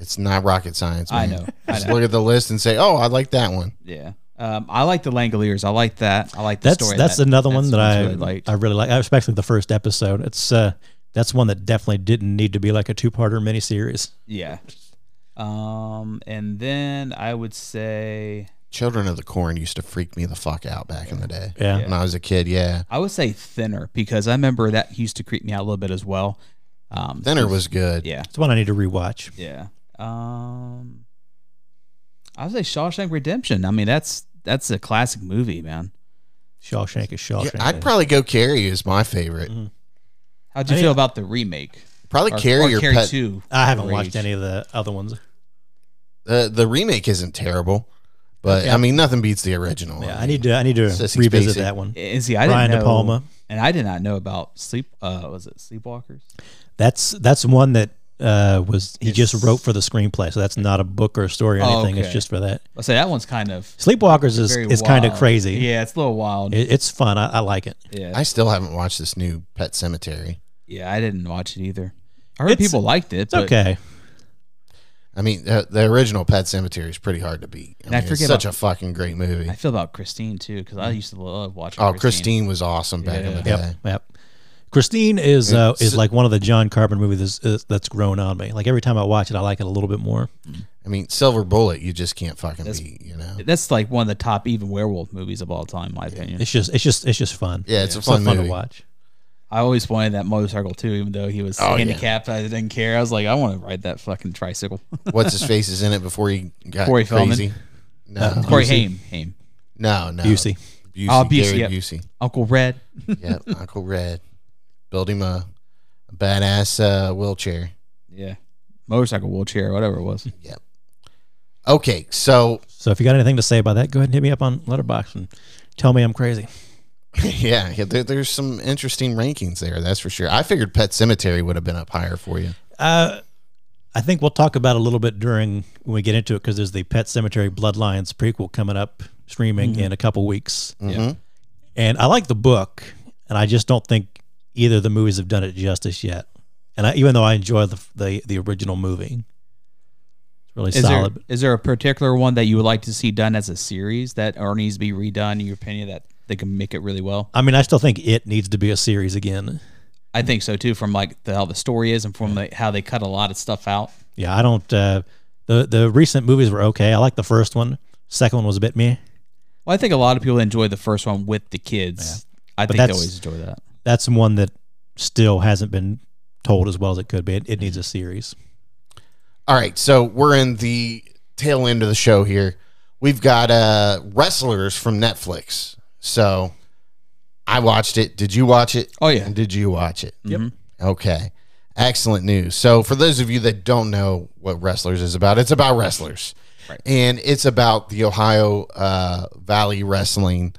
Speaker 6: It's not rocket science.
Speaker 5: I
Speaker 6: Man.
Speaker 5: know. I
Speaker 6: Just
Speaker 5: know.
Speaker 6: look at the list and say, "Oh, I like that one."
Speaker 5: Yeah. Um, I like the Langoliers. I like that. I like the
Speaker 4: That's
Speaker 5: story.
Speaker 4: that's
Speaker 5: That-
Speaker 4: another one
Speaker 5: that's
Speaker 4: that
Speaker 5: what
Speaker 4: I
Speaker 5: really liked.
Speaker 4: I really like, especially the first episode. It's uh that's one that definitely didn't need to be like a two-parter miniseries.
Speaker 5: yeah. Um, and then I would say
Speaker 6: Children of the Corn used to freak me the fuck out back in the day
Speaker 4: Yeah.
Speaker 6: when I was a kid. Yeah,
Speaker 5: I would say thinner because I remember that used to creep me out a little bit as well. Um,
Speaker 6: Thinner was good.
Speaker 5: yeah,
Speaker 4: It's one I need to rewatch.
Speaker 5: yeah. Um, I would say Shawshank Redemption. I mean, that's that's a classic movie, man.
Speaker 4: Shawshank is
Speaker 6: Yeah,
Speaker 4: Shawshank.
Speaker 6: I'd probably go Carrie is my favorite.
Speaker 5: Mm-hmm. How'd you
Speaker 4: I-
Speaker 5: feel about the remake?
Speaker 6: Probably Carrie or, Pet.
Speaker 5: Two.
Speaker 4: I haven't
Speaker 5: Rage.
Speaker 4: watched any of the other ones.
Speaker 6: The the remake isn't terrible, but I mean nothing beats the original.
Speaker 4: Yeah, I need to I need to
Speaker 6: Sissy
Speaker 4: revisit
Speaker 6: Spacek.
Speaker 4: that one.
Speaker 5: And Eh, see, I
Speaker 4: Brian
Speaker 5: didn't
Speaker 4: De
Speaker 5: know,
Speaker 4: Palma.
Speaker 5: and I did not know about sleep. Uh, was it Sleepwalkers?
Speaker 4: That's that's one that uh, was he just
Speaker 5: It's-
Speaker 4: wrote for the screenplay, so that's not a book or a story or
Speaker 5: Oh,
Speaker 4: anything. It's
Speaker 5: okay.
Speaker 4: just for that.
Speaker 5: I say that one's kind of
Speaker 4: Sleepwalkers is
Speaker 5: very
Speaker 4: is kind of
Speaker 5: wild.
Speaker 4: crazy.
Speaker 5: Yeah, it's a little wild.
Speaker 4: It, it's fun. I, I like it.
Speaker 5: yeah,
Speaker 6: I still haven't watched this new Pet Cemetery.
Speaker 5: yeah, I didn't watch it either. I heard
Speaker 4: It's-
Speaker 5: people liked it.
Speaker 4: It's
Speaker 5: but
Speaker 4: okay.
Speaker 6: I mean, the, the original Pet Cemetery is pretty hard to beat. I
Speaker 5: And I
Speaker 6: mean, it's
Speaker 5: forget
Speaker 6: such
Speaker 5: about-
Speaker 6: a fucking great movie.
Speaker 5: I feel about Christine too because I used to love watching.
Speaker 6: Oh, Christine was awesome back in the day.
Speaker 4: Yep. Yep. Christine is uh, is like one of the John Carpenter movies that's, is, that's grown on me. Like every time I watch it, I like it a little bit more.
Speaker 6: I mean, Silver Bullet, you just can't fucking beat. You know,
Speaker 5: That's like one of the top even werewolf movies of all time, in my opinion.
Speaker 4: It's just it's just it's just fun.
Speaker 6: Yeah, it's a fun
Speaker 4: fun to
Speaker 6: movie.
Speaker 4: watch.
Speaker 5: I always wanted that motorcycle too, even though he was
Speaker 6: yeah.
Speaker 5: handicapped. I didn't care. I was like, I want to ride that fucking tricycle.
Speaker 6: what's his face is in it before he got
Speaker 5: Corey Feldman. Uh,
Speaker 6: crazy. No,
Speaker 5: Corey Haim, Haim,
Speaker 6: no, no.
Speaker 4: Busey.
Speaker 6: Busey,
Speaker 5: Oh, Busey,
Speaker 6: Gary
Speaker 5: yep.
Speaker 6: Busey.
Speaker 5: Uncle Red.
Speaker 6: Yeah, Uncle Red. Build him a, a badass uh, wheelchair.
Speaker 5: Yeah, motorcycle wheelchair, whatever it was.
Speaker 6: Okay, so
Speaker 4: So if you got anything to say about that, go ahead and hit me up on Letterboxd and tell me I'm crazy.
Speaker 6: yeah, yeah there, there's some interesting rankings there. That's for sure. I figured Pet Cemetery would have been up higher for you.
Speaker 4: Uh, I think we'll talk about it a little bit during when we get into it because there's the Pet Cemetery Bloodlines prequel coming up streaming in a couple weeks.
Speaker 6: Mhm.
Speaker 4: And I like the book, and I just don't think either of the movies have done it justice yet. And I, even though I enjoy the, the the original movie, it's really
Speaker 5: Is
Speaker 4: solid.
Speaker 5: there is there a particular one that you would like to see done as a series that or needs to be redone? In your opinion, that they can make it really well.
Speaker 4: I mean, I still think it needs to be a series again.
Speaker 5: I think so too. From like the, how the story is and from the, how they cut a lot of stuff out.
Speaker 4: Yeah, I don't. Uh, the the recent movies were okay. I like the first one. Second one was a bit meh.
Speaker 5: Well, I think a lot of people enjoy the first one with the kids. I think they
Speaker 4: that's-
Speaker 5: always enjoy that.
Speaker 4: That's one that still hasn't been told as well as it could be. It, it needs a series.
Speaker 6: All right, so we're in the tail end of the show here. We've got uh, wrestlers from Netflix. So I watched it. Did you watch it?
Speaker 5: Oh, yeah.
Speaker 6: And did you watch it? Yep. Okay. Excellent news. So for those of you that don't know what wrestlers is about, it's about wrestlers, right. and it's about the Ohio uh, Valley Wrestling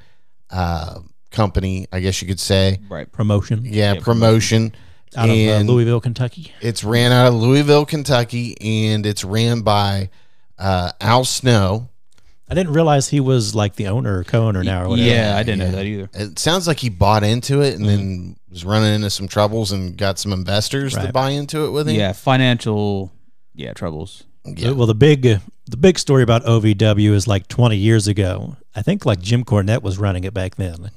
Speaker 6: uh, Company, I guess you could say.
Speaker 5: Right.
Speaker 4: Promotion
Speaker 6: Yeah, promotion.
Speaker 4: out of uh,
Speaker 6: And-
Speaker 4: Louisville, Kentucky.
Speaker 6: it's ran out of Louisville, Kentucky, and it's ran by uh, Al Snow.
Speaker 4: I didn't realize he was like the owner or co-owner now or whatever.
Speaker 5: Yeah, I didn't know that either.
Speaker 6: It sounds like he bought into it and then was running into some troubles and got some investors to
Speaker 4: Right.
Speaker 6: buy into it with him.
Speaker 5: Yeah, financial. Yeah, troubles.
Speaker 6: Yeah.
Speaker 4: Well, the big the big story about OVW is like 20 years ago. I think like Jim Cornette was running it back then,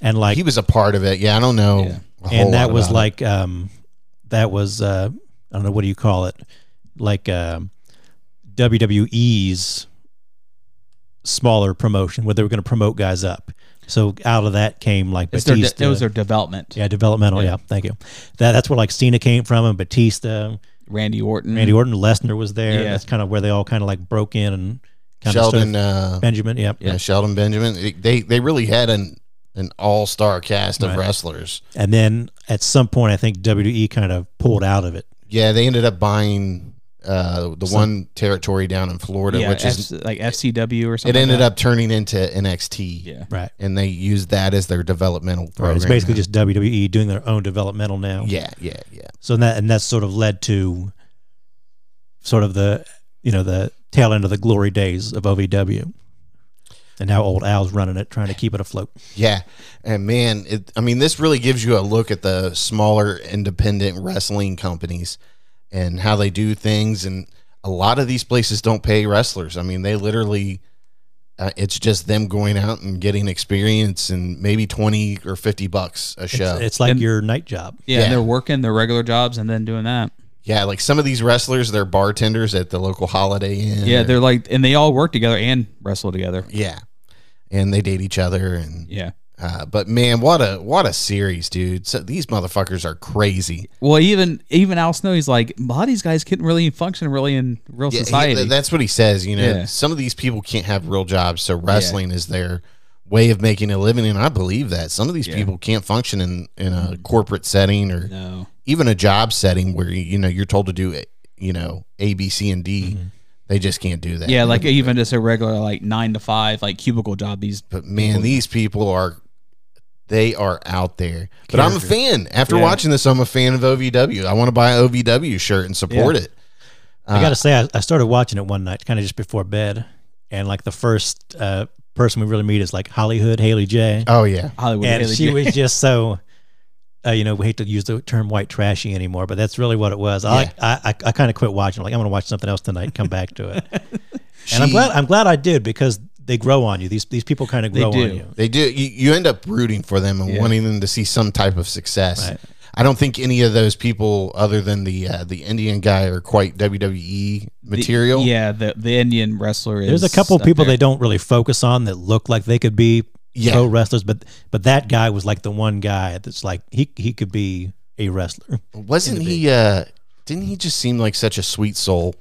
Speaker 4: and like
Speaker 6: he was a part of it. Yeah, I don't know. a whole
Speaker 4: and that
Speaker 6: lot
Speaker 4: was
Speaker 6: about it.
Speaker 4: like um that was uh i don't know what do you call it like um wwe's smaller promotion where they were going to promote guys up so out of that came like
Speaker 5: It's their de-
Speaker 4: batista
Speaker 5: it was their development.
Speaker 4: yeah developmental yeah. thank you that that's where like cena came from and batista
Speaker 5: Randy Orton.
Speaker 4: randy orton lesnar was there
Speaker 5: Mm-hmm. Yeah.
Speaker 4: that's kind of where they all kind of like broke in and kind of
Speaker 6: Sheldon
Speaker 4: started,
Speaker 6: uh,
Speaker 4: benjamin yeah.
Speaker 6: yeah, Sheldon Benjamin. It- They they really had an an all star cast of wrestlers.
Speaker 4: and then at some point i think wwe kind of pulled out of it
Speaker 6: Yeah, they ended up buying uh, the one territory down in Florida,
Speaker 5: yeah,
Speaker 6: which is
Speaker 5: F- like FCW or
Speaker 6: it
Speaker 5: something.
Speaker 6: ended up turning into NXT.
Speaker 5: Yeah.
Speaker 4: right
Speaker 6: and they use that as their developmental program.
Speaker 4: Right, it's basically just WWE doing their own developmental now.
Speaker 6: yeah, yeah, yeah.
Speaker 4: So that and that's sort of led to sort of the you know the tail end of the glory days of OVW, and now old Al's running it, trying to keep it afloat.
Speaker 6: Yeah. And man, it, I mean, this really gives you a look at the smaller independent wrestling companies and how they do things. And a lot of these places don't pay wrestlers. I mean, they literally, uh, it's just them going out and getting experience and maybe 20 or 50 bucks a show.
Speaker 4: It's like your night job.
Speaker 5: Yeah,
Speaker 6: Yeah.
Speaker 5: and they're working their regular jobs and then doing that.
Speaker 6: yeah. Like some of these wrestlers, they're bartenders at the local Holiday Inn.
Speaker 5: Yeah, they're like, and they all work together and wrestle together.
Speaker 6: yeah. And they date each other and
Speaker 5: Yeah,
Speaker 6: Uh, but man, what a what a series, dude! So these motherfuckers are crazy.
Speaker 5: Well, even even Al Snow, he's like, a lot of these guys couldn't really function really in real
Speaker 6: Yeah, he-
Speaker 5: society.
Speaker 6: that's what he says. You know,
Speaker 5: Yeah.
Speaker 6: some of these people can't have real jobs, so wrestling is their way of making a living, and I believe that some of these people can't function in in a corporate setting or
Speaker 5: no,
Speaker 6: even a job setting where you you know you're told to do you know A, B, C, and D. They just can't do that.
Speaker 5: yeah, like even just a regular like nine to five like cubicle job. These
Speaker 6: But man, these people are they are out there. But I'm a fan. After watching this, I'm a fan of OVW. I want to buy an OVW shirt and support it. Uh,
Speaker 4: I gotta say, I, I started watching it one night, kind of just before bed, and like the first uh, person we really meet is like Hollywood Haley J,
Speaker 6: Oh yeah.
Speaker 5: Hollywood.
Speaker 4: and
Speaker 5: really
Speaker 4: she
Speaker 5: good-
Speaker 4: was just so. Uh, you know, we hate to use the term "white trashy" anymore, but that's really what it was. I I, I, I kind of quit watching. I'm like, I'm going to watch something else tonight. Come back to it, and I'm
Speaker 6: She-
Speaker 4: glad I'm glad I did because they grow on you. These these people kind of grow
Speaker 5: do.
Speaker 4: on you.
Speaker 6: They do you, you end up rooting for them and wanting them to see some type of success.
Speaker 4: Right.
Speaker 6: I don't think any of those people other than the uh, the Indian guy are quite WWE material.
Speaker 5: yeah, the the Indian wrestler is.
Speaker 4: There's a couple
Speaker 5: up
Speaker 4: people
Speaker 5: there.
Speaker 4: they don't really focus on that look like they could be
Speaker 6: Yeah.
Speaker 4: pro wrestlers, but but that guy was like the one guy that's like he he could be a wrestler.
Speaker 6: Wasn't he uh didn't he just seem like such a sweet soul?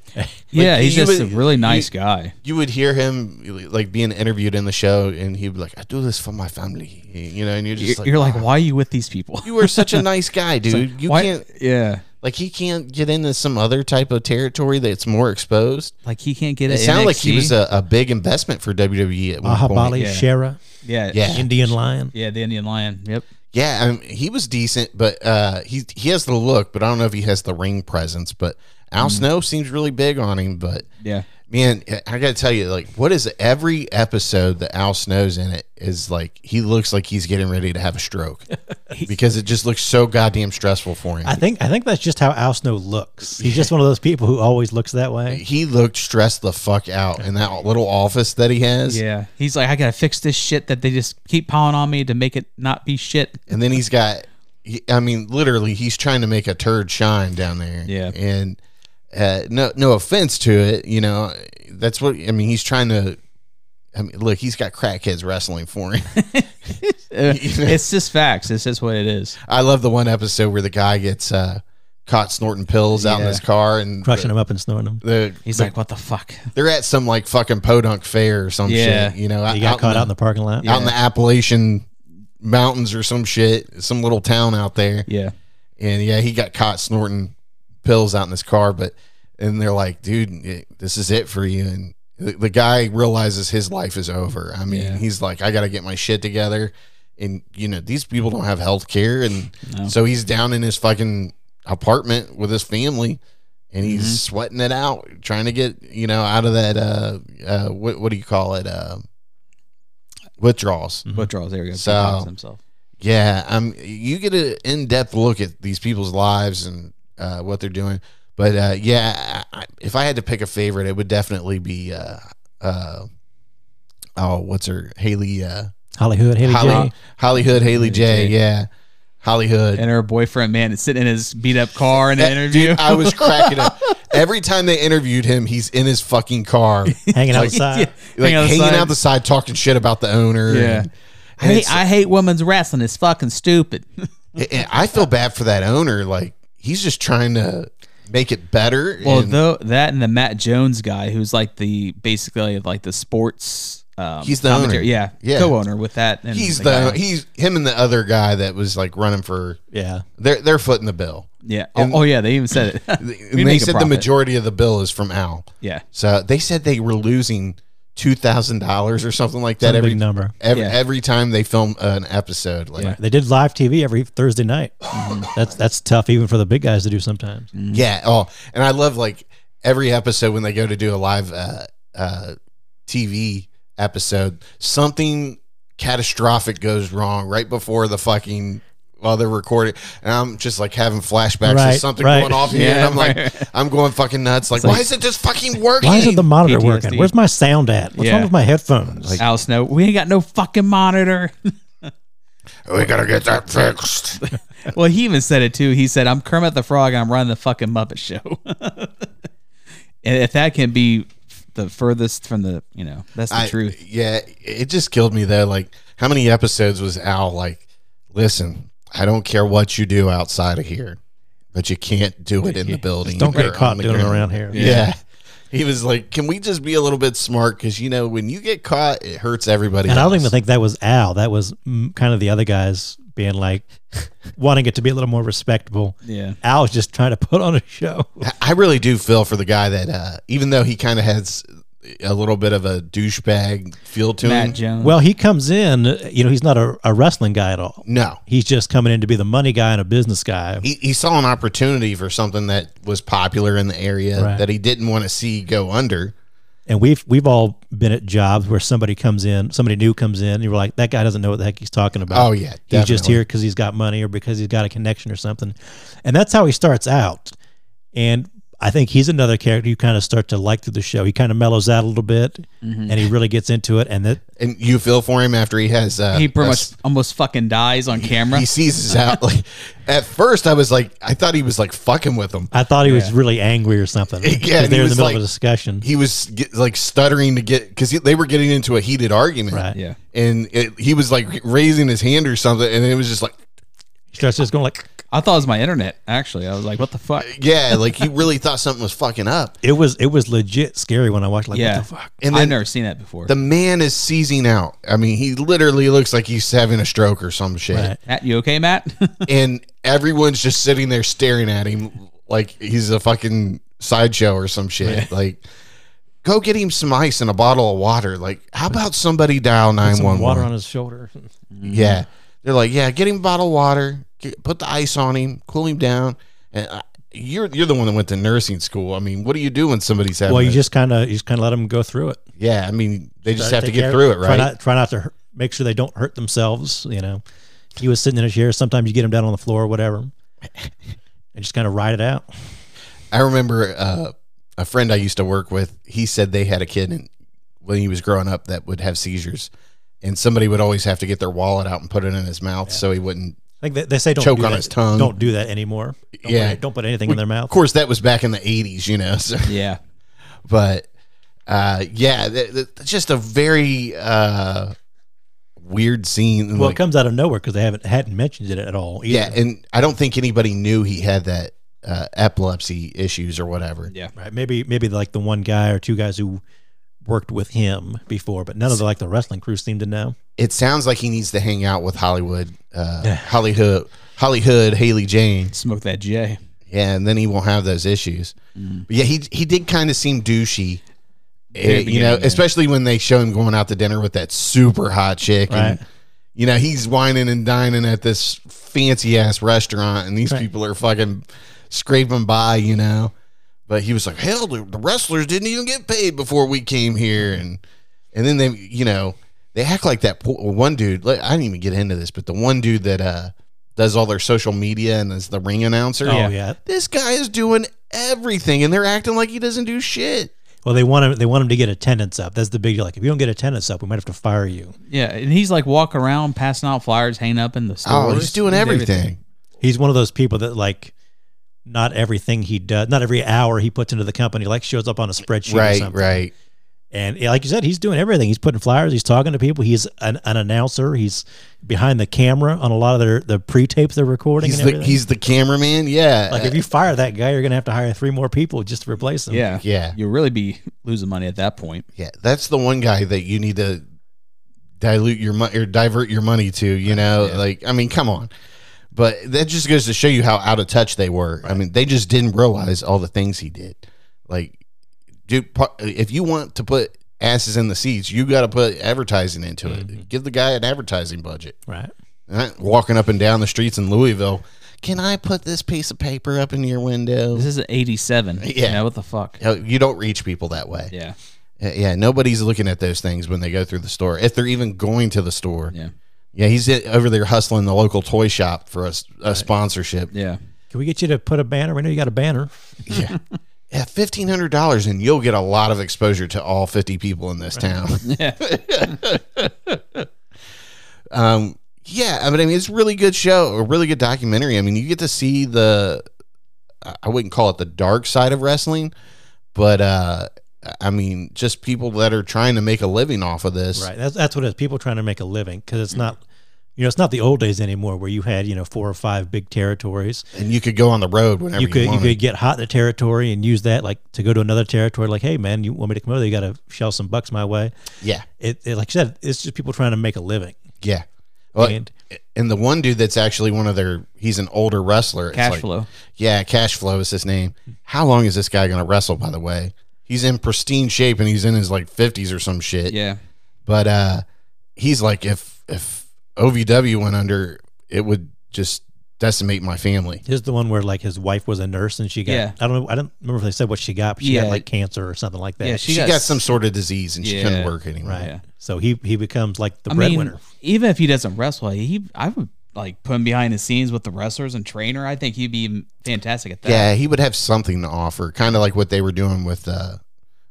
Speaker 5: Yeah,
Speaker 6: Like,
Speaker 5: he's
Speaker 6: you
Speaker 5: just
Speaker 6: would-
Speaker 5: a really nice
Speaker 6: you-
Speaker 5: guy.
Speaker 6: you would hear him like being interviewed in the show, and he'd be like, "I do this for my family," you know. And you're just
Speaker 5: You're,
Speaker 6: like,
Speaker 5: you're like,
Speaker 6: "Wow,
Speaker 5: why are you with these people?
Speaker 6: you are such a nice guy, dude. you
Speaker 5: Why-
Speaker 6: can't
Speaker 5: Yeah,
Speaker 6: like he can't get into some other type of territory that's more exposed."
Speaker 5: like he can't get
Speaker 6: It
Speaker 5: it.
Speaker 6: sounded like he was a, a big investment for WWE at one point.
Speaker 4: Mahabali
Speaker 5: Yeah.
Speaker 4: Shera,
Speaker 5: yeah,
Speaker 6: Yeah,
Speaker 4: Indian Lion.
Speaker 5: yeah, the Indian lion. Yep.
Speaker 6: yeah. I mean, he was decent, but uh, he he has the look, but I don't know if he has the ring presence. But Al Snow seems really big on him, but
Speaker 5: Mm-hmm. Yeah.
Speaker 6: Man, I gotta tell you, like, what is every episode that Al Snow's in it is like he looks like he's getting ready to have a stroke because it just looks so goddamn stressful for him.
Speaker 4: I think I think that's just how Al Snow looks. He's just one of those people who always looks that way.
Speaker 6: he looked stressed the fuck out in that little office that he has,
Speaker 5: Yeah. He's like, I gotta fix this shit that they just keep piling on me to make it not be shit.
Speaker 6: and then he's got, he, I mean, literally, he's trying to make a turd shine down there.
Speaker 5: Yeah.
Speaker 6: and uh, no, no offense to it, you know, that's what I mean. He's trying to. I mean, look, he's got crackheads wrestling for him.
Speaker 5: Uh, it's just facts. It's just what it is.
Speaker 6: I love the one episode where the guy gets uh, caught snorting pills out in
Speaker 5: Yeah.
Speaker 6: his car and
Speaker 4: Crushing him up and snorting him.
Speaker 6: The,
Speaker 5: He's like, what the fuck?
Speaker 6: they're at some like fucking podunk fair or some
Speaker 5: Yeah.
Speaker 6: shit. You know,
Speaker 4: He got caught out in the parking lot.
Speaker 6: out in the Appalachian mountains or some shit, some little town out there.
Speaker 5: Yeah.
Speaker 6: And yeah, he got caught snorting pills out in his car, but and they're like, dude, it- this is it for you. And the, the guy realizes his life is over. I mean, he's like, I got to get my shit together. And you know, these people don't have health care, and so he's down in his fucking apartment with his family. And he's sweating it out, trying to get you know out of that uh, uh what what do you call it uh, withdrawals.
Speaker 5: Withdrawals. There we go.
Speaker 6: Mm-hmm. So-
Speaker 5: Sometimes himself.
Speaker 6: Yeah, um, you get an in-depth look at these people's lives and uh, what they're doing. But uh, yeah, I, I- if I had to pick a favorite, it would definitely be uh, uh, oh, what's her Haley uh,
Speaker 4: Hollywood, Haley
Speaker 6: Holly,
Speaker 4: J.
Speaker 6: Hollywood Haley J. Yeah, Hollywood.
Speaker 5: And her boyfriend, man, is sitting in his beat up car in an
Speaker 6: That-
Speaker 5: interview.
Speaker 6: dude, I was cracking up every time they interviewed him. He's in his fucking car, like
Speaker 4: hanging outside.
Speaker 5: Hang on the
Speaker 6: hanging
Speaker 5: side.
Speaker 6: out the side, talking shit about the owner.
Speaker 5: Yeah.
Speaker 6: and-
Speaker 5: I hate, I hate women's wrestling. It's fucking stupid.
Speaker 6: And I feel bad for that owner. Like he's just trying to make it better.
Speaker 5: Well,
Speaker 6: and
Speaker 5: though that and the Matt Jones guy, who's like the basically like the sports. Um,
Speaker 6: He's the owner.
Speaker 5: commentary- Yeah,
Speaker 6: Yeah.
Speaker 5: co-owner with that. And
Speaker 6: he's
Speaker 5: guy.
Speaker 6: the, he's him and the other guy that was like running for.
Speaker 4: Yeah.
Speaker 6: They're they're footing the bill.
Speaker 5: yeah. Oh, oh, yeah, they even said it.
Speaker 6: And
Speaker 5: We
Speaker 6: they
Speaker 5: make a
Speaker 6: said the
Speaker 5: profit.
Speaker 6: majority of the bill is from Al.
Speaker 5: Yeah,
Speaker 6: So they said they were losing two thousand dollars or something like that
Speaker 4: Some
Speaker 6: every
Speaker 4: big number.
Speaker 6: Every,
Speaker 5: Yeah.
Speaker 6: every time they film an episode, like yeah,
Speaker 4: They did live TV every Thursday night. That's that's tough even for the big guys to do sometimes.
Speaker 6: oh, and I love like every episode when they go to do a live uh, uh, TV episode, something catastrophic goes wrong right before the fucking while they're recording, and I'm just like having flashbacks
Speaker 4: Right,
Speaker 6: of something
Speaker 4: right.
Speaker 6: going off here, and
Speaker 5: Yeah,
Speaker 6: I'm like, I'm going fucking nuts. Like, why isn't this fucking working?
Speaker 4: Why isn't the monitor
Speaker 5: PTSD.
Speaker 4: working? Where's my sound at? What's
Speaker 5: Yeah.
Speaker 4: wrong with my headphones? Like,
Speaker 5: Al Snow. We ain't got no fucking monitor.
Speaker 6: we gotta get that fixed.
Speaker 5: well, he even said it too. He said, "I'm Kermit the Frog. and I'm running the fucking Muppet Show." and if that can be the furthest from the you know that's the
Speaker 6: I-
Speaker 5: truth.
Speaker 6: Yeah, it just killed me there. Like, how many episodes was Al like, listen, I don't care what you do outside of here, but you can't do it in the building.
Speaker 4: Just don't
Speaker 6: or
Speaker 4: get
Speaker 6: on
Speaker 4: caught
Speaker 6: the
Speaker 4: doing it
Speaker 6: ground."
Speaker 4: around here.
Speaker 6: Yeah. He was like, can we just be a little bit smart? Because, you know, when you get caught, it hurts everybody.
Speaker 4: And I don't
Speaker 6: else.
Speaker 4: even think that was Al. That was mm, kind of the other guys being like, wanting it to be a little more respectable.
Speaker 5: Yeah,
Speaker 4: Al was just trying to put on a show.
Speaker 6: I really do feel for the guy that, uh, even though he kind of has a little bit of a douchebag feel to him.
Speaker 5: Matt Jones.
Speaker 4: Well, he comes in, you know, he's not a, a wrestling guy at all.
Speaker 6: no.
Speaker 4: He's just coming in to be the money guy and a business guy.
Speaker 6: He, he saw an opportunity for something that was popular in the area
Speaker 4: Right.
Speaker 6: that he didn't want to see go under.
Speaker 4: And we've we've all been at jobs where somebody comes in, somebody new comes in, and you're like, that guy doesn't know what the heck he's talking about.
Speaker 6: Oh, yeah,
Speaker 4: he's just
Speaker 6: definitely.
Speaker 4: here because he's got money or because he's got a connection or something. And that's how he starts out. And I think he's another character you kind of start to like through the show. He kind of mellows out a little bit,
Speaker 6: Mm-hmm.
Speaker 4: and he really gets into it. And that
Speaker 6: and you feel for him after he has uh,
Speaker 5: he pretty
Speaker 6: a
Speaker 5: much almost fucking dies on camera.
Speaker 6: he seizes out like at first i was like i thought he was like fucking with him
Speaker 4: I thought he was really angry or something.
Speaker 6: Yeah,
Speaker 4: 'Cause
Speaker 6: and he
Speaker 4: they were in the
Speaker 6: was
Speaker 4: middle
Speaker 6: like-
Speaker 4: of a discussion.
Speaker 6: he was get, like stuttering to get because they were getting into a heated argument
Speaker 4: Right.
Speaker 5: yeah,
Speaker 6: and it, he was like raising his hand or something and it was just like
Speaker 4: He starts just going like,
Speaker 5: I thought it was my internet. Actually, I was like, what the fuck?
Speaker 6: yeah like he really thought something was fucking up
Speaker 4: it was it was legit scary when I watched. Like,
Speaker 5: yeah,
Speaker 4: what the fuck?
Speaker 6: and
Speaker 5: I've
Speaker 6: then
Speaker 5: never seen that before.
Speaker 6: the man is seizing out i mean he literally looks like he's having a stroke or some shit
Speaker 4: Right.
Speaker 5: Matt, you okay, Matt?
Speaker 6: and everyone's just sitting there staring at him like he's a fucking sideshow or some shit. Like, go get him some ice and a bottle of water. Like, how about somebody dial
Speaker 4: Put some water
Speaker 6: 911?
Speaker 4: on his shoulder.
Speaker 6: Yeah. They're like, yeah, get him a bottle of water, get, put the ice on him, cool him down. And I, you're you're the one that went to nursing school. I mean, what do you do when somebody's having?
Speaker 4: Well, you
Speaker 6: a-
Speaker 4: just kind of you just kind of let them go through it.
Speaker 6: yeah. I mean, they just
Speaker 4: Try
Speaker 6: have to
Speaker 4: take
Speaker 6: get
Speaker 4: care-
Speaker 6: through it,
Speaker 4: Try
Speaker 6: right?
Speaker 4: not, try not to hurt, make sure they don't hurt themselves. You know, he was sitting in a chair. Sometimes you get him down on the floor or whatever, and just kind of ride it out.
Speaker 6: I remember uh, a friend I used to work with. He said they had a kid in, when he was growing up that would have seizures, and somebody would always have to get their wallet out and put it in his mouth so he wouldn't.
Speaker 4: I think they, they say don't
Speaker 6: Choke
Speaker 4: do
Speaker 6: on
Speaker 4: that.
Speaker 6: his tongue.
Speaker 4: Don't do that anymore. Don't
Speaker 6: Yeah.
Speaker 4: put, don't put anything in their
Speaker 6: Of
Speaker 4: mouth.
Speaker 6: course, that was back in the '80s, you know. So,
Speaker 5: yeah,
Speaker 6: but uh, yeah, th- th- that's just a very uh, weird scene. and
Speaker 4: Well,
Speaker 6: like-
Speaker 4: it comes out of nowhere because they haven't hadn't mentioned it at all. Either.
Speaker 6: yeah, and I don't think anybody knew he had that uh, epilepsy issues or whatever.
Speaker 5: yeah.
Speaker 4: right. Maybe maybe like the one guy or two guys who worked with him before, but none of the like the wrestling crew seemed to know.
Speaker 6: It sounds like he needs to hang out with Hollywood, uh, Hollywood, Hollywood, Haley Jane.
Speaker 5: Smoke that J.
Speaker 6: Yeah, and then he won't have those issues. But yeah, he he did kind of seem douchey.
Speaker 5: Mm. Very
Speaker 6: eh, you know,
Speaker 5: beginning, yeah.
Speaker 6: especially when they show him going out to dinner with that super hot chick, and
Speaker 4: Right.
Speaker 6: you know he's whining and dining at this fancy ass restaurant, and these people are fucking scraping by, you know. But he was like, "Hell, the the wrestlers didn't even get paid before we came here," and and then they, you know, they act like that po- one dude. like, I didn't even get into this, but the one dude that uh does all their social media and is the ring announcer.
Speaker 4: Oh yeah.
Speaker 6: This guy is doing everything, and they're acting like he doesn't do shit.
Speaker 4: Well, they want him. They want him to get attendance up. That's the big deal. Like if you don't get attendance up, we might have to fire you.
Speaker 5: Yeah, and he's like walking around passing out flyers, hanging up in the
Speaker 6: Oh,
Speaker 5: stores.
Speaker 6: he's doing everything.
Speaker 4: he's one of those people that like not everything he does not every hour he puts into the company like shows up on a spreadsheet or
Speaker 6: Right,
Speaker 4: something
Speaker 6: right.
Speaker 4: and yeah, like you said he's doing everything he's putting flyers he's talking to people he's an, an announcer he's behind the camera on a lot of their the pre-tapes they're recording
Speaker 6: He's
Speaker 4: and
Speaker 6: the
Speaker 4: everything
Speaker 6: he's the cameraman. Yeah,
Speaker 4: like if you fire that guy you're gonna have to hire three more people just to replace him
Speaker 5: Yeah,
Speaker 6: Yeah.
Speaker 5: You'll really be losing money at that point.
Speaker 6: yeah. That's the one guy that you need to dilute your money or divert your money to. You know, like I mean, come on. But that just goes to show you how out of touch they were. I mean, they just didn't realize all the things he did. Like, dude, par- if you want to put asses in the seats, you got to put advertising into it. Give the guy an advertising budget.
Speaker 4: right
Speaker 6: Right, walking up and down the streets in Louisville. Can I put this piece of paper up in your window?
Speaker 5: This is an '87.
Speaker 6: Yeah.
Speaker 5: what the fuck?
Speaker 6: You know, You don't reach people that way.
Speaker 5: Yeah,
Speaker 6: Uh, yeah, nobody's looking at those things when they go through the store, if they're even going to the store.
Speaker 5: Yeah.
Speaker 6: yeah. He's i- over there hustling the local toy shop for a, s- a sponsorship.
Speaker 5: yeah.
Speaker 4: can we get you to put a banner? We know you got a banner.
Speaker 6: Yeah, fifteen hundred dollars, and you'll get a lot of exposure to all fifty people in this town. Yeah. um. Yeah, I mean, I mean, it's a really good show, a really good documentary. I mean, you get to see the, I- I wouldn't call it the dark side of wrestling, but uh, I mean, just people that are trying to make a living off of this.
Speaker 4: Right. That's that's what it is. People trying to make a living because it's not, you know, it's not the old days anymore where you had you know four or five big territories.
Speaker 6: And you could go on the road whenever
Speaker 4: you
Speaker 6: you,
Speaker 4: could you,
Speaker 6: wanted.
Speaker 4: could get hot in the territory and use that like to go to another territory. Like, hey man, you want me to come over? there? You got to shell some bucks my way.
Speaker 6: yeah,
Speaker 4: It, it like you said, it's just people trying to make a living.
Speaker 6: yeah. Well,
Speaker 4: and
Speaker 6: and the one dude that's actually one of their he's an older wrestler. It's
Speaker 5: Cash
Speaker 6: like-
Speaker 5: flow.
Speaker 6: Yeah, cash flow is his name. How long is this guy gonna wrestle? By the way, he's in pristine shape and he's in his like fifties or some shit.
Speaker 5: Yeah.
Speaker 6: But uh, he's like, if if OVW went under, it would just decimate my family.
Speaker 4: Here's the one where like his wife was a nurse and she got
Speaker 5: Yeah.
Speaker 4: I don't know I don't remember if they said what she got, but she
Speaker 5: Yeah.
Speaker 4: got like cancer or something like that.
Speaker 5: Yeah,
Speaker 6: She, got, some sort of disease and she couldn't
Speaker 5: Yeah.
Speaker 6: work anymore.
Speaker 4: right.
Speaker 5: Yeah.
Speaker 4: So he he becomes like the
Speaker 5: I
Speaker 4: breadwinner.
Speaker 5: mean, even if he doesn't wrestle, he I would like put him behind the scenes with the wrestlers and trainer. I think he'd be fantastic at that.
Speaker 6: Yeah, he would have something to offer, kind of like what they were doing with uh,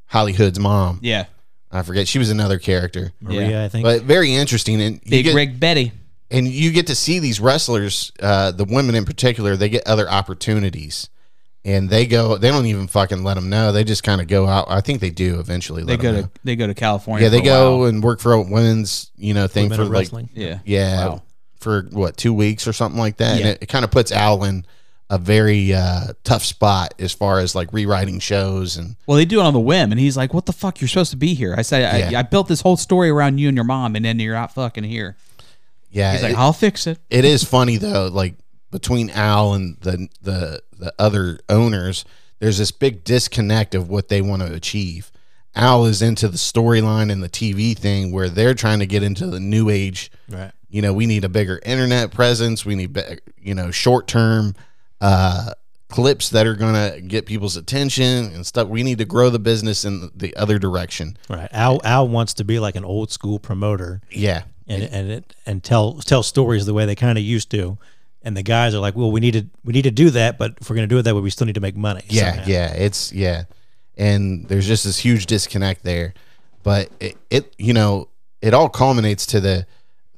Speaker 6: Holly Hood's mom.
Speaker 5: Yeah.
Speaker 6: I forget she was another character,
Speaker 4: Maria, I think.
Speaker 6: but very interesting. And you
Speaker 5: Big
Speaker 6: get,
Speaker 5: Rig Betty.
Speaker 6: and you get to see these wrestlers, uh, the women in particular, they get other opportunities, and they go. They don't even fucking let them know. They just kind of go out. I think they do eventually.
Speaker 5: They
Speaker 6: Let
Speaker 5: go
Speaker 6: 'em
Speaker 5: to
Speaker 6: know.
Speaker 5: they go to California.
Speaker 6: yeah, they
Speaker 5: for a while.
Speaker 6: go and work for a women's, you know, thing
Speaker 4: Women
Speaker 6: for
Speaker 4: of
Speaker 6: like,
Speaker 4: wrestling.
Speaker 5: Yeah.
Speaker 6: yeah,
Speaker 5: Wow.
Speaker 6: for what two weeks or something like that.
Speaker 5: Yeah.
Speaker 6: And it, it kind of puts Al in a very uh, tough spot as far as like rewriting shows and
Speaker 5: Well, they do it on the whim, and he's like, "What the fuck? You're supposed to be here." I said,
Speaker 6: Yeah.
Speaker 5: I, "I built this whole story around you and your mom, and then you're not fucking here."
Speaker 6: yeah.
Speaker 5: He's like,
Speaker 6: it-
Speaker 5: "I'll fix it."
Speaker 6: it is funny though, like between Al and the the the other owners, there's this big disconnect of what they want to achieve. Al is into the storyline and the TV thing where they're trying to get into the new age.
Speaker 4: Right.
Speaker 6: You know, we need a bigger internet presence. We need, be- you know, short term uh, clips that are going to get people's attention and stuff. We need to grow the business in the other direction.
Speaker 4: Right. Al Al wants to be like an old school promoter
Speaker 6: Yeah.
Speaker 4: and and it, and tell tell stories the way they kind of used to. And the guys are like, well, we need to we need to do that, but if we're going to do it that way, we still need to make money.
Speaker 6: Yeah,
Speaker 4: somehow.
Speaker 6: yeah, it's yeah, and there's just this huge disconnect there, but it, it you know it all culminates to the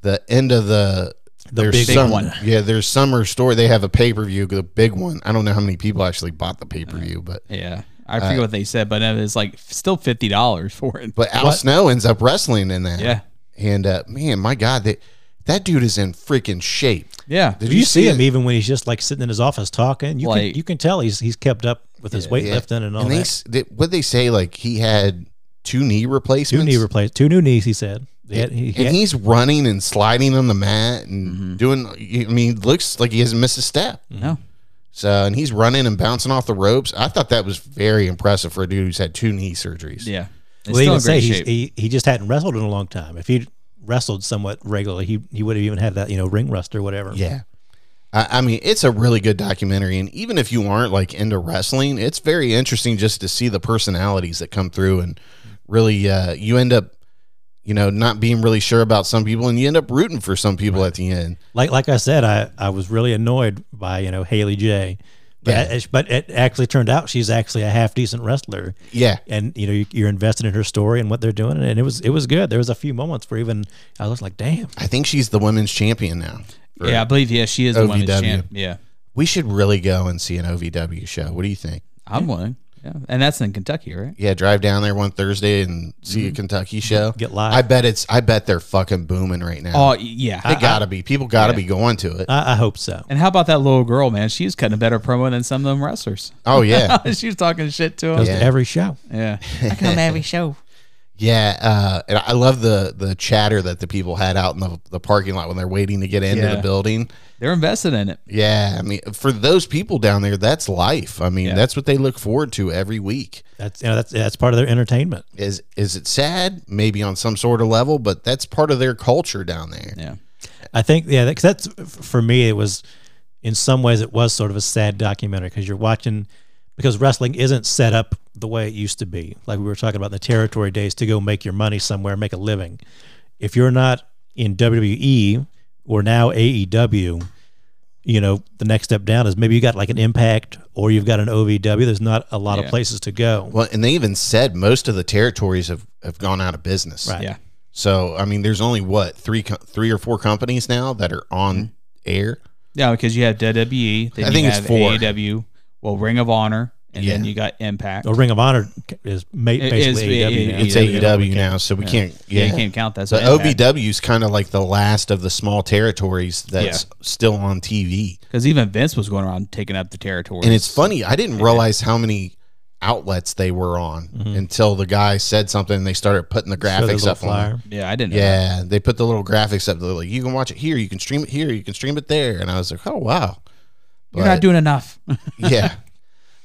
Speaker 6: the end of the
Speaker 4: The
Speaker 6: their
Speaker 4: big
Speaker 6: sum-
Speaker 4: one.
Speaker 6: Yeah, their summer store. They have a pay per view, the big one. I don't know how many people actually bought the pay per view,
Speaker 4: Uh-huh.
Speaker 6: but
Speaker 5: Yeah, I forget what they said, but it was like still fifty dollars for it.
Speaker 6: but Al Snow ends up wrestling in that.
Speaker 5: Yeah.
Speaker 6: and uh, man, my God, that that dude is in freaking shape.
Speaker 5: yeah,
Speaker 6: Did
Speaker 4: You, see him
Speaker 6: it?
Speaker 4: even when he's just like sitting in his office talking. You
Speaker 5: Like-
Speaker 4: can you can tell he's he's kept up with his weightlifting and all
Speaker 6: And they,
Speaker 4: that.
Speaker 6: s- they what they say like he had two knee
Speaker 4: Two
Speaker 6: replacements.
Speaker 4: knee replace two new knees. He said. He had- he- he
Speaker 6: and
Speaker 4: had-
Speaker 6: he's running and sliding on the mat and doing. I mean, looks like he hasn't missed a step.
Speaker 5: no,
Speaker 6: So, and he's running and bouncing off the ropes. I thought that was very impressive for a dude who's had two knee surgeries.
Speaker 5: yeah. It's
Speaker 4: well, they
Speaker 5: still
Speaker 4: even
Speaker 5: in
Speaker 4: say
Speaker 5: great
Speaker 4: he's,
Speaker 5: shape.
Speaker 4: he he just hadn't wrestled in a long time. If he wrestled somewhat regularly, he he would have even had that you know ring rust or whatever.
Speaker 6: yeah. I, I mean, it's a really good documentary, and even if you aren't like into wrestling, it's very interesting just to see the personalities that come through, and really, uh, you end up, you know, not being really sure about some people, and you end up rooting for some people at the end.
Speaker 4: like like I said, I, I was really annoyed by you know Haley J, but
Speaker 6: Yeah.
Speaker 4: but it actually turned out she's actually a half decent wrestler,
Speaker 6: Yeah,
Speaker 4: and you know you, you're invested in her story and what they're doing, and it was it was good. There was a few moments where even I was like, damn,
Speaker 6: I think she's the women's champion now. for-
Speaker 5: yeah, I believe yeah she is the women's
Speaker 6: OVW.
Speaker 5: champ. Yeah,
Speaker 6: We should really go and see an OVW show. What do you think?
Speaker 5: I'm one. Yeah, and that's in Kentucky, right?
Speaker 6: Yeah, drive down there one Thursday and see a Kentucky show.
Speaker 4: Get live.
Speaker 6: I bet it's. I bet they're fucking booming right now.
Speaker 5: Oh yeah.
Speaker 6: they gotta be. People gotta be going to it.
Speaker 4: I, I hope so.
Speaker 5: and how about that little girl, man? She's cutting a better promo than some of them wrestlers.
Speaker 6: oh yeah,
Speaker 5: she was talking shit to him.
Speaker 4: Goes to every show.
Speaker 5: Yeah, I come every show.
Speaker 6: yeah. Uh, and I love the the chatter that the people had out in the, the parking lot when they're waiting to get into
Speaker 5: Yeah.
Speaker 6: the building.
Speaker 5: They're invested in it.
Speaker 6: Yeah, I mean, for those people down there, that's life. I mean, that's what they look forward to every week.
Speaker 4: That's you know that's that's part of their entertainment.
Speaker 6: Is is it sad? Maybe on some sort of level, but that's part of their culture down there.
Speaker 5: Yeah.
Speaker 4: I think yeah, that, 'cause that's for me. It was in some ways it was sort of a sad documentary because you're watching because wrestling isn't set up the way it used to be. Like we were talking about in the territory days to go make your money somewhere, make a living. If you're not in WWE or now AEW, you know the next step down is maybe you got like an Impact or you've got an OVW. There's not a lot of
Speaker 5: Yeah.
Speaker 4: places to go.
Speaker 6: Well, and they even said most of the territories have, have gone out of business.
Speaker 4: Right.
Speaker 5: Yeah.
Speaker 6: So, I mean, there's only what three co- three or four companies now that are on
Speaker 5: Mm-hmm.
Speaker 6: air.
Speaker 5: Yeah, because you have WWE, E, then
Speaker 6: I think
Speaker 5: you
Speaker 6: it's
Speaker 5: have
Speaker 6: four.
Speaker 5: AEW, well, Ring of Honor, and then you got Impact.
Speaker 4: Oh, Ring of Honor is ma-
Speaker 5: It
Speaker 4: basically
Speaker 5: is-
Speaker 4: AEW. now.
Speaker 5: it-
Speaker 6: It's
Speaker 5: Yeah,
Speaker 6: AEW now, so we can't.
Speaker 5: yeah.
Speaker 6: Yeah,
Speaker 5: you can't count that.
Speaker 6: so
Speaker 5: So Impact.
Speaker 6: OVW is kind of like the last of the small territories that's still on TV.
Speaker 5: because even Vince was going around taking up the territory.
Speaker 6: And it's funny, I didn't realize how many outlets they were on
Speaker 5: Mm-hmm.
Speaker 6: until the guy said something and they started putting the
Speaker 4: So there's
Speaker 6: graphics
Speaker 4: a
Speaker 6: up on.
Speaker 4: flyer.
Speaker 6: it.
Speaker 5: yeah, I didn't. know that.
Speaker 6: Yeah, they put the little graphics up. They're like, you can watch it here, you can stream it here, you can stream it there. And I was like, oh, wow.
Speaker 5: you're not
Speaker 6: But-
Speaker 5: doing enough.
Speaker 6: yeah.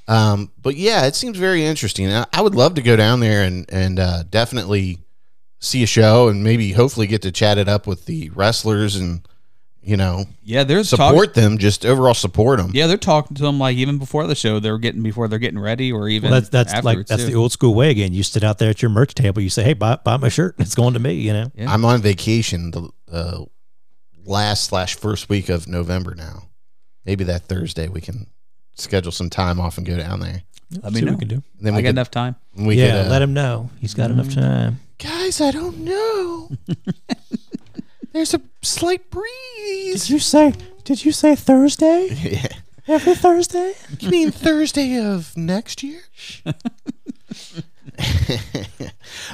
Speaker 6: Um, but yeah, it seems very interesting. I, I would love to go down there and and uh, definitely see a show and maybe hopefully get to chat it up with the wrestlers and you know
Speaker 5: yeah, there's talk-
Speaker 6: support them. Just overall support them.
Speaker 5: Yeah, they're talking to them like even before the show. They're getting before they're getting ready, or even
Speaker 4: Well, that's that's like
Speaker 5: afterwards,
Speaker 4: that's
Speaker 5: too.
Speaker 4: the old school way again. You sit out there at your merch table. You say, "Hey, buy buy my shirt. It's going to me." You know.
Speaker 6: I'm on vacation the uh, last slash first week of November now. Maybe that Thursday we can schedule some time off and go down there.
Speaker 5: Let me
Speaker 4: See what
Speaker 5: know.
Speaker 4: we can do.
Speaker 6: And then
Speaker 5: I
Speaker 6: we
Speaker 5: got
Speaker 6: could,
Speaker 5: enough time.
Speaker 6: we
Speaker 4: yeah,
Speaker 6: could, uh,
Speaker 4: let him know he's got
Speaker 5: Mm.
Speaker 4: enough time.
Speaker 6: guys. I don't know. There's a slight breeze.
Speaker 4: you say? Did you say Thursday?
Speaker 6: Yeah.
Speaker 4: Every Thursday?
Speaker 6: You mean Thursday of next year?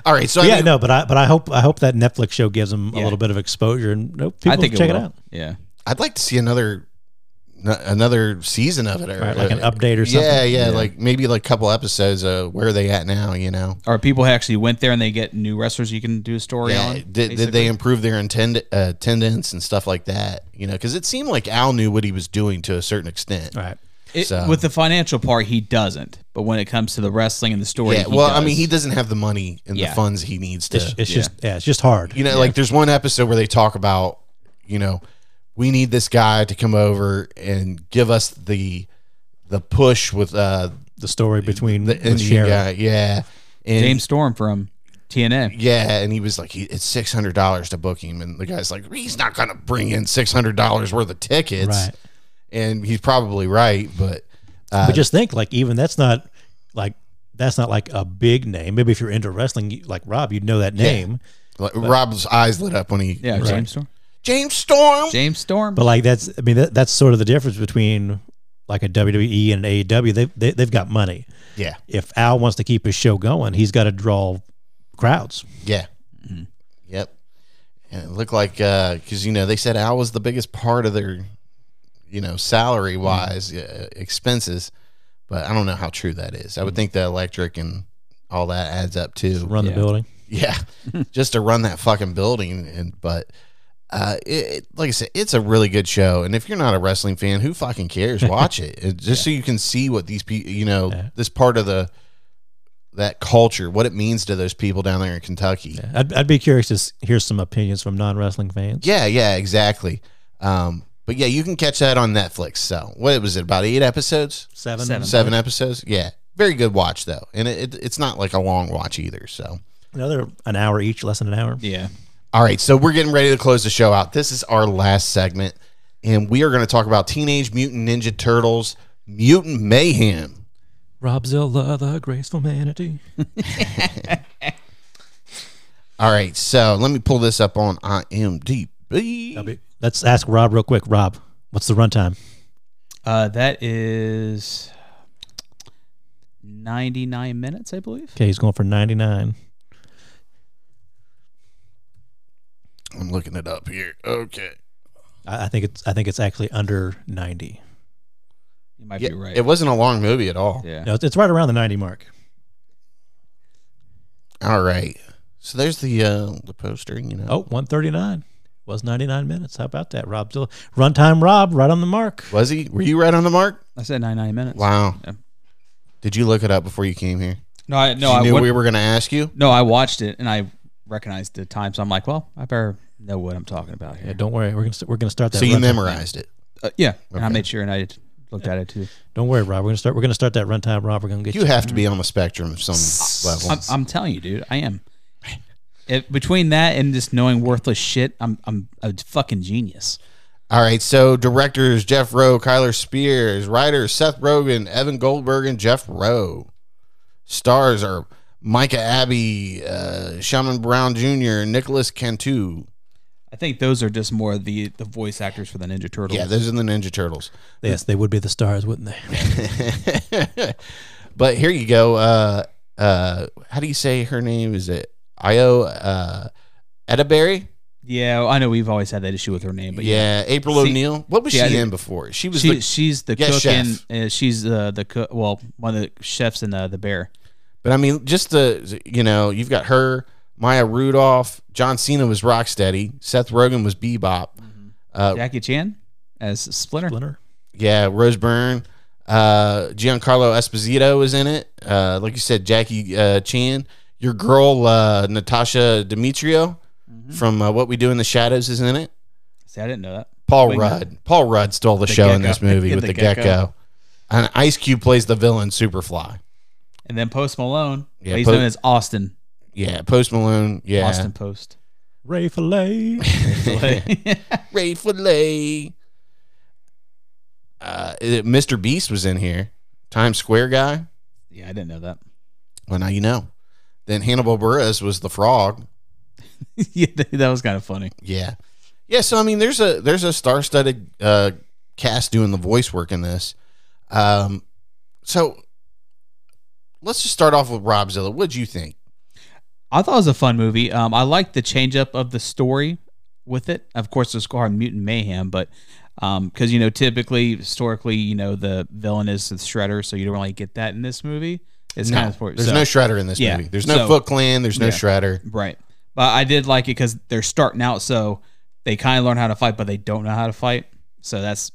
Speaker 6: All right, so I
Speaker 4: yeah,
Speaker 6: mean-
Speaker 4: no, but I but I hope I hope that Netflix show gives him a
Speaker 5: Yeah.
Speaker 4: little bit of exposure and nope, people
Speaker 5: I think
Speaker 4: check
Speaker 5: it,
Speaker 4: it,
Speaker 5: will.
Speaker 4: out.
Speaker 5: Yeah,
Speaker 6: I'd like to see another n- another season of it, or
Speaker 4: Right, like
Speaker 5: Uh,
Speaker 4: an update or something.
Speaker 6: Yeah, yeah, like maybe like a couple episodes. of where are they at now? You know,
Speaker 5: or people actually went there and they get new wrestlers. You can do a story
Speaker 6: yeah,
Speaker 5: on.
Speaker 6: did, did they improve their intend- uh, attendance and stuff like that? You know, because it seemed like Al knew what he was doing to a certain extent.
Speaker 4: All right.
Speaker 5: It-
Speaker 6: So-
Speaker 5: With the financial part, he doesn't. But when it comes to the wrestling and the story,
Speaker 6: Yeah,
Speaker 5: he
Speaker 6: well, I
Speaker 5: does.
Speaker 6: mean, he doesn't have the money and
Speaker 5: Yeah.
Speaker 6: the funds he needs to.
Speaker 4: It's, it's just yeah, it's just hard.
Speaker 6: You know, like there's one episode where they talk about, you know, we need this guy to come over and give us the the push with uh
Speaker 4: the story between
Speaker 6: the
Speaker 4: with
Speaker 6: engine
Speaker 4: Sherry.
Speaker 6: guy. Yeah. And
Speaker 5: James Storm from TNA.
Speaker 6: yeah, and he was like, he, it's six hundred dollars to book him, and the guy's like, he's not gonna bring in six hundred dollars worth of tickets,
Speaker 4: Right.
Speaker 6: and he's probably right, but
Speaker 4: but just think, like even that's not like that's not like a big name. Maybe if you're into wrestling, you, like Rob, you'd know that name.
Speaker 6: like, Rob's eyes lit up when he,
Speaker 5: Yeah, James Storm.
Speaker 6: James Storm,
Speaker 5: James Storm.
Speaker 4: But like that's I mean that, that's sort of the difference between like a WWE and an AEW. They, they they've got money.
Speaker 6: yeah,
Speaker 4: If Al wants to keep his show going, he's got to draw crowds.
Speaker 6: Yeah. Yep. And it looked like because you know they said Al was the biggest part of their, you know, salary wise uh, expenses, but I don't know how true that is. I would think the electric and all that adds up too.
Speaker 4: Run the building.
Speaker 6: Yeah, just to run that fucking building. And but uh, it, it, like I said, it's a really good show. And if you're not a wrestling fan, who fucking cares? Watch it It- just so you can see what these people, you know, this part of the that culture, what it means to those people down there in Kentucky.
Speaker 4: I'd, I'd be curious to s- hear some opinions from non wrestling fans.
Speaker 6: Yeah, yeah, exactly. Um, but yeah, you can catch that on Netflix. So what was it? About eight episodes,
Speaker 4: Seven.
Speaker 6: seven episodes. Yeah, very good watch though, and it, it, it's not like a long watch either. So
Speaker 4: Another an hour each, less than an hour.
Speaker 5: yeah,
Speaker 6: all right, so we're getting ready to close the show out. This is our last segment, and we are going to talk about Teenage Mutant Ninja Turtles: Mutant Mayhem.
Speaker 2: Rob Zilla, the graceful manatee.
Speaker 6: All right, so let me pull this up on IMDb.
Speaker 4: Let's ask Rob real quick. Rob, what's the runtime?
Speaker 5: uh, that is ninety nine minutes, I believe.
Speaker 4: Okay, he's going for 99.
Speaker 6: I'm looking it up here. Okay,
Speaker 4: I, I think it's I think it's actually under 90.
Speaker 5: You might
Speaker 6: yeah,
Speaker 5: be right.
Speaker 6: it wasn't a long movie at all.
Speaker 5: yeah.
Speaker 4: No, it's, it's right around the 90 mark.
Speaker 6: All right. So there's the uh, the poster, you know.
Speaker 4: Oh, 139 was 99 minutes. How about that, Rob? Zilla? Runtime Rob, right on the mark.
Speaker 6: Was he? Were you right on the mark?
Speaker 5: I said ninety nine minutes.
Speaker 6: Wow.
Speaker 5: Yeah.
Speaker 6: Did you look it up before you came here?
Speaker 5: No, I, no,
Speaker 6: you
Speaker 5: I
Speaker 6: knew
Speaker 5: went-
Speaker 6: we were going to ask you.
Speaker 5: No, I watched it and I recognized the time, so I'm like, well, I better know what I'm talking about here.
Speaker 4: Yeah, don't worry. We're going to we're gonna start that.
Speaker 6: So you
Speaker 4: runtime-
Speaker 6: memorized it.
Speaker 5: Uh, yeah, and I made sure and I looked at it too.
Speaker 4: Don't worry, Rob. We're going to start we're going to start that runtime Rob. We're going to get you.
Speaker 6: You have to be on the spectrum of some level.
Speaker 5: I'm, I'm telling you, dude, I am. It, between that and just knowing worthless shit, I'm I'm a fucking genius.
Speaker 6: All right. So directors Jeff Rowe, Kyler Spears, writers Seth Rogen, Evan Goldberg, and Jeff Rowe. Stars are Micah Abbey, uh, Shaman Brown Jr., Nicholas Cantu.
Speaker 5: I think those are just more the the voice actors for the Ninja Turtles.
Speaker 6: Yeah, those are the Ninja Turtles.
Speaker 4: Yes, they would be the stars, wouldn't they?
Speaker 6: But here you go. Uh, uh, how do you say her name? Is it Io uh, Edaberry?
Speaker 5: Yeah, I know we've always had that issue with her name, but yeah,
Speaker 6: yeah, April
Speaker 5: See-
Speaker 6: O'Neil. What was
Speaker 5: see, I
Speaker 6: she
Speaker 5: didn't-
Speaker 6: in before? She was
Speaker 5: she,
Speaker 6: the,
Speaker 5: she's the
Speaker 6: Yeah,
Speaker 5: cook
Speaker 6: chef.
Speaker 5: and uh, she's uh, the cook. Well, one of the chefs in the the bear.
Speaker 6: but I mean, just the you know, you've got her, Maya Rudolph, John Cena was Rocksteady, Seth Rogen was Bebop, uh,
Speaker 5: Jackie Chan as Splinter.
Speaker 4: Splinter.
Speaker 6: Yeah, Rose Byrne. Uh, Giancarlo Esposito is in it. Uh, like you said, Jackie uh, Chan. Your girl, uh, Natasha Demetrio
Speaker 5: Mm-hmm.
Speaker 6: from uh, What We Do in the Shadows is in it.
Speaker 5: See, I didn't know that.
Speaker 6: Paul
Speaker 5: Wait, no.
Speaker 6: Rudd. Paul Rudd stole the,
Speaker 5: The
Speaker 6: show in
Speaker 5: gecko.
Speaker 6: this movie
Speaker 5: In
Speaker 6: with
Speaker 5: the
Speaker 6: the, gecko.
Speaker 5: gecko.
Speaker 6: And Ice Cube plays the villain, Superfly.
Speaker 5: And then Post Malone.
Speaker 6: Yeah,
Speaker 5: but he's
Speaker 6: Post-
Speaker 5: known as Austin.
Speaker 6: Yeah, Post Malone. Yeah.
Speaker 5: Austin Post.
Speaker 4: Ray Filet.
Speaker 6: Ray Filet. Uh, it- Mr. Beast was in here. Times Square guy.
Speaker 5: yeah, I didn't know that.
Speaker 6: Well, now you know. Then Hannibal Burris was the frog.
Speaker 5: yeah, that- that was kind of funny.
Speaker 6: Yeah, yeah. So I mean, there's a there's a star-studded uh, cast doing the voice work in this. Um, so let's just start off with Robzilla. What'd you think?
Speaker 5: I thought it was a fun movie. Um, I liked the change up of the story with it. Of course, the score on Mutant Mayhem, but because you know, typically, historically, you know, the villain is the Shredder, so you don't really get that in this movie. It's
Speaker 6: No,
Speaker 5: kind of
Speaker 6: there's no Shredder in this
Speaker 5: yeah,
Speaker 6: movie. There's no
Speaker 5: so-
Speaker 6: Foot Clan. There's no
Speaker 5: yeah.
Speaker 6: Shredder.
Speaker 5: Right. But I did like it because they're starting out, so they kind of learn how to fight, but they don't know how to fight. So that's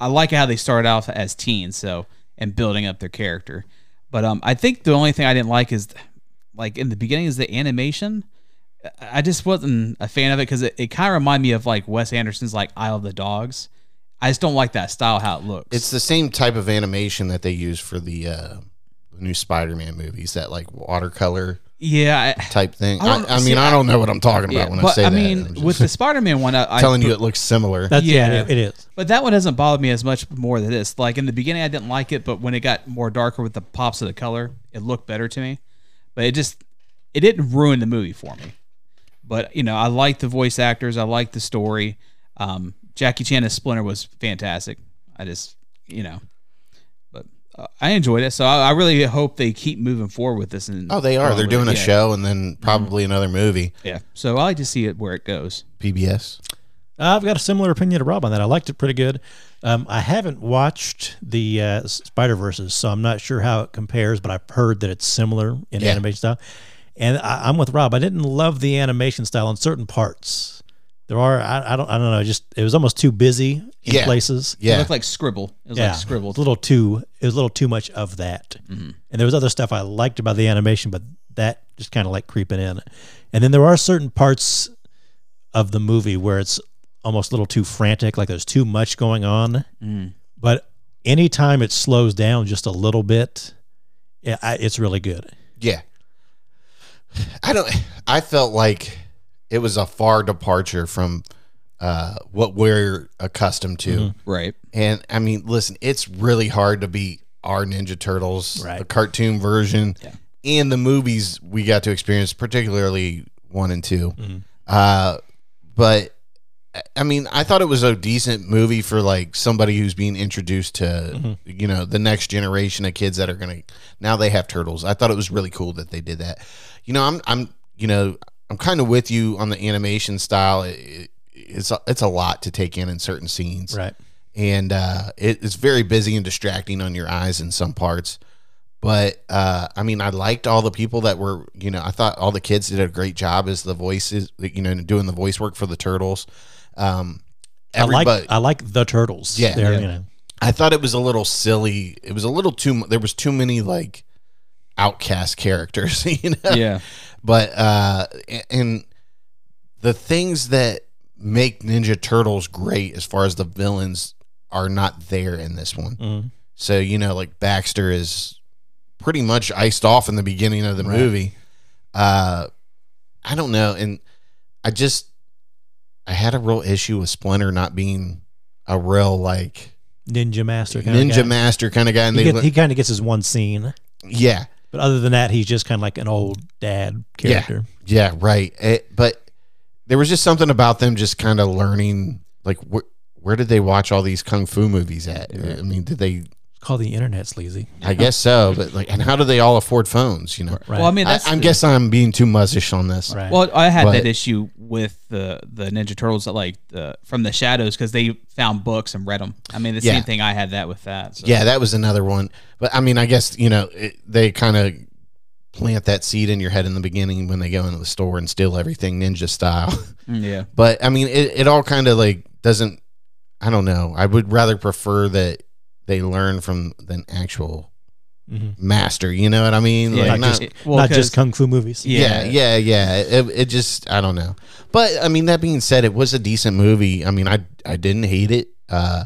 Speaker 5: I like how they started off as teens, so and building up their character. But um, I think the only thing I didn't like is like in the beginning is the animation. I- I just wasn't a fan of it because it, it kind of reminded me of like Wes Anderson's like Isle of the Dogs. I just don't like that style how it looks.
Speaker 6: It's the same type of animation that they use for the uh, the new Spider-Man movies. That like watercolor
Speaker 5: yeah, I,
Speaker 6: type thing.
Speaker 5: I
Speaker 6: I,
Speaker 5: don't-
Speaker 6: I, mean,
Speaker 5: see,
Speaker 6: I don't know what I'm talking
Speaker 5: yeah,
Speaker 6: about when I
Speaker 5: but
Speaker 6: say
Speaker 5: I
Speaker 6: that.
Speaker 5: mean
Speaker 6: I'm
Speaker 5: with
Speaker 6: just
Speaker 5: the Spider-Man one, I, I
Speaker 6: telling you it looks similar.
Speaker 4: That's yeah,
Speaker 5: Yeah.
Speaker 4: it- it is.
Speaker 5: But that one doesn't bother me as much more than this. Like in the beginning, I didn't like it, but when it got more darker with the pops of the color, it looked better to me. But it just, it didn't ruin the movie for me. But you know, I like the voice actors. I like the story. Um, Jackie Chan as Splinter was fantastic. I just, you know, but uh, I enjoyed it. So I, I really hope they keep moving forward with this. And
Speaker 6: Oh, they are.
Speaker 5: along
Speaker 6: They're
Speaker 5: with it.
Speaker 6: doing a
Speaker 5: Yeah. Mm-hmm.
Speaker 6: show and then probably another movie.
Speaker 5: Yeah. So I like to see it where it goes.
Speaker 6: PBS.
Speaker 4: I've got a similar opinion to Rob on that. I liked it pretty good. Um, I haven't watched the uh, Spider Verses, so I'm not sure how it compares, but I've heard that it's similar in
Speaker 6: Yeah.
Speaker 4: animation style. And I, I'm with Rob. I didn't love the animation style on certain parts. There are I, I don't I don't know. Just it was almost too busy in
Speaker 6: Yeah.
Speaker 4: places.
Speaker 5: It
Speaker 6: Yeah.
Speaker 5: looked like scribble. It was like
Speaker 4: It was
Speaker 5: scribbled.
Speaker 4: a little too. It was a little too much of that.
Speaker 6: Mm-hmm.
Speaker 4: And there was other stuff I liked about the animation, but that just kind of like creeping in. And then there are certain parts of the movie where it's almost a little too frantic, like there's too much going on.
Speaker 6: Mm.
Speaker 4: But anytime it slows down just a little bit, yeah, I, it's really good.
Speaker 6: Yeah. I don't I felt like it was a far departure from uh what we're accustomed to.
Speaker 5: Right.
Speaker 6: And I mean, listen, it's really hard to beat our Ninja Turtles,
Speaker 4: Right.
Speaker 6: the cartoon version and the movies we got to experience, particularly one and 2 Uh but I- I mean, I thought it was a decent movie for like somebody who's being introduced to, you know, the next generation of kids that are going to now they have turtles. I thought it was really cool that they did that. You know, I'm I'm you know, I'm kind of with you on the animation style. It- it- it's a, it's a lot to take in in certain scenes
Speaker 4: Right.
Speaker 6: and uh, it, it's very busy and distracting on your eyes in some parts. But uh, I mean, I liked all the people that were, you know, I thought all the kids did a great job as the voices, you know, doing the voice work for the turtles. Um, everybody,
Speaker 4: I like I like the turtles.
Speaker 6: Yeah.
Speaker 4: They're,
Speaker 6: Yeah.
Speaker 4: You know,
Speaker 6: I thought it was a little silly. It was a little too. mu- There was too many like outcast characters, you know.
Speaker 5: Yeah.
Speaker 6: But uh, a- and the things that make Ninja Turtles great, as far as the villains, are not there in this one.
Speaker 4: Mhm.
Speaker 6: So you know, like Baxter is pretty much iced off in the beginning of the
Speaker 4: Right.
Speaker 6: movie. Uh, I don't know, and I just I had a real issue with Splinter not being a real like
Speaker 4: ninja master. Kind
Speaker 6: ninja
Speaker 4: of guy.
Speaker 6: master kind of guy, and
Speaker 4: He,
Speaker 6: they
Speaker 4: get-
Speaker 6: look-
Speaker 4: he kind of gets his one scene,
Speaker 6: yeah,
Speaker 4: but other than that, he's just kind of like an old dad
Speaker 6: Yeah.
Speaker 4: character.
Speaker 6: yeah, right. It- but there was just something about them just kind of learning, like wh- where did they watch all these kung fu movies at? I mean, did they
Speaker 4: It's called the internet, sleazy.
Speaker 6: I guess so, but like, and how do they all afford phones? You know,
Speaker 4: Right.
Speaker 5: Well, I mean,
Speaker 6: I,
Speaker 5: that's
Speaker 6: I
Speaker 5: the-
Speaker 6: guess I'm being too muzzish on this.
Speaker 4: Right.
Speaker 5: Well, I had
Speaker 6: But-
Speaker 5: that issue with the the Ninja Turtles that like the from the shadows because they found books and read them. I mean, the
Speaker 6: Yeah.
Speaker 5: same thing I had that with that. So.
Speaker 6: Yeah, that was another one. But I mean, I guess you know it, they kind of plant that seed in your head in the beginning when they go into the store and steal everything ninja style.
Speaker 5: Mm, yeah.
Speaker 6: But I mean, it, it all kind of like doesn't. I don't know. I would rather prefer that they learn from an actual
Speaker 4: Mhm.
Speaker 6: master. You know what I mean?
Speaker 5: Yeah,
Speaker 6: Like,
Speaker 5: it-
Speaker 4: not just-
Speaker 5: it- well,
Speaker 4: Not just
Speaker 5: 'cause-
Speaker 4: kung fu movies.
Speaker 6: yeah, yeah, yeah. It, it just I don't know. But I mean, that being said, it was a decent movie. I mean, I I didn't hate it. Uh,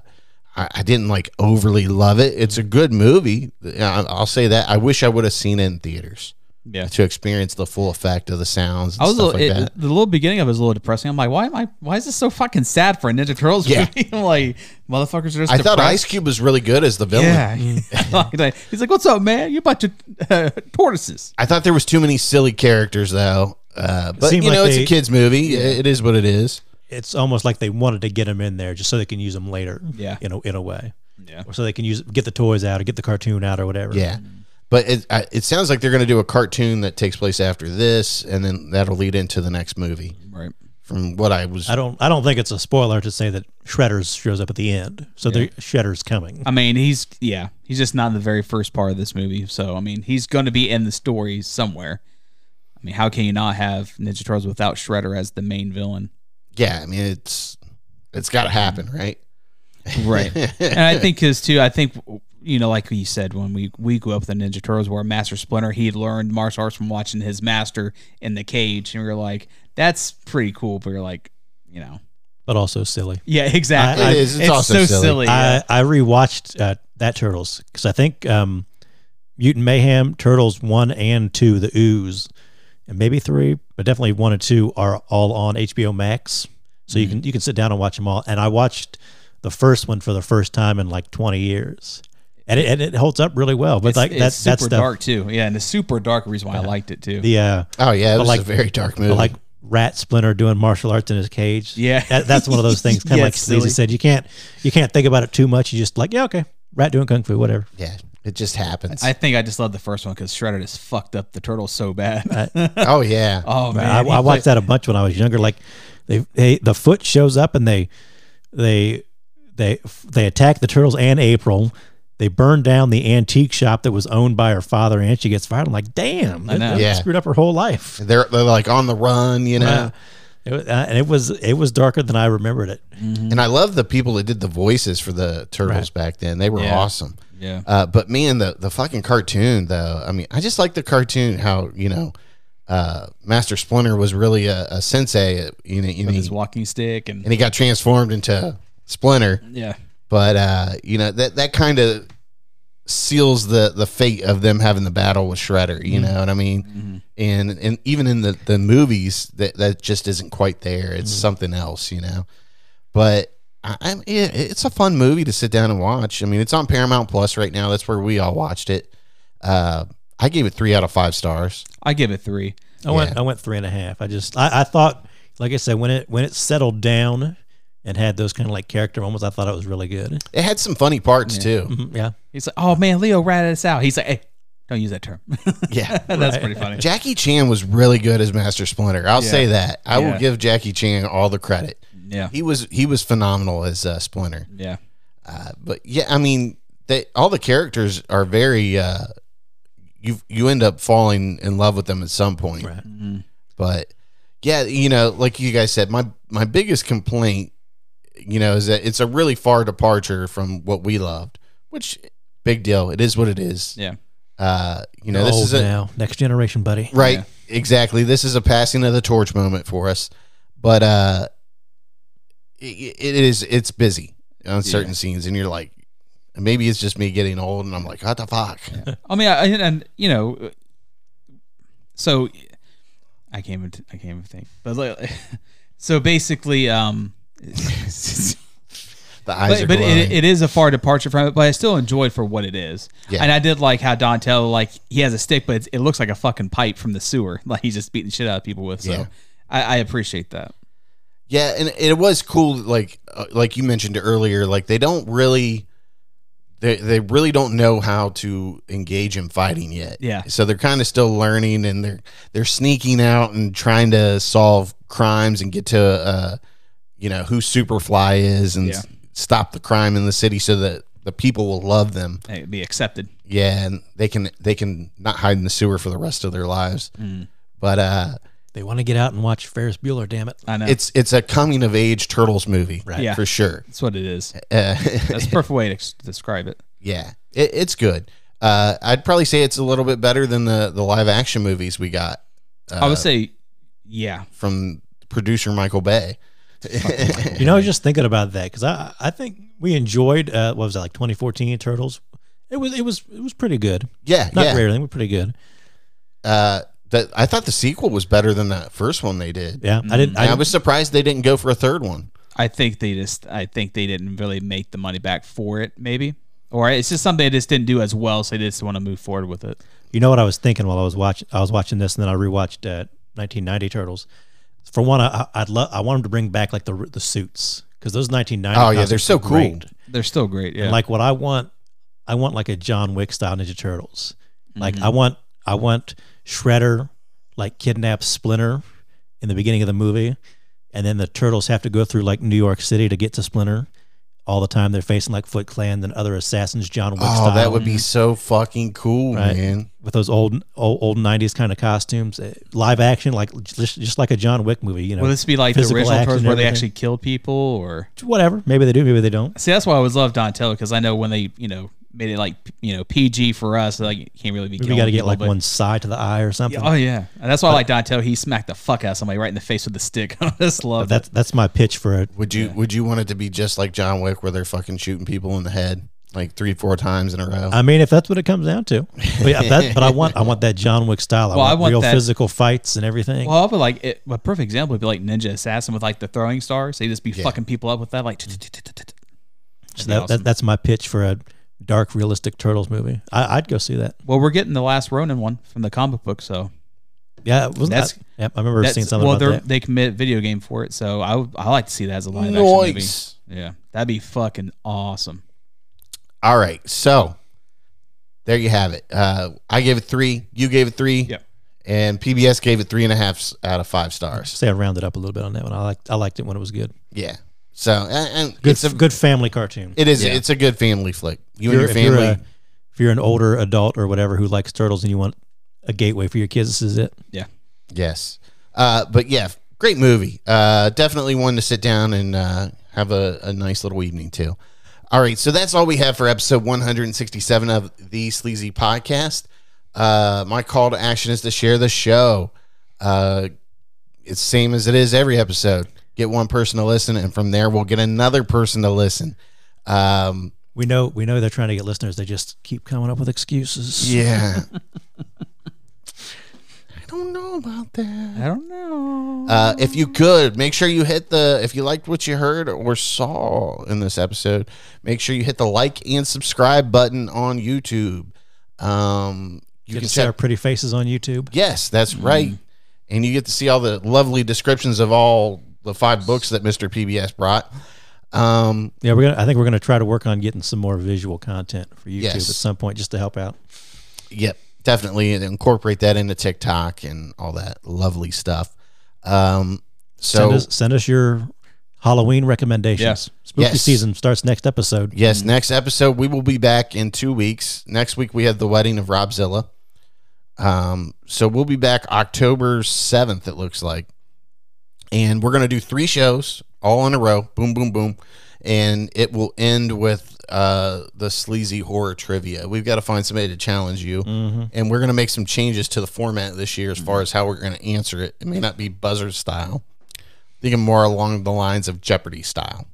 Speaker 6: I, I didn't like overly love it. It's a good movie. I, I'll say that. I wish I would have seen it in theaters
Speaker 5: yeah.
Speaker 6: to experience the full effect of the sounds. And
Speaker 5: I was a
Speaker 6: stuff
Speaker 5: little,
Speaker 6: like
Speaker 5: it-
Speaker 6: that.
Speaker 5: the little beginning of it was a little depressing. I'm like, why am I? Why is this so fucking sad for a Ninja Turtles
Speaker 6: Yeah.
Speaker 5: movie? I'm like, motherfuckers are just.
Speaker 6: I thought Ice
Speaker 5: depressed.
Speaker 6: Cube was really good as the villain.
Speaker 5: Yeah. He's like- He's like, what's up, man? You bunch of uh, tortoises.
Speaker 6: I thought there was too many silly characters though. Uh, but you
Speaker 4: seemed like
Speaker 6: know, it's
Speaker 4: they-
Speaker 6: a kids movie. It it is what it is.
Speaker 4: It's almost like they wanted to get them in there just so they can use them later.
Speaker 5: Yeah.
Speaker 4: In a, in a way.
Speaker 5: Yeah.
Speaker 4: Or so they can use get the toys out or get the cartoon out or whatever.
Speaker 6: Yeah. But it, I, it sounds like they're going to do a cartoon that takes place after this, and then that'll lead into the next movie.
Speaker 5: Right.
Speaker 6: From what I was,
Speaker 4: I don't. I don't think it's a spoiler to say that Shredder's shows up at the end. So the Shredder's coming.
Speaker 5: I mean, he's yeah, he's just not in the very first part of this movie. So I mean, he's going to be in the story somewhere. I mean, how can you not have Ninja Turtles without Shredder as the main villain?
Speaker 6: yeah, I mean, it's it's got to happen, right?
Speaker 5: Right. and I think his too. I think you know, like you said, when we we grew up with the Ninja Turtles, where Master Splinter he learned martial arts from watching his master in the cage, and we were like, that's pretty cool. But we are like, you know,
Speaker 4: but also silly.
Speaker 5: yeah, exactly.
Speaker 4: I-
Speaker 6: It is. It's also
Speaker 5: so
Speaker 6: silly.
Speaker 5: silly. yeah.
Speaker 4: I I rewatched uh, that Turtles because I think um, Mutant Mayhem Turtles one and two, the ooze, and maybe three, but definitely one and two are all on HBO Max. So
Speaker 5: Mm-hmm.
Speaker 4: you can you can sit down and watch them all. And I watched the first one for the first time in like twenty years, and it, and it holds up really well. But
Speaker 5: it's,
Speaker 4: like
Speaker 5: it's
Speaker 4: that
Speaker 5: super
Speaker 4: that stuff,
Speaker 5: dark too. Yeah, and the super dark reason why I liked it too.
Speaker 4: the uh,
Speaker 6: Oh yeah, it was
Speaker 4: like-
Speaker 6: a very dark
Speaker 4: but
Speaker 6: movie.
Speaker 4: like Rat Splinter doing martial arts in his cage.
Speaker 5: Yeah.
Speaker 4: that, that's one of those things. Kind of
Speaker 5: Yeah,
Speaker 4: like
Speaker 5: it's
Speaker 4: Sleazy
Speaker 5: silly.
Speaker 4: said, you can't you can't think about it too much. You just like yeah okay, Rat doing kung fu whatever.
Speaker 6: yeah, it just happens.
Speaker 5: I think I just love the first one because Shredder just fucked up the turtle so bad.
Speaker 6: oh yeah,
Speaker 5: oh man,
Speaker 4: I, I
Speaker 5: he
Speaker 4: watched
Speaker 5: played-
Speaker 4: that a bunch when I was younger. Like they, they the foot shows up and they they they they attack the turtles and April. They burn down the antique shop that was owned by her father, and she gets fired. I'm like, damn,
Speaker 5: I
Speaker 4: that,
Speaker 5: know.
Speaker 4: that
Speaker 6: Yeah. uh,
Speaker 4: screwed up her whole life.
Speaker 6: they're they're like on the run, you know.
Speaker 4: It was, uh, and it was it was darker than I remembered it.
Speaker 6: And I love the people that did the voices for the turtles back then. They were
Speaker 5: Yeah.
Speaker 6: awesome.
Speaker 5: Yeah.
Speaker 6: Uh, but man, the the fucking cartoon though. I mean, I just like the cartoon. How you know, uh, Master Splinter was really a, a sensei. You know, you
Speaker 5: with
Speaker 6: know,
Speaker 5: his walking stick and,
Speaker 6: and he got transformed into Splinter.
Speaker 5: yeah,
Speaker 6: But uh, you know that that kind of seals the the fate of them having the battle with Shredder. You know what I mean? And and even in the the movies, that that just isn't quite there. It's something else. You know, but. I- I'm, it, it's a fun movie to sit down and watch. I mean, it's on Paramount Plus right now. That's where we all watched it. Uh, I gave it three out of five stars.
Speaker 5: I give it three.
Speaker 4: I went I went three and a half. I just I, I thought, like I said, when it when it settled down and had those kind of like character moments, I thought it was really good.
Speaker 6: It had some funny parts too.
Speaker 4: Mhm, Yeah,
Speaker 5: He's like, oh man, Leo ratted us out. He's like, hey, don't use that term.
Speaker 6: Yeah,
Speaker 5: That's pretty funny.
Speaker 6: Jackie Chan was really good as Master Splinter. I'll say that. I
Speaker 5: Yeah.
Speaker 6: will give Jackie Chan all the credit.
Speaker 5: Yeah,
Speaker 6: He was he was phenomenal as uh, Splinter.
Speaker 5: yeah,
Speaker 6: Uh, but yeah, I mean, they all the characters are very. Uh, you you end up falling in love with them at some point.
Speaker 4: Right.
Speaker 6: But yeah, you know, like you guys said, my my biggest complaint, you know, is that it's a really far departure from what we loved, which big deal. It is what it is.
Speaker 5: yeah.
Speaker 6: Uh, you know, this
Speaker 4: old
Speaker 6: is a,
Speaker 4: Oh, now next generation, buddy.
Speaker 6: Right. Exactly. This is a passing of the torch moment for us. But uh i- i it is it's busy on certain scenes and you're like maybe it's just me getting old and I'm like, what the fuck?
Speaker 5: I mean, I, and, and you know, so I can't even I can't even think. But like, so basically, um,
Speaker 6: The eyes
Speaker 5: but,
Speaker 6: are
Speaker 5: but
Speaker 6: glowing.
Speaker 5: it, it is a far departure from it. But I still enjoyed for what it is.
Speaker 6: Yeah.
Speaker 5: And I did like how Donatello, like he has a stick, but it's, it looks like a fucking pipe from the sewer. Like he's just beating shit out of people with. So
Speaker 6: Yeah.
Speaker 5: I, I appreciate that.
Speaker 6: yeah, and it was cool like uh, like you mentioned earlier like they don't really they they really don't know how to engage in fighting yet.
Speaker 5: Yeah.
Speaker 6: So they're kind of still learning, and they're they're sneaking out and trying to solve crimes and get to uh, you know, who Superfly is and
Speaker 5: Yeah.
Speaker 6: s- stop the crime in the city so that the people will love them.
Speaker 5: Hey, be accepted.
Speaker 6: Yeah, and they can they can not hide in the sewer for the rest of their lives.
Speaker 5: Mm.
Speaker 6: But uh,
Speaker 4: They want to get out and watch Ferris Bueller. Damn it!
Speaker 5: I know.
Speaker 6: it's it's a coming of age turtles movie, right?
Speaker 5: Yeah.
Speaker 6: For sure.
Speaker 5: That's what it is.
Speaker 6: Uh,
Speaker 5: That's a perfect way to s- describe it.
Speaker 6: yeah, it, it's good. Uh, I'd probably say it's a little bit better than the the live action movies we got
Speaker 5: I
Speaker 4: Uh,
Speaker 5: would say, yeah.
Speaker 6: from producer Michael Bay.
Speaker 4: You know, I was just thinking about that because I I think we enjoyed uh, what was that like 2014 Turtles. It was it was it was pretty good.
Speaker 6: Yeah,
Speaker 4: Not
Speaker 6: yeah.
Speaker 4: rarely, we're pretty good.
Speaker 6: Uh, that I thought the sequel was better than that first one they did.
Speaker 4: Yeah, I didn't. I,
Speaker 6: I, was surprised they didn't go for a third one.
Speaker 5: I think they just, I think they didn't really make the money back for it, maybe. Or it's just something they just didn't do as well, so they just want to move forward with it.
Speaker 4: You know what I was thinking while I was watching? I was watching this, and then I rewatched uh, 1990 Turtles. For one, I, I- I'd love. I want them to bring back like the the suits because those 1990.
Speaker 6: Oh, yeah,
Speaker 4: costumes
Speaker 6: they're so
Speaker 4: were great.
Speaker 6: cool.
Speaker 5: They're still great. Yeah.
Speaker 4: And like what I want, I want like a John Wick style Ninja Turtles. Like
Speaker 5: Mm-hmm.
Speaker 4: I want, I want Shredder like kidnaps Splinter in the beginning of the movie, and then the turtles have to go through like New York City to get to Splinter. All the time they're facing like Foot Clan and other assassins, John Wick
Speaker 6: Oh,
Speaker 4: style.
Speaker 6: that would be so fucking cool,
Speaker 4: Right.
Speaker 6: man.
Speaker 4: with those old old, old 90s kind of costumes uh, live action like just, just like a john wick movie you know
Speaker 5: Will this be like the
Speaker 4: physical
Speaker 5: original
Speaker 4: action
Speaker 5: Turtles
Speaker 4: and
Speaker 5: where they
Speaker 4: everything.
Speaker 5: actually killed people or?
Speaker 4: whatever maybe they do maybe they don't
Speaker 5: See, that's why I always love Donatello because I know when they, you know, made it like, you know, PG for us, like you can't really be.
Speaker 4: maybe you got to
Speaker 5: killing
Speaker 4: get
Speaker 5: people,
Speaker 4: like
Speaker 5: but-
Speaker 4: one side to the eye or something
Speaker 5: Oh yeah, and that's why I like Donatello. He smacked the fuck out of somebody right in the face with the stick. I just love that.
Speaker 4: that's that's my pitch for it
Speaker 6: Would you Would you want it to be just like John Wick, where they're fucking shooting people in the head like three, four times in a row?
Speaker 4: i mean if that's what it comes down to but, yeah, that, but i want i want that john wick style i
Speaker 5: Well,
Speaker 4: want,
Speaker 5: I want
Speaker 4: real
Speaker 5: that-
Speaker 4: physical fights and everything
Speaker 5: Well, but like it, a perfect example would be like Ninja Assassin with like the throwing stars. They just be fucking people up with that. Like,
Speaker 4: so that, that, that's my pitch for a dark realistic turtles movie I, i'd go see that
Speaker 5: well, we're getting the last Ronin one from the comic book, so
Speaker 4: yeah it was
Speaker 5: That's-
Speaker 4: that's I, I remember seeing
Speaker 5: that's
Speaker 4: something
Speaker 5: well, they're-
Speaker 4: about that
Speaker 5: they commit video game for it. So I would, I like to see that as a live
Speaker 6: Nice.
Speaker 5: action movie. Yeah, that'd be fucking awesome.
Speaker 6: All right, so there you have it. Uh, I gave it three. You gave it three.
Speaker 5: Yep.
Speaker 6: And PBS gave it three and a half s- out of five stars.
Speaker 4: say i rounded up a little bit on that one i liked i liked it when it was good
Speaker 6: Yeah. So and, and
Speaker 4: good
Speaker 6: it's a
Speaker 4: good family cartoon
Speaker 6: it is it's a good family flick. You
Speaker 4: If you're-
Speaker 6: and your
Speaker 4: if you're
Speaker 6: family.
Speaker 4: a- if you're an older adult or whatever who likes turtles and you want a gateway for your kids, this is it.
Speaker 5: Yeah,
Speaker 6: Yes. Uh, but yeah, great movie. Uh, definitely one to sit down and uh, have a, a nice little evening too. All right, so that's all we have for episode 167 of the Sleazy Podcast. Uh, my call to action is to share the show. Uh, it's same as it is every episode. Get one person to listen, and from there we'll get another person to listen. Um,
Speaker 4: We know we know they're trying to get listeners. They just keep coming up with excuses.
Speaker 6: yeah. I don't know about that.
Speaker 5: I don't know.
Speaker 6: Uh, if you could, make sure you hit the, if you liked what you heard or saw in this episode, make sure you hit the like and subscribe button on YouTube. Um,
Speaker 4: You
Speaker 6: you
Speaker 4: can
Speaker 6: can
Speaker 4: see our Mm-hmm.
Speaker 6: check.
Speaker 4: pretty faces on YouTube.
Speaker 6: Yes, that's right. And you get to see all the lovely descriptions of all the five books that Mr. PBS brought. Um,
Speaker 4: Yeah, we're gonna. I think we're gonna try to work on getting some more visual content for YouTube
Speaker 6: Yes.
Speaker 4: at some point, just to help out.
Speaker 6: Yep, definitely and incorporate that into TikTok and all that lovely stuff. Um, so
Speaker 4: send us send us your Halloween recommendations. Spooky
Speaker 6: Yes.
Speaker 4: season starts next episode.
Speaker 6: Yes, next episode we will be back in two weeks. Next week we have the wedding of Robzilla. Um, so we'll be back October seventh. It looks like, and we're gonna do three shows all in a row. Boom, boom, boom, and it will end with uh, the sleazy horror trivia. We've got to find somebody to challenge you, and we're gonna make some changes to the format this year as far as how we're gonna answer it. It may not be buzzer style. Thinking more along the lines of Jeopardy style.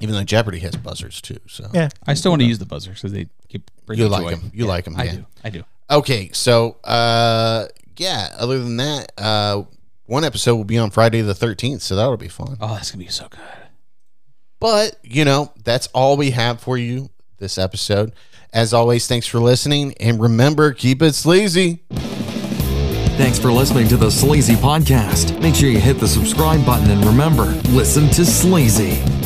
Speaker 6: Even though Jeopardy has buzzers too, so
Speaker 4: Yeah,
Speaker 5: I still want to use the buzzer because they keep bringing
Speaker 6: you like
Speaker 5: joy.
Speaker 6: them. You like them.
Speaker 5: I
Speaker 6: yeah.
Speaker 5: do. I do.
Speaker 6: Okay, so uh, yeah. Other than that, uh, one episode will be on Friday the thirteenth, so that'll be fun.
Speaker 5: Oh, that's gonna be so good.
Speaker 6: But you know, that's all we have for you this episode. As always, thanks for listening, and remember, keep it sleazy.
Speaker 2: Thanks for listening to the Sleazy Podcast. Make sure you hit the subscribe button and remember, listen to Sleazy.